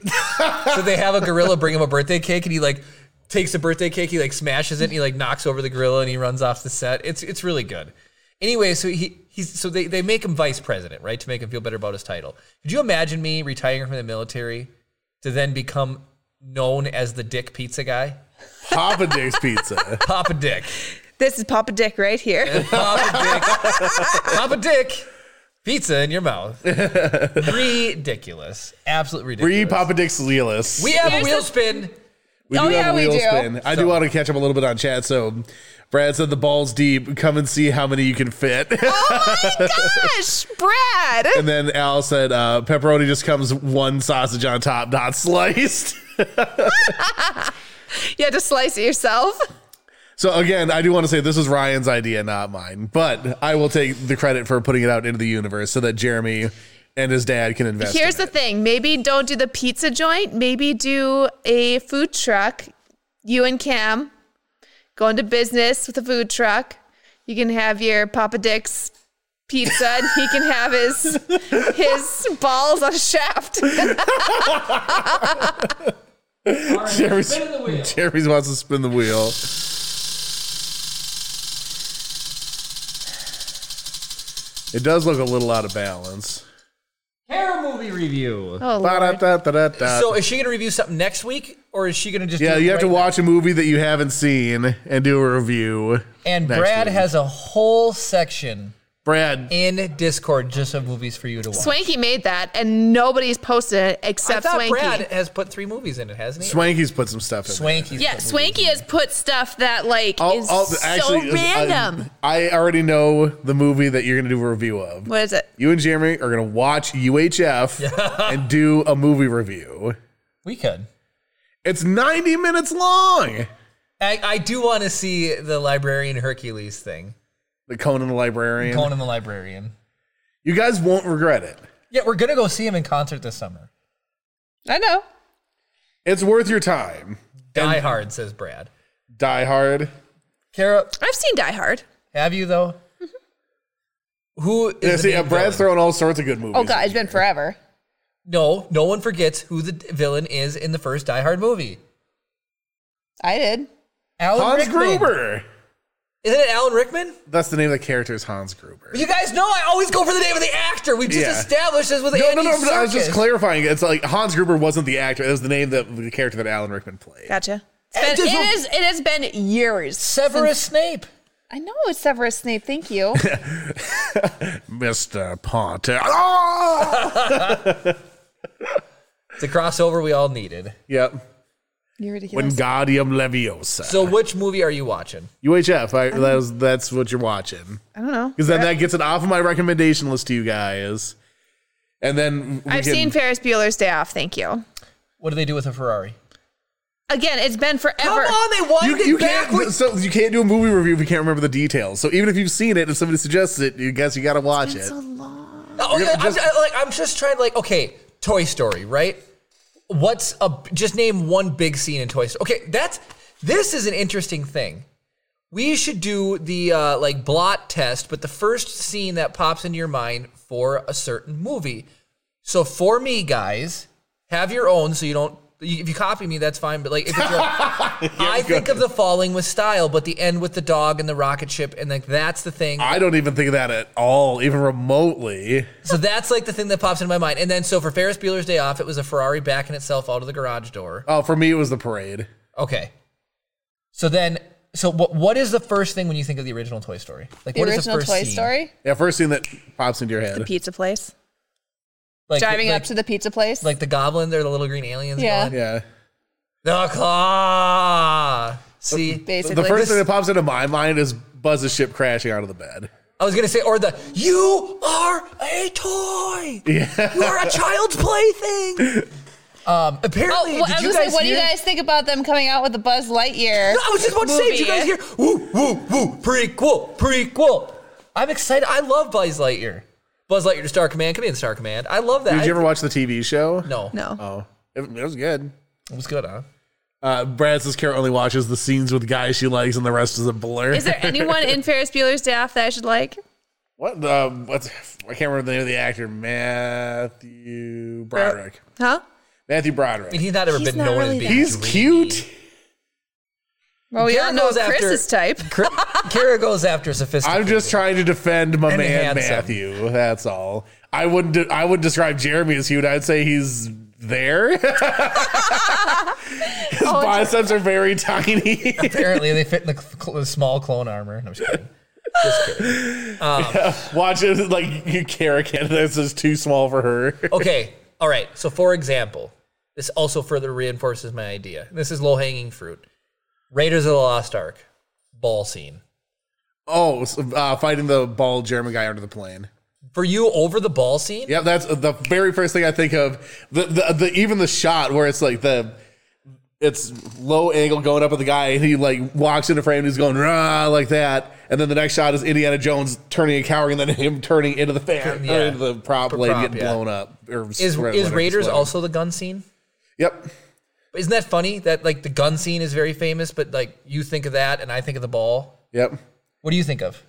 Speaker 1: so they have a gorilla bring him a birthday cake and he like takes the birthday cake he like smashes it and he like knocks over the gorilla and he runs off the set it's it's really good anyway so he he's so they, they make him vice president right to make him feel better about his title could you imagine me retiring from the military to then become known as the dick pizza guy
Speaker 3: Papa Dick's Pizza.
Speaker 1: papa dick
Speaker 2: This is Papa Dick right here.
Speaker 1: papa dick papa dick pizza in your mouth ridiculous absolute ridiculous
Speaker 3: Free Papa Dick's Lealist.
Speaker 1: we have a
Speaker 2: Here's
Speaker 1: wheel
Speaker 2: the-
Speaker 1: spin
Speaker 3: We
Speaker 2: Oh, yeah, we do.
Speaker 3: I do want to catch up a little bit on chat. So Brad said the ball's deep. Come and see how many you can fit.
Speaker 2: oh my gosh, Brad.
Speaker 3: and then Al said uh, pepperoni just comes one sausage on top, not sliced.
Speaker 2: You had to slice it yourself.
Speaker 3: So again, I do want to say this is Ryan's idea, not mine. But I will take the credit for putting it out into the universe so that Jeremy and his dad can invest.
Speaker 2: Here's
Speaker 3: in
Speaker 2: the
Speaker 3: it.
Speaker 2: thing maybe don't do the pizza joint, maybe do a food truck. You and Cam go into business with a food truck. You can have your Papa Dick's pizza and he can have his his balls on a shaft.
Speaker 4: All right,
Speaker 3: Jerry's-
Speaker 4: spin the wheel.
Speaker 3: Jeremy wants to spin the wheel. It does look a little out of balance.
Speaker 4: Terror movie review.
Speaker 2: Oh, Lord.
Speaker 3: Ba-da-da-da-da.
Speaker 1: so is she going to review something next week or is she going to just
Speaker 3: Uh, yeah,
Speaker 1: do it
Speaker 3: you have to
Speaker 1: right now?
Speaker 3: watch a movie that you haven't seen and do a review.
Speaker 1: And
Speaker 3: next
Speaker 1: Brad
Speaker 3: week.
Speaker 1: has a whole section
Speaker 3: Brad.
Speaker 1: in Discord just of movies for you to watch.
Speaker 2: Swanky made that and nobody's posted it
Speaker 1: I
Speaker 2: except
Speaker 1: thought
Speaker 2: Swanky.
Speaker 1: Brad has put three movies in it, hasn't he?
Speaker 3: Swanky's put some stuff in. there.
Speaker 1: Swanky.
Speaker 2: yeah, Swanky has put stuff that like
Speaker 3: I'll-
Speaker 2: is
Speaker 3: I'll-
Speaker 2: so
Speaker 3: I-
Speaker 2: random.
Speaker 3: I, already know the movie that you're going to do a review of.
Speaker 2: what is it?
Speaker 3: You and Jeremy are going to watch UHF and do a movie review.
Speaker 1: We could.
Speaker 3: It's 90 minutes long.
Speaker 1: I, I do want to see the librarian Hercules thing.
Speaker 3: The Conan the Librarian.
Speaker 1: Conan the librarian.
Speaker 3: You guys won't regret it.
Speaker 1: Yeah, we're gonna go see him in concert this summer.
Speaker 2: I know.
Speaker 3: It's worth your time.
Speaker 1: Die Hard says Brad.
Speaker 3: Die Hard.
Speaker 1: Kara,
Speaker 2: I've seen Die Hard.
Speaker 1: have you though? Who is
Speaker 3: Yeah,
Speaker 1: the
Speaker 3: see,
Speaker 1: main
Speaker 3: uh, Brad's
Speaker 1: villain?
Speaker 3: throwing all sorts of good movies.
Speaker 2: Oh god,
Speaker 3: in
Speaker 2: it's been
Speaker 3: here.
Speaker 2: forever.
Speaker 1: No, no one forgets who the d- villain is in the first Die Hard movie.
Speaker 2: I did.
Speaker 1: Alan
Speaker 3: Hans
Speaker 1: Rickman.
Speaker 3: Gruber.
Speaker 1: Isn't it Alan Rickman?
Speaker 3: That's the name of the character is Hans Gruber.
Speaker 1: You guys know I always go for the name of the actor. We've just
Speaker 3: Yeah.
Speaker 1: established this with
Speaker 3: No,
Speaker 1: Andy
Speaker 3: no, no, but I was
Speaker 1: Serkis.
Speaker 3: just clarifying. It's like Hans Gruber wasn't the actor. It was the name that the character that Alan Rickman played.
Speaker 2: Gotcha.
Speaker 1: It
Speaker 2: It's been,
Speaker 1: just
Speaker 2: it,
Speaker 1: won't-
Speaker 2: is, it has been years.
Speaker 1: Severus Snape.
Speaker 2: I know it's Severus Snape. Thank you.
Speaker 3: Mr. Potter. Ah!
Speaker 1: The crossover we all needed.
Speaker 3: yep.
Speaker 2: You're ridiculous.
Speaker 3: Wingardium Leviosa.
Speaker 1: So, which movie are you watching?
Speaker 3: UHF. I, that was, that's what you're watching.
Speaker 2: I don't know.
Speaker 3: Because then that gets it off of my recommendation list to you guys. And then we
Speaker 2: I've
Speaker 3: can-
Speaker 2: seen Ferris Bueller's Day Off. Thank you.
Speaker 1: What do they do with a Ferrari?
Speaker 2: Again, it's been
Speaker 1: Come
Speaker 2: forever.
Speaker 1: on, they wind
Speaker 3: You,
Speaker 1: it
Speaker 3: you
Speaker 1: back.
Speaker 3: can't
Speaker 1: with-
Speaker 3: so you can't do a movie review if you can't remember the details. So even if you've seen it, if somebody suggests it, you guess you got to watch it.
Speaker 2: So long.
Speaker 1: Oh,
Speaker 3: you're
Speaker 1: yeah, I'm,
Speaker 3: just-
Speaker 1: I- like, I'm just trying. Like, okay, Toy Story, right? What's a just name one big scene in Toy Story? Okay, that's this is an interesting thing. We should do the uh, like blot test, but the first scene that pops into your mind for a certain movie. So for me, guys, have your own, so you don't. you- If you copy me, that's fine. But like, if it's your, I think of the falling with style, but the end with the dog and the rocket ship, and like that's the thing.
Speaker 3: I don't even think of that at all, even remotely.
Speaker 1: So that's like the thing that pops into my mind. And then so for Ferris Bueller's Day Off, it was a Ferrari backing itself out of the garage door.
Speaker 3: Oh, for me, it was the parade.
Speaker 1: Okay. So then So what what is the first thing when you think of the original Toy Story? Like
Speaker 2: The
Speaker 1: what is
Speaker 2: original
Speaker 1: first
Speaker 2: Toy
Speaker 1: scene?
Speaker 2: Story.
Speaker 3: Yeah, first thing that pops into your
Speaker 2: The
Speaker 3: head.
Speaker 2: pizza place.
Speaker 1: Like,
Speaker 2: Driving
Speaker 1: like,
Speaker 2: up to the pizza place.
Speaker 1: like the goblins or the little green aliens.
Speaker 2: Yeah.
Speaker 1: going,
Speaker 3: Yeah.
Speaker 1: The claw. See,
Speaker 2: basically.
Speaker 3: the first thing
Speaker 2: This-
Speaker 3: that pops into my mind is Buzz's ship crashing out of the bed.
Speaker 1: I was gonna say, or the you are a toy. You are a child's plaything. Um,
Speaker 2: Oh,
Speaker 1: apparently,
Speaker 2: well,
Speaker 1: did
Speaker 2: I was
Speaker 1: you
Speaker 2: gonna say,
Speaker 1: guys
Speaker 2: what
Speaker 1: hear?
Speaker 2: do you guys think about them coming out with the Buzz Lightyear?
Speaker 1: No, I was just about to say, did you guys
Speaker 2: movie?
Speaker 1: hear? Woo, woo, woo, prequel, prequel. I'm excited. I love Buzz Lightyear. Buzz Lightyear to Star Command. Come in, Star Command. I love that.
Speaker 3: Did you ever watch the TV show?
Speaker 1: I, no,
Speaker 2: No.
Speaker 3: Oh, it, it was good.
Speaker 1: It was good, huh?
Speaker 3: Uh, Brad says Kara only watches the scenes with guys she likes, and the rest is a blur.
Speaker 2: Is there anyone in Ferris Bueller's Day Off that I should like?
Speaker 3: what? The, um, what's? I can't remember the name of the actor. Matthew Broderick.
Speaker 2: Huh?
Speaker 3: Matthew
Speaker 1: I mean,
Speaker 3: Broderick.
Speaker 1: he's not ever
Speaker 2: He's
Speaker 1: been
Speaker 2: not
Speaker 1: known
Speaker 2: really
Speaker 1: as being.
Speaker 3: He's
Speaker 1: dreamy.
Speaker 3: cute.
Speaker 2: Well, we
Speaker 1: Garrett
Speaker 2: all know
Speaker 1: goes after-
Speaker 2: Chris's type.
Speaker 1: Kara- Kara goes after sophisticated.
Speaker 3: I'm just trying to defend my
Speaker 1: And
Speaker 3: man
Speaker 1: handsome.
Speaker 3: Matthew. That's all. I wouldn't. de- I would describe Jeremy as cute. I'd say he's there. His biceps are very tiny.
Speaker 1: Apparently, they fit in the cl- the small clone armor. No, I'm just kidding. Just kidding.
Speaker 3: Watch it like you Kara Canada is too small for her.
Speaker 1: Okay. All right. So, for example, this also further reinforces my idea. This is low hanging fruit. Raiders of the Lost Ark ball scene.
Speaker 3: Oh, so, uh, fighting the bald German guy under the plane.
Speaker 1: For you, over the ball scene?
Speaker 3: Yeah, that's the very first thing I think of. The, the the even the shot where it's like the it's low angle going up at the guy and he like walks into frame and he's going rah like that, and then the next shot is Indiana Jones turning and cowering, and then him turning into the fan
Speaker 1: Yeah.
Speaker 3: or into the prop
Speaker 1: Prop,
Speaker 3: blade getting
Speaker 1: yeah.
Speaker 3: blown up. Or
Speaker 1: Is,
Speaker 3: whatever-
Speaker 1: is
Speaker 3: whatever,
Speaker 1: Raiders
Speaker 3: exploding.
Speaker 1: also the gun scene?
Speaker 3: Yep.
Speaker 1: But Isn't that funny that like the gun scene is very famous, but like you think of that and I think of the ball?
Speaker 3: Yep.
Speaker 1: What do you think of?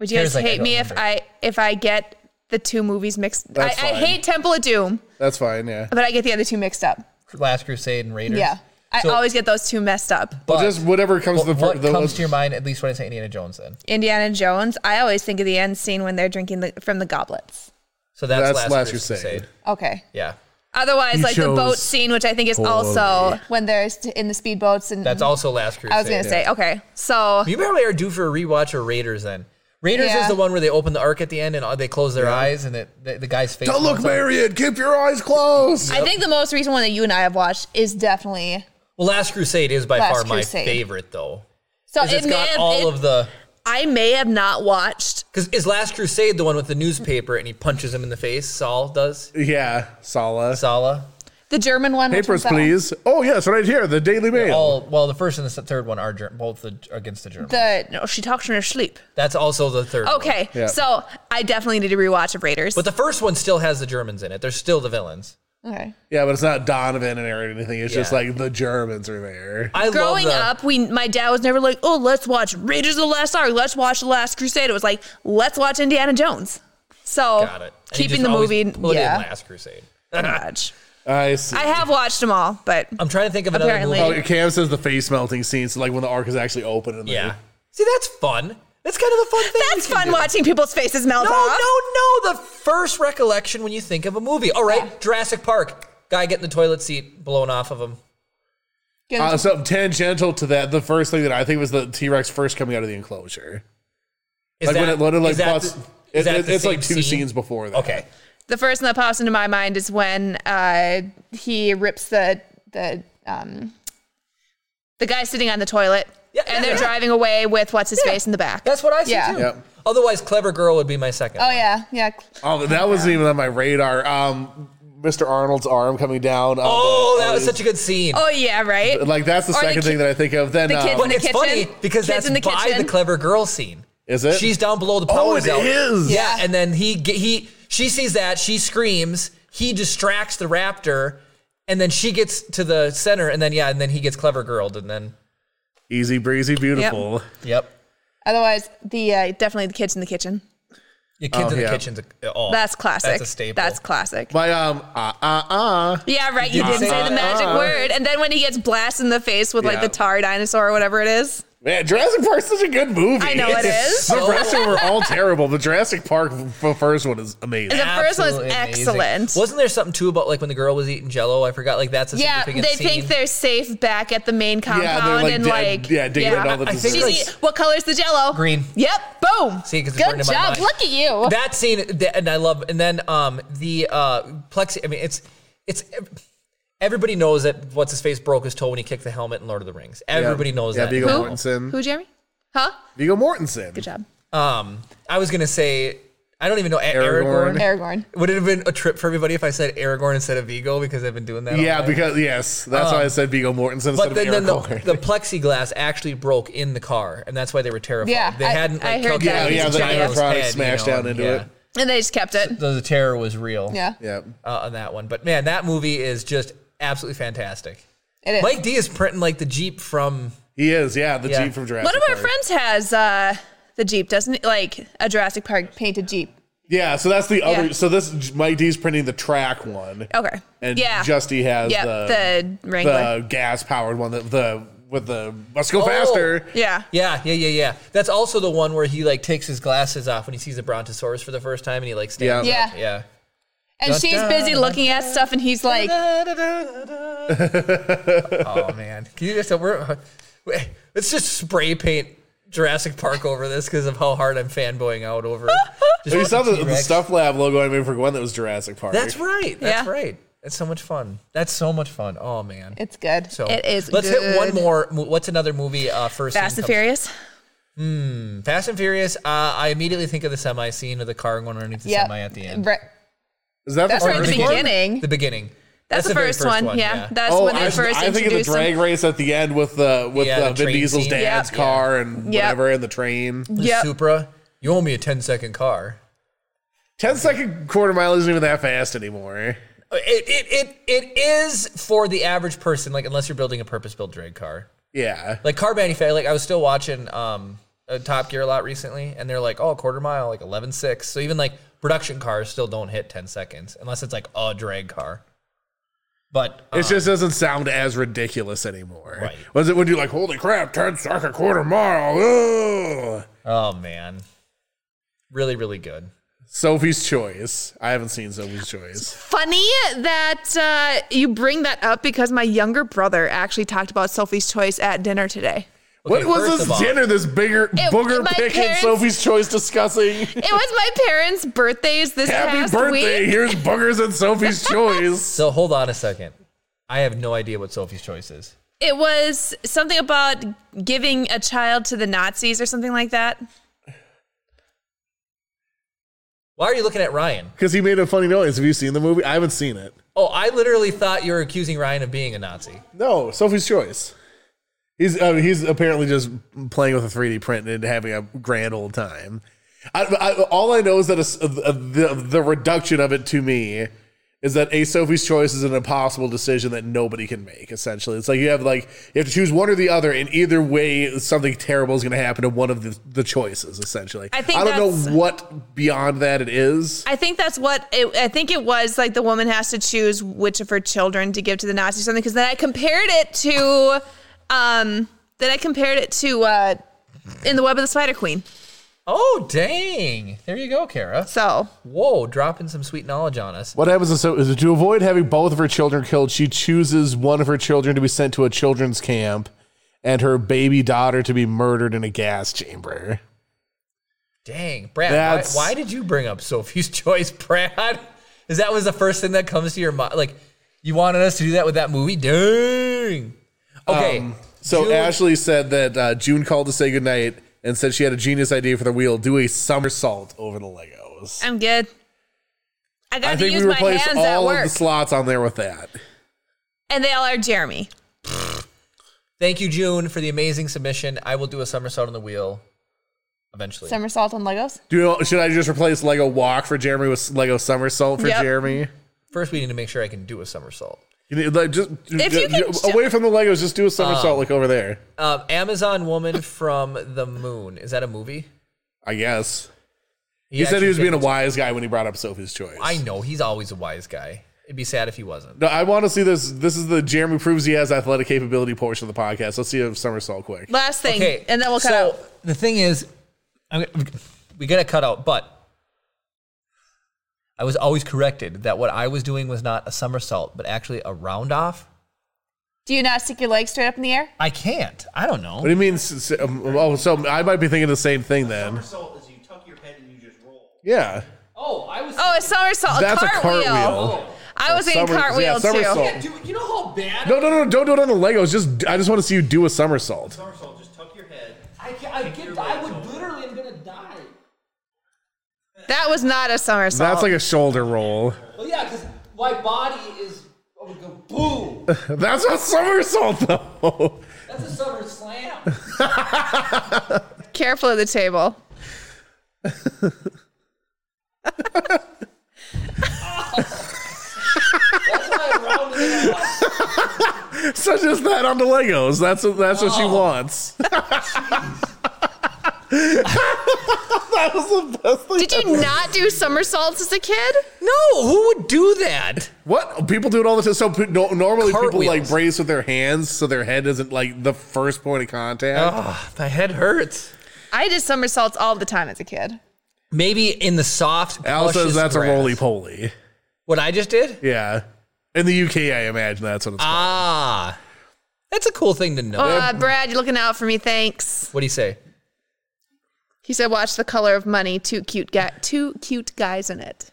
Speaker 2: Would you guys
Speaker 1: Kara's like, I
Speaker 2: hate
Speaker 1: don't
Speaker 2: me if I if I get the two movies mixed? I,
Speaker 3: That's
Speaker 2: I
Speaker 3: fine.
Speaker 2: hate Temple of Doom,
Speaker 3: That's fine. Yeah.
Speaker 2: but I get the other two mixed up.
Speaker 1: Last Crusade and Raiders?
Speaker 2: Yeah, I
Speaker 1: So-
Speaker 2: always get those two messed up.
Speaker 1: But
Speaker 3: Just whatever comes
Speaker 1: what,
Speaker 3: to the,
Speaker 1: what
Speaker 3: the
Speaker 1: comes to your mind, at least when I say Indiana Jones, then?
Speaker 2: Indiana Jones. I always think of the end scene when they're drinking the, from the goblets.
Speaker 1: So that's,
Speaker 3: That's
Speaker 1: Last,
Speaker 3: Last
Speaker 1: Crusade.
Speaker 3: Crusade.
Speaker 2: Okay.
Speaker 1: Yeah.
Speaker 2: Otherwise,
Speaker 3: You
Speaker 2: like the boat
Speaker 3: chose
Speaker 2: scene, which I think is also
Speaker 3: poorly.
Speaker 2: when they're st- in the speedboats and
Speaker 1: That's also Last Crusade.
Speaker 2: Mm-hmm. I was gonna say okay, so
Speaker 1: You probably are due for a rewatch of Raiders then. Raiders
Speaker 2: Yeah.
Speaker 1: is the one where they open the arc at the end and uh, they close their eyes and it, the, the guy's face.
Speaker 3: Don't look,
Speaker 1: melts out.
Speaker 3: Marion. Keep your eyes closed.
Speaker 2: I think the most recent one that you and I have watched is definitely
Speaker 1: Well, Last Crusade is by
Speaker 2: Last
Speaker 1: far
Speaker 2: Crusade.
Speaker 1: my favorite though.
Speaker 2: so
Speaker 1: 'Cause
Speaker 2: it
Speaker 1: it's
Speaker 2: may
Speaker 1: got
Speaker 2: have,
Speaker 1: all
Speaker 2: it-
Speaker 1: of the.
Speaker 2: I may have not watched.
Speaker 1: Because is Last Crusade the one with the newspaper and he punches him in the face? Saul does.
Speaker 3: yeah. Sala.
Speaker 1: Sala.
Speaker 2: The German one. which
Speaker 3: Papers,
Speaker 2: one's that one?
Speaker 3: please. Oh yes, right here. The Daily Mail.
Speaker 1: All well, the first and the s- third one are ger- both the, against the Germans.
Speaker 2: The no, she talks in her sleep.
Speaker 1: That's also the third. one.
Speaker 2: Okay,
Speaker 3: Yeah.
Speaker 2: so I definitely need to rewatch of Raiders.
Speaker 1: But the first one still has the Germans in it. They're still the villains.
Speaker 2: okay.
Speaker 3: Yeah, but it's not Donovan and or anything. It's just
Speaker 1: Yeah.
Speaker 3: like the Germans are there.
Speaker 1: I
Speaker 2: Growing
Speaker 1: love the,
Speaker 2: up, we my dad was never like, "Oh, let's watch Raiders of the Last Ark. Let's watch The Last Crusade." It was like, "Let's watch Indiana Jones." So
Speaker 1: Got it. And he
Speaker 2: keeping
Speaker 1: just
Speaker 2: the
Speaker 1: always
Speaker 2: movie,
Speaker 1: put it in
Speaker 2: yeah.
Speaker 1: Last Crusade.
Speaker 2: pretty much.
Speaker 3: I see.
Speaker 2: I have watched them all, but
Speaker 1: I'm trying to think of another
Speaker 2: Apparently.
Speaker 1: movie.
Speaker 3: oh, Cam says the face melting scene, so like when the arc is actually open. And
Speaker 1: Yeah. See, that's fun. That's kind of the fun thing. we
Speaker 2: that's
Speaker 1: can
Speaker 2: fun
Speaker 1: do.
Speaker 2: watching people's faces melt
Speaker 1: No,
Speaker 2: off.
Speaker 1: no, no. The first recollection when you think of a movie. All right, Jurassic Park. Guy getting the toilet seat blown off of him.
Speaker 3: They, uh, so tangential to that, the first thing that I think was the T Rex first coming out of the enclosure.
Speaker 1: Is
Speaker 3: like when it literally
Speaker 1: is
Speaker 3: like
Speaker 1: that
Speaker 3: busts.
Speaker 1: the-
Speaker 3: It,
Speaker 1: is that
Speaker 3: it-
Speaker 1: the
Speaker 3: it's like
Speaker 1: same
Speaker 3: two
Speaker 1: scene?
Speaker 3: scenes before that.
Speaker 1: Okay.
Speaker 2: The first one that pops into my mind is when uh, he rips the the um, the guy sitting on the toilet,
Speaker 1: Yeah,
Speaker 2: and
Speaker 1: yeah,
Speaker 2: they're
Speaker 1: yeah.
Speaker 2: driving away with what's his face in the back.
Speaker 1: That's what I see
Speaker 2: Yeah.
Speaker 1: too.
Speaker 3: Yep.
Speaker 1: Otherwise, Clever Girl would be my second.
Speaker 2: oh yeah, yeah.
Speaker 3: Oh, that wasn't even on my radar. Um, Mr. Arnold's arm coming down.
Speaker 1: Oh, that was such a good scene.
Speaker 2: Oh yeah, right.
Speaker 3: Like that's the
Speaker 2: Or the
Speaker 3: second
Speaker 2: ki-
Speaker 3: thing that I think of. Then
Speaker 2: the kid-
Speaker 3: um,
Speaker 1: but it's
Speaker 2: kitchen?
Speaker 1: funny because
Speaker 2: Kids
Speaker 1: that's
Speaker 2: in the
Speaker 1: by
Speaker 2: kitchen?
Speaker 1: the Clever Girl scene.
Speaker 3: is it?
Speaker 1: She's down below the power
Speaker 3: Oh, it
Speaker 1: cell.
Speaker 3: is.
Speaker 1: Yeah, and then he ge- he she sees that she screams. He distracts the raptor, and then she gets to the center, and then yeah, and then he gets clever girled, and then
Speaker 3: easy breezy, beautiful.
Speaker 1: yep,
Speaker 2: Otherwise, the uh, definitely the kids in the kitchen.
Speaker 1: your kids
Speaker 3: Oh,
Speaker 1: in the
Speaker 3: yeah.
Speaker 1: kitchen's a, oh,
Speaker 2: That's classic.
Speaker 1: That's a staple.
Speaker 2: That's classic.
Speaker 3: My um ah ah ah.
Speaker 2: Yeah, right. You
Speaker 1: didn't
Speaker 2: didn't
Speaker 1: say
Speaker 2: say
Speaker 1: that.
Speaker 2: the magic
Speaker 3: Uh-uh.
Speaker 2: word, and then when he gets blasted in the face with like
Speaker 3: Yeah.
Speaker 2: the tar dinosaur or whatever it is,
Speaker 3: Man, Jurassic Park's such a good movie.
Speaker 2: I know it is.
Speaker 3: The rest of them are all terrible, but Jurassic Park, f- the first one, is amazing.
Speaker 2: The first one's
Speaker 1: Absolutely amazing.
Speaker 2: excellent.
Speaker 1: Wasn't there something too about like when the girl was eating Jello? I forgot. Like that's a
Speaker 2: Yeah,
Speaker 1: significant
Speaker 2: they
Speaker 1: scene.
Speaker 2: think they're safe back at the main compound
Speaker 3: they're, like,
Speaker 2: and
Speaker 3: dig-
Speaker 2: like
Speaker 3: yeah, digging into all the I
Speaker 1: think,
Speaker 2: She's
Speaker 1: like,
Speaker 2: eat- what color's the Jello?
Speaker 1: Green.
Speaker 2: Yep. Boom.
Speaker 1: See, 'cause it's
Speaker 2: Good
Speaker 1: burned in my
Speaker 2: job.
Speaker 1: mind.
Speaker 2: Look at you.
Speaker 1: that scene, th- and I love, and then um the uh plexi. I mean, it's it's everybody knows that what's his face broke his toe when he kicked the helmet in Lord of the Rings. Everybody knows
Speaker 3: yeah,
Speaker 1: that.
Speaker 3: Viggo
Speaker 2: Who?
Speaker 3: Mortensen.
Speaker 2: Who, Jeremy? Huh?
Speaker 3: Viggo Mortensen.
Speaker 2: Good job.
Speaker 1: Um, I was gonna say, I don't even know A-
Speaker 3: Aragorn.
Speaker 1: Aragorn.
Speaker 2: Aragorn.
Speaker 1: Would it have been a trip for everybody if I said Aragorn instead of Vigo because I've been doing that? all
Speaker 3: Yeah,
Speaker 1: night?
Speaker 3: because yes, that's why I said Viggo Mortensen instead
Speaker 1: Uh, But
Speaker 3: of
Speaker 1: then, then the,
Speaker 3: Aragorn.
Speaker 1: the plexiglass actually broke in the car, and that's why they were terrified.
Speaker 2: Yeah,
Speaker 1: they
Speaker 2: I-
Speaker 1: hadn't. Like,
Speaker 2: I heard that.
Speaker 1: calculated
Speaker 2: Yeah, yeah,
Speaker 1: the
Speaker 2: the
Speaker 1: giant's
Speaker 3: animatronics
Speaker 1: head, you
Speaker 3: smashed
Speaker 1: know,
Speaker 3: down into
Speaker 1: yeah.
Speaker 3: it.
Speaker 2: And they just kept it.
Speaker 1: The, the terror was real.
Speaker 2: Yeah.
Speaker 3: yeah,
Speaker 1: uh, on that one. But man, that movie is just absolutely fantastic.
Speaker 2: It is.
Speaker 1: Mike D is printing like the Jeep from
Speaker 3: he is. Yeah, the
Speaker 1: Yeah.
Speaker 3: Jeep from Jurassic.
Speaker 2: One of our
Speaker 3: Park.
Speaker 2: friends has uh, the Jeep, doesn't it? Like a Jurassic Park painted Jeep.
Speaker 3: Yeah, so that's the
Speaker 2: Yeah.
Speaker 3: other. So this Mike D's printing the track one.
Speaker 2: Okay.
Speaker 3: and
Speaker 2: yeah.
Speaker 3: Justy has
Speaker 2: Yep,
Speaker 3: the
Speaker 2: the Wrangler.
Speaker 3: gas powered one that the with the let's go
Speaker 1: Oh.
Speaker 3: faster.
Speaker 2: yeah.
Speaker 1: yeah, yeah, yeah, yeah. That's also the one where he like takes his glasses off when he sees the Brontosaurus for the first time, and he like stands.
Speaker 2: Yeah.
Speaker 1: up. yeah.
Speaker 2: And
Speaker 1: Dun,
Speaker 2: she's
Speaker 1: dun,
Speaker 2: busy
Speaker 1: dun,
Speaker 2: looking at stuff, and he's like,
Speaker 1: oh man, can you just we're, wait, let's just spray paint Jurassic Park over this because of how hard I'm fanboying out over. just
Speaker 3: You saw the, the
Speaker 1: T-Rex.
Speaker 3: stuff lab logo I made for Gwen that was Jurassic Park.
Speaker 1: That's right. That's
Speaker 2: Yeah.
Speaker 1: right. That's so much fun. That's so much fun. Oh man.
Speaker 2: "It's good.
Speaker 1: So
Speaker 2: it is.
Speaker 1: Let's hit one
Speaker 2: good.
Speaker 1: more. mo- What's another movie? Uh, first
Speaker 2: Fast
Speaker 1: scene
Speaker 2: and
Speaker 1: comes-
Speaker 2: Furious.
Speaker 1: Fast and Furious. Uh, I immediately think of the semi scene of the car going underneath the
Speaker 2: Yeah.
Speaker 1: semi at the end.
Speaker 2: Right.
Speaker 3: Is that
Speaker 2: That's
Speaker 3: the
Speaker 2: right at the
Speaker 3: first
Speaker 1: one?
Speaker 2: beginning.
Speaker 1: The beginning.
Speaker 2: That's, the
Speaker 1: very
Speaker 2: first, one. Yeah. That's
Speaker 3: Oh,
Speaker 2: when they
Speaker 3: I,
Speaker 2: first
Speaker 3: I think of the
Speaker 2: introduced
Speaker 3: drag
Speaker 2: him.
Speaker 3: race at the end with the with
Speaker 1: Yeah,
Speaker 3: uh,
Speaker 1: the
Speaker 3: Vin
Speaker 1: train
Speaker 3: Dies's
Speaker 1: scene.
Speaker 3: dad's
Speaker 2: Yep.
Speaker 3: car and
Speaker 2: Yep.
Speaker 3: whatever and the train.
Speaker 1: The
Speaker 2: Yep.
Speaker 1: Supra. You owe me a 10 second car.
Speaker 3: 10 second quarter mile isn't even that fast anymore.
Speaker 1: It, it, it, it is for the average person, like, unless you're building a purpose built drag car.
Speaker 3: Yeah.
Speaker 1: Like, car manufacturer, like, I was still watching um, uh, Top Gear a lot recently, and they're like, oh, quarter mile, like 11.6. So even like production cars still don't hit 10 seconds, unless it's like a drag car. But uh,
Speaker 3: It just doesn't sound as ridiculous anymore.
Speaker 1: Right.
Speaker 3: Was it when you like, holy crap, 10 second quarter mile? ugh."
Speaker 1: Oh man, really, really good.
Speaker 3: Sophie's Choice. I haven't seen Sophie's Choice.
Speaker 2: Funny that uh, you bring that up because my younger brother actually talked about Sophie's Choice at dinner today.
Speaker 1: Okay,
Speaker 3: what
Speaker 1: first
Speaker 3: was
Speaker 1: of
Speaker 3: this
Speaker 1: all-
Speaker 3: dinner, this bigger, booger
Speaker 2: my
Speaker 3: pick and
Speaker 2: parents-
Speaker 3: Sophie's Choice discussing?
Speaker 2: It was my parents' birthdays this
Speaker 3: Happy
Speaker 2: past
Speaker 3: birthday.
Speaker 2: week.
Speaker 3: Here's boogers and Sophie's Choice.
Speaker 1: So hold on a second. I have no idea what Sophie's choice is.
Speaker 2: It was something about giving a child to the Nazis or something like that.
Speaker 1: Why are you looking at Ryan?
Speaker 3: Because he made a funny noise. Have you seen the movie? I haven't seen it.
Speaker 1: Oh, I literally thought you were accusing Ryan of being a Nazi.
Speaker 3: No, Sophie's Choice. He's uh, he's apparently just playing with a 3D print and having a grand old time. I, I, all I know is that a s- a- the, the reduction of it to me is that a Sophie's Choice is an impossible decision that nobody can make. Essentially, it's like you have like you have to choose one or the other, and either way, something terrible is going to happen to one of the, the choices. Essentially,
Speaker 2: I think
Speaker 3: I don't
Speaker 2: that's-
Speaker 3: know what beyond that it is.
Speaker 2: I think that's what it, I think it was like the woman has to choose which of her children to give to the Nazis or something. Because then I compared it to, um, then I compared it to uh, in the Web of the Spider Queen.
Speaker 1: Oh, dang! There you go, Kara.
Speaker 2: So
Speaker 1: Whoa, dropping some sweet knowledge on us.
Speaker 3: What happens is, so, is to avoid having both of her children killed, she chooses one of her children to be sent to a children's camp and her baby daughter to be murdered in a gas chamber.
Speaker 1: Dang, Brad. Why,
Speaker 3: That's-
Speaker 1: why did you bring up Sophie's choice, Brad? Is that was the first thing that comes to your mind? Like, you wanted us to do that with that movie? Dang. Okay.
Speaker 3: So
Speaker 1: June-
Speaker 3: Ashley said that uh, June called to say goodnight and said she had a genius idea for the wheel do a somersault over the Legos.
Speaker 2: I'm good. I got
Speaker 3: I
Speaker 2: to
Speaker 3: think we
Speaker 2: use my
Speaker 3: replaced
Speaker 2: hands at
Speaker 3: all of
Speaker 2: work,
Speaker 3: the slots on there with that.
Speaker 2: and they all are Jeremy.
Speaker 1: Thank you, June, for the amazing submission. I will do a somersault on the wheel eventually.
Speaker 2: Somersault on Legos.
Speaker 3: Do you, should I just replace Lego walk for Jeremy with Lego somersault for
Speaker 2: Yep.
Speaker 3: Jeremy?
Speaker 1: First, we need to make sure I can do a somersault.
Speaker 3: You need, like, just,
Speaker 2: If you can- Oh.
Speaker 3: away from the Legos, just do a somersault like over there.
Speaker 1: Um, Amazon Woman from the Moon. Is that a movie?
Speaker 3: I guess. He said
Speaker 1: actually
Speaker 3: he was being a
Speaker 1: did-
Speaker 3: wise guy when he brought up Sophie's Choice.
Speaker 1: I know. He's always a wise guy. It'd be sad if he wasn't.
Speaker 3: No, I want to see this. This is the Jeremy proves he has athletic capability portion of the podcast. Let's see a somersault quick.
Speaker 2: Last thing,
Speaker 1: Okay,
Speaker 2: and then we'll cut
Speaker 1: so
Speaker 2: out.
Speaker 1: the thing is, I'm, we gotta cut out. But I was always corrected that what I was doing was not a somersault, but actually a round off.
Speaker 2: Do you not stick your leg straight up in the air?
Speaker 1: I can't. I don't
Speaker 3: What do
Speaker 1: know.
Speaker 3: you mean? s- s- um, Oh, so I might be thinking the same thing then.
Speaker 5: Somersault is you tuck your head and you just roll.
Speaker 3: Yeah,
Speaker 4: Oh, I was.
Speaker 2: Oh, a somersault.
Speaker 3: that's
Speaker 2: a cartwheel.
Speaker 3: a cartwheel.
Speaker 2: I was in
Speaker 3: Somer-
Speaker 2: cartwheel
Speaker 3: yeah,
Speaker 2: too.
Speaker 3: somersault.
Speaker 4: Do, you know how bad?
Speaker 3: No, no, no, don't do it on the Legos. Just I just want to see you do a somersault.
Speaker 5: Somersault, just tuck your head.
Speaker 4: I, ca- I get. I would literally am gonna die.
Speaker 2: That was not a somersault.
Speaker 3: That's like a shoulder roll.
Speaker 4: Well, yeah, because my body is. I would go boom.
Speaker 3: That's a somersault though.
Speaker 4: That's a summer slam.
Speaker 2: Careful of the table.
Speaker 4: That's why I rounded it out.
Speaker 3: Such as that on the Legos. That's what that's what she wants. that was the best thing.
Speaker 2: Did you not do somersaults as a kid?
Speaker 1: No, who would do that?
Speaker 3: What people do it all the time. So pe- no, normally people like
Speaker 1: Cartwheels.
Speaker 3: brace with their hands so their head isn't like the first point of contact.
Speaker 1: Ah, my head hurts.
Speaker 2: I did somersaults all the time as a kid.
Speaker 1: Maybe in the soft.
Speaker 3: Al
Speaker 1: Oh, luscious
Speaker 3: says that's
Speaker 1: grass.
Speaker 3: a roly poly.
Speaker 1: What I just did?
Speaker 3: Yeah, in the UK, I imagine that's what it's called.
Speaker 1: Ah, that's a cool thing to know.
Speaker 2: Uh, Brad, you're looking out for me. Thanks.
Speaker 1: what do you say?
Speaker 2: He said, "Watch the color of money. Two cute guy, two cute guys in it.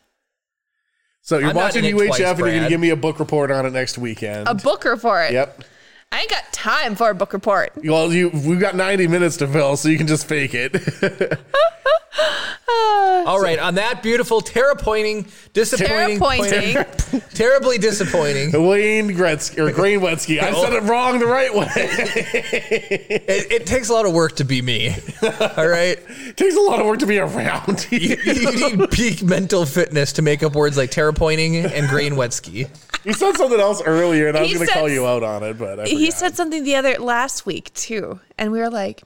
Speaker 3: So you're
Speaker 1: I'm not
Speaker 3: watching
Speaker 1: in it
Speaker 3: UHF
Speaker 1: twice,
Speaker 3: and you're gonna
Speaker 1: Brad.
Speaker 3: give me a book report on it next weekend.
Speaker 2: A book report.
Speaker 3: Yep.
Speaker 2: I ain't got time for a book report.
Speaker 3: Well, you we've got 90 minutes to fill, so you can just fake it.
Speaker 1: All right, on that beautiful, terrapointing, disappointing,
Speaker 2: Terrapointing.
Speaker 1: terribly disappointing.
Speaker 3: Wayne Gretzky or Green Wetsky. I said it wrong the right way.
Speaker 1: It, it takes a lot of work to be me. All right,
Speaker 3: it takes a lot of work to be around
Speaker 1: you,
Speaker 3: here.
Speaker 1: you need peak mental fitness to make up words like terrapointing and grain wetski.
Speaker 3: you said something else earlier, and I was
Speaker 2: He
Speaker 3: going to call
Speaker 2: said-
Speaker 3: you out on it, but I
Speaker 2: He
Speaker 3: forgot.
Speaker 2: said something the other last week too, and we were like,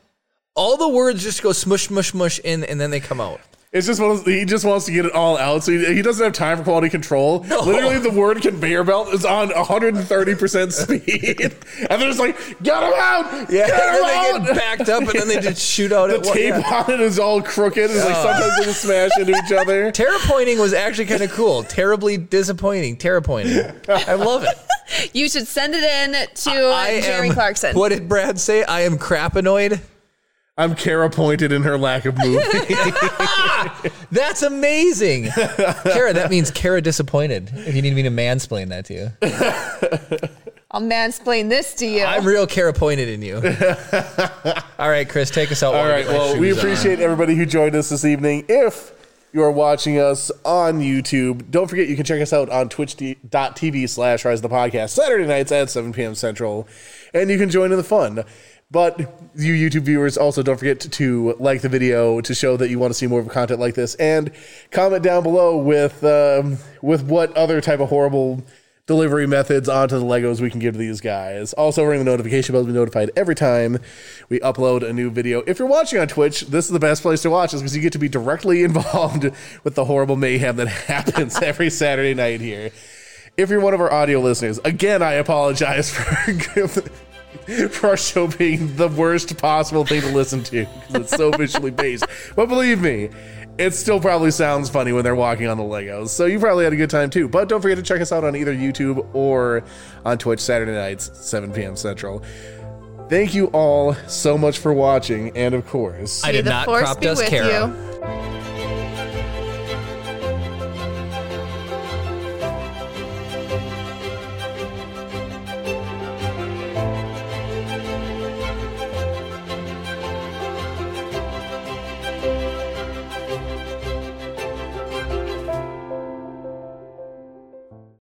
Speaker 1: All the words just go smush, mush, mush in, and then they come out.
Speaker 3: it's just one of those- he just wants to get it all out, so he, he doesn't have time for quality control. Literally, the word conveyor belt is on 130 percent speed, and they're just like, "Get him out!
Speaker 1: Yeah,
Speaker 3: get him
Speaker 1: and
Speaker 3: out!"
Speaker 1: then they get backed up, and then they just shoot out
Speaker 3: the
Speaker 1: at one.
Speaker 3: tape
Speaker 1: yeah.
Speaker 3: on it is all crooked. It's like sometimes they just smash into each other.
Speaker 1: Terrapointing was actually kind of cool. Terribly disappointing. Terrapointing. I love it.
Speaker 2: "You should send it in to
Speaker 1: I
Speaker 2: uh, Jeremy
Speaker 1: am-
Speaker 2: Clarkson."
Speaker 1: What did Brad say? I am crap annoyed.
Speaker 3: I'm Kara pointed in her lack of movement.
Speaker 1: That's amazing. Kara, that means Kara disappointed. If you need me to mansplain that to you,
Speaker 2: I'll mansplain this to you.
Speaker 1: I'm real Kara pointed in you. All right, Chris, take us out.
Speaker 3: All right. Well, we appreciate everybody who joined us this evening. If you are watching us on YouTube, don't forget you can check us out on twitch.tv slash rise the podcast Saturday nights at 7 p.m. Central, and you can join in the fun. But you YouTube viewers also don't forget to, to like the video to show that you want to see more of content like this, and comment down below with um, with what other type of horrible delivery methods onto the Legos we can give to these guys. Also, ring the notification bell to be notified every time we upload a new video. If you're watching on Twitch, this is the best place to watch us because you get to be directly involved with the horrible mayhem that happens every Saturday night here. If you're one of our audio listeners, again, I apologize for. For our show being the worst possible thing to listen to because it's so visually based. But believe me, it still probably sounds funny when they're walking on the Legos. So you probably had a good time too. But don't forget to check us out on either YouTube or on Twitch Saturday nights, 7 p.m. Central. Thank you all so much for watching. And of course,
Speaker 1: I
Speaker 2: May
Speaker 1: did
Speaker 2: the
Speaker 1: not
Speaker 2: force
Speaker 1: crop
Speaker 2: be
Speaker 1: dust
Speaker 2: with
Speaker 1: Kara.
Speaker 2: you.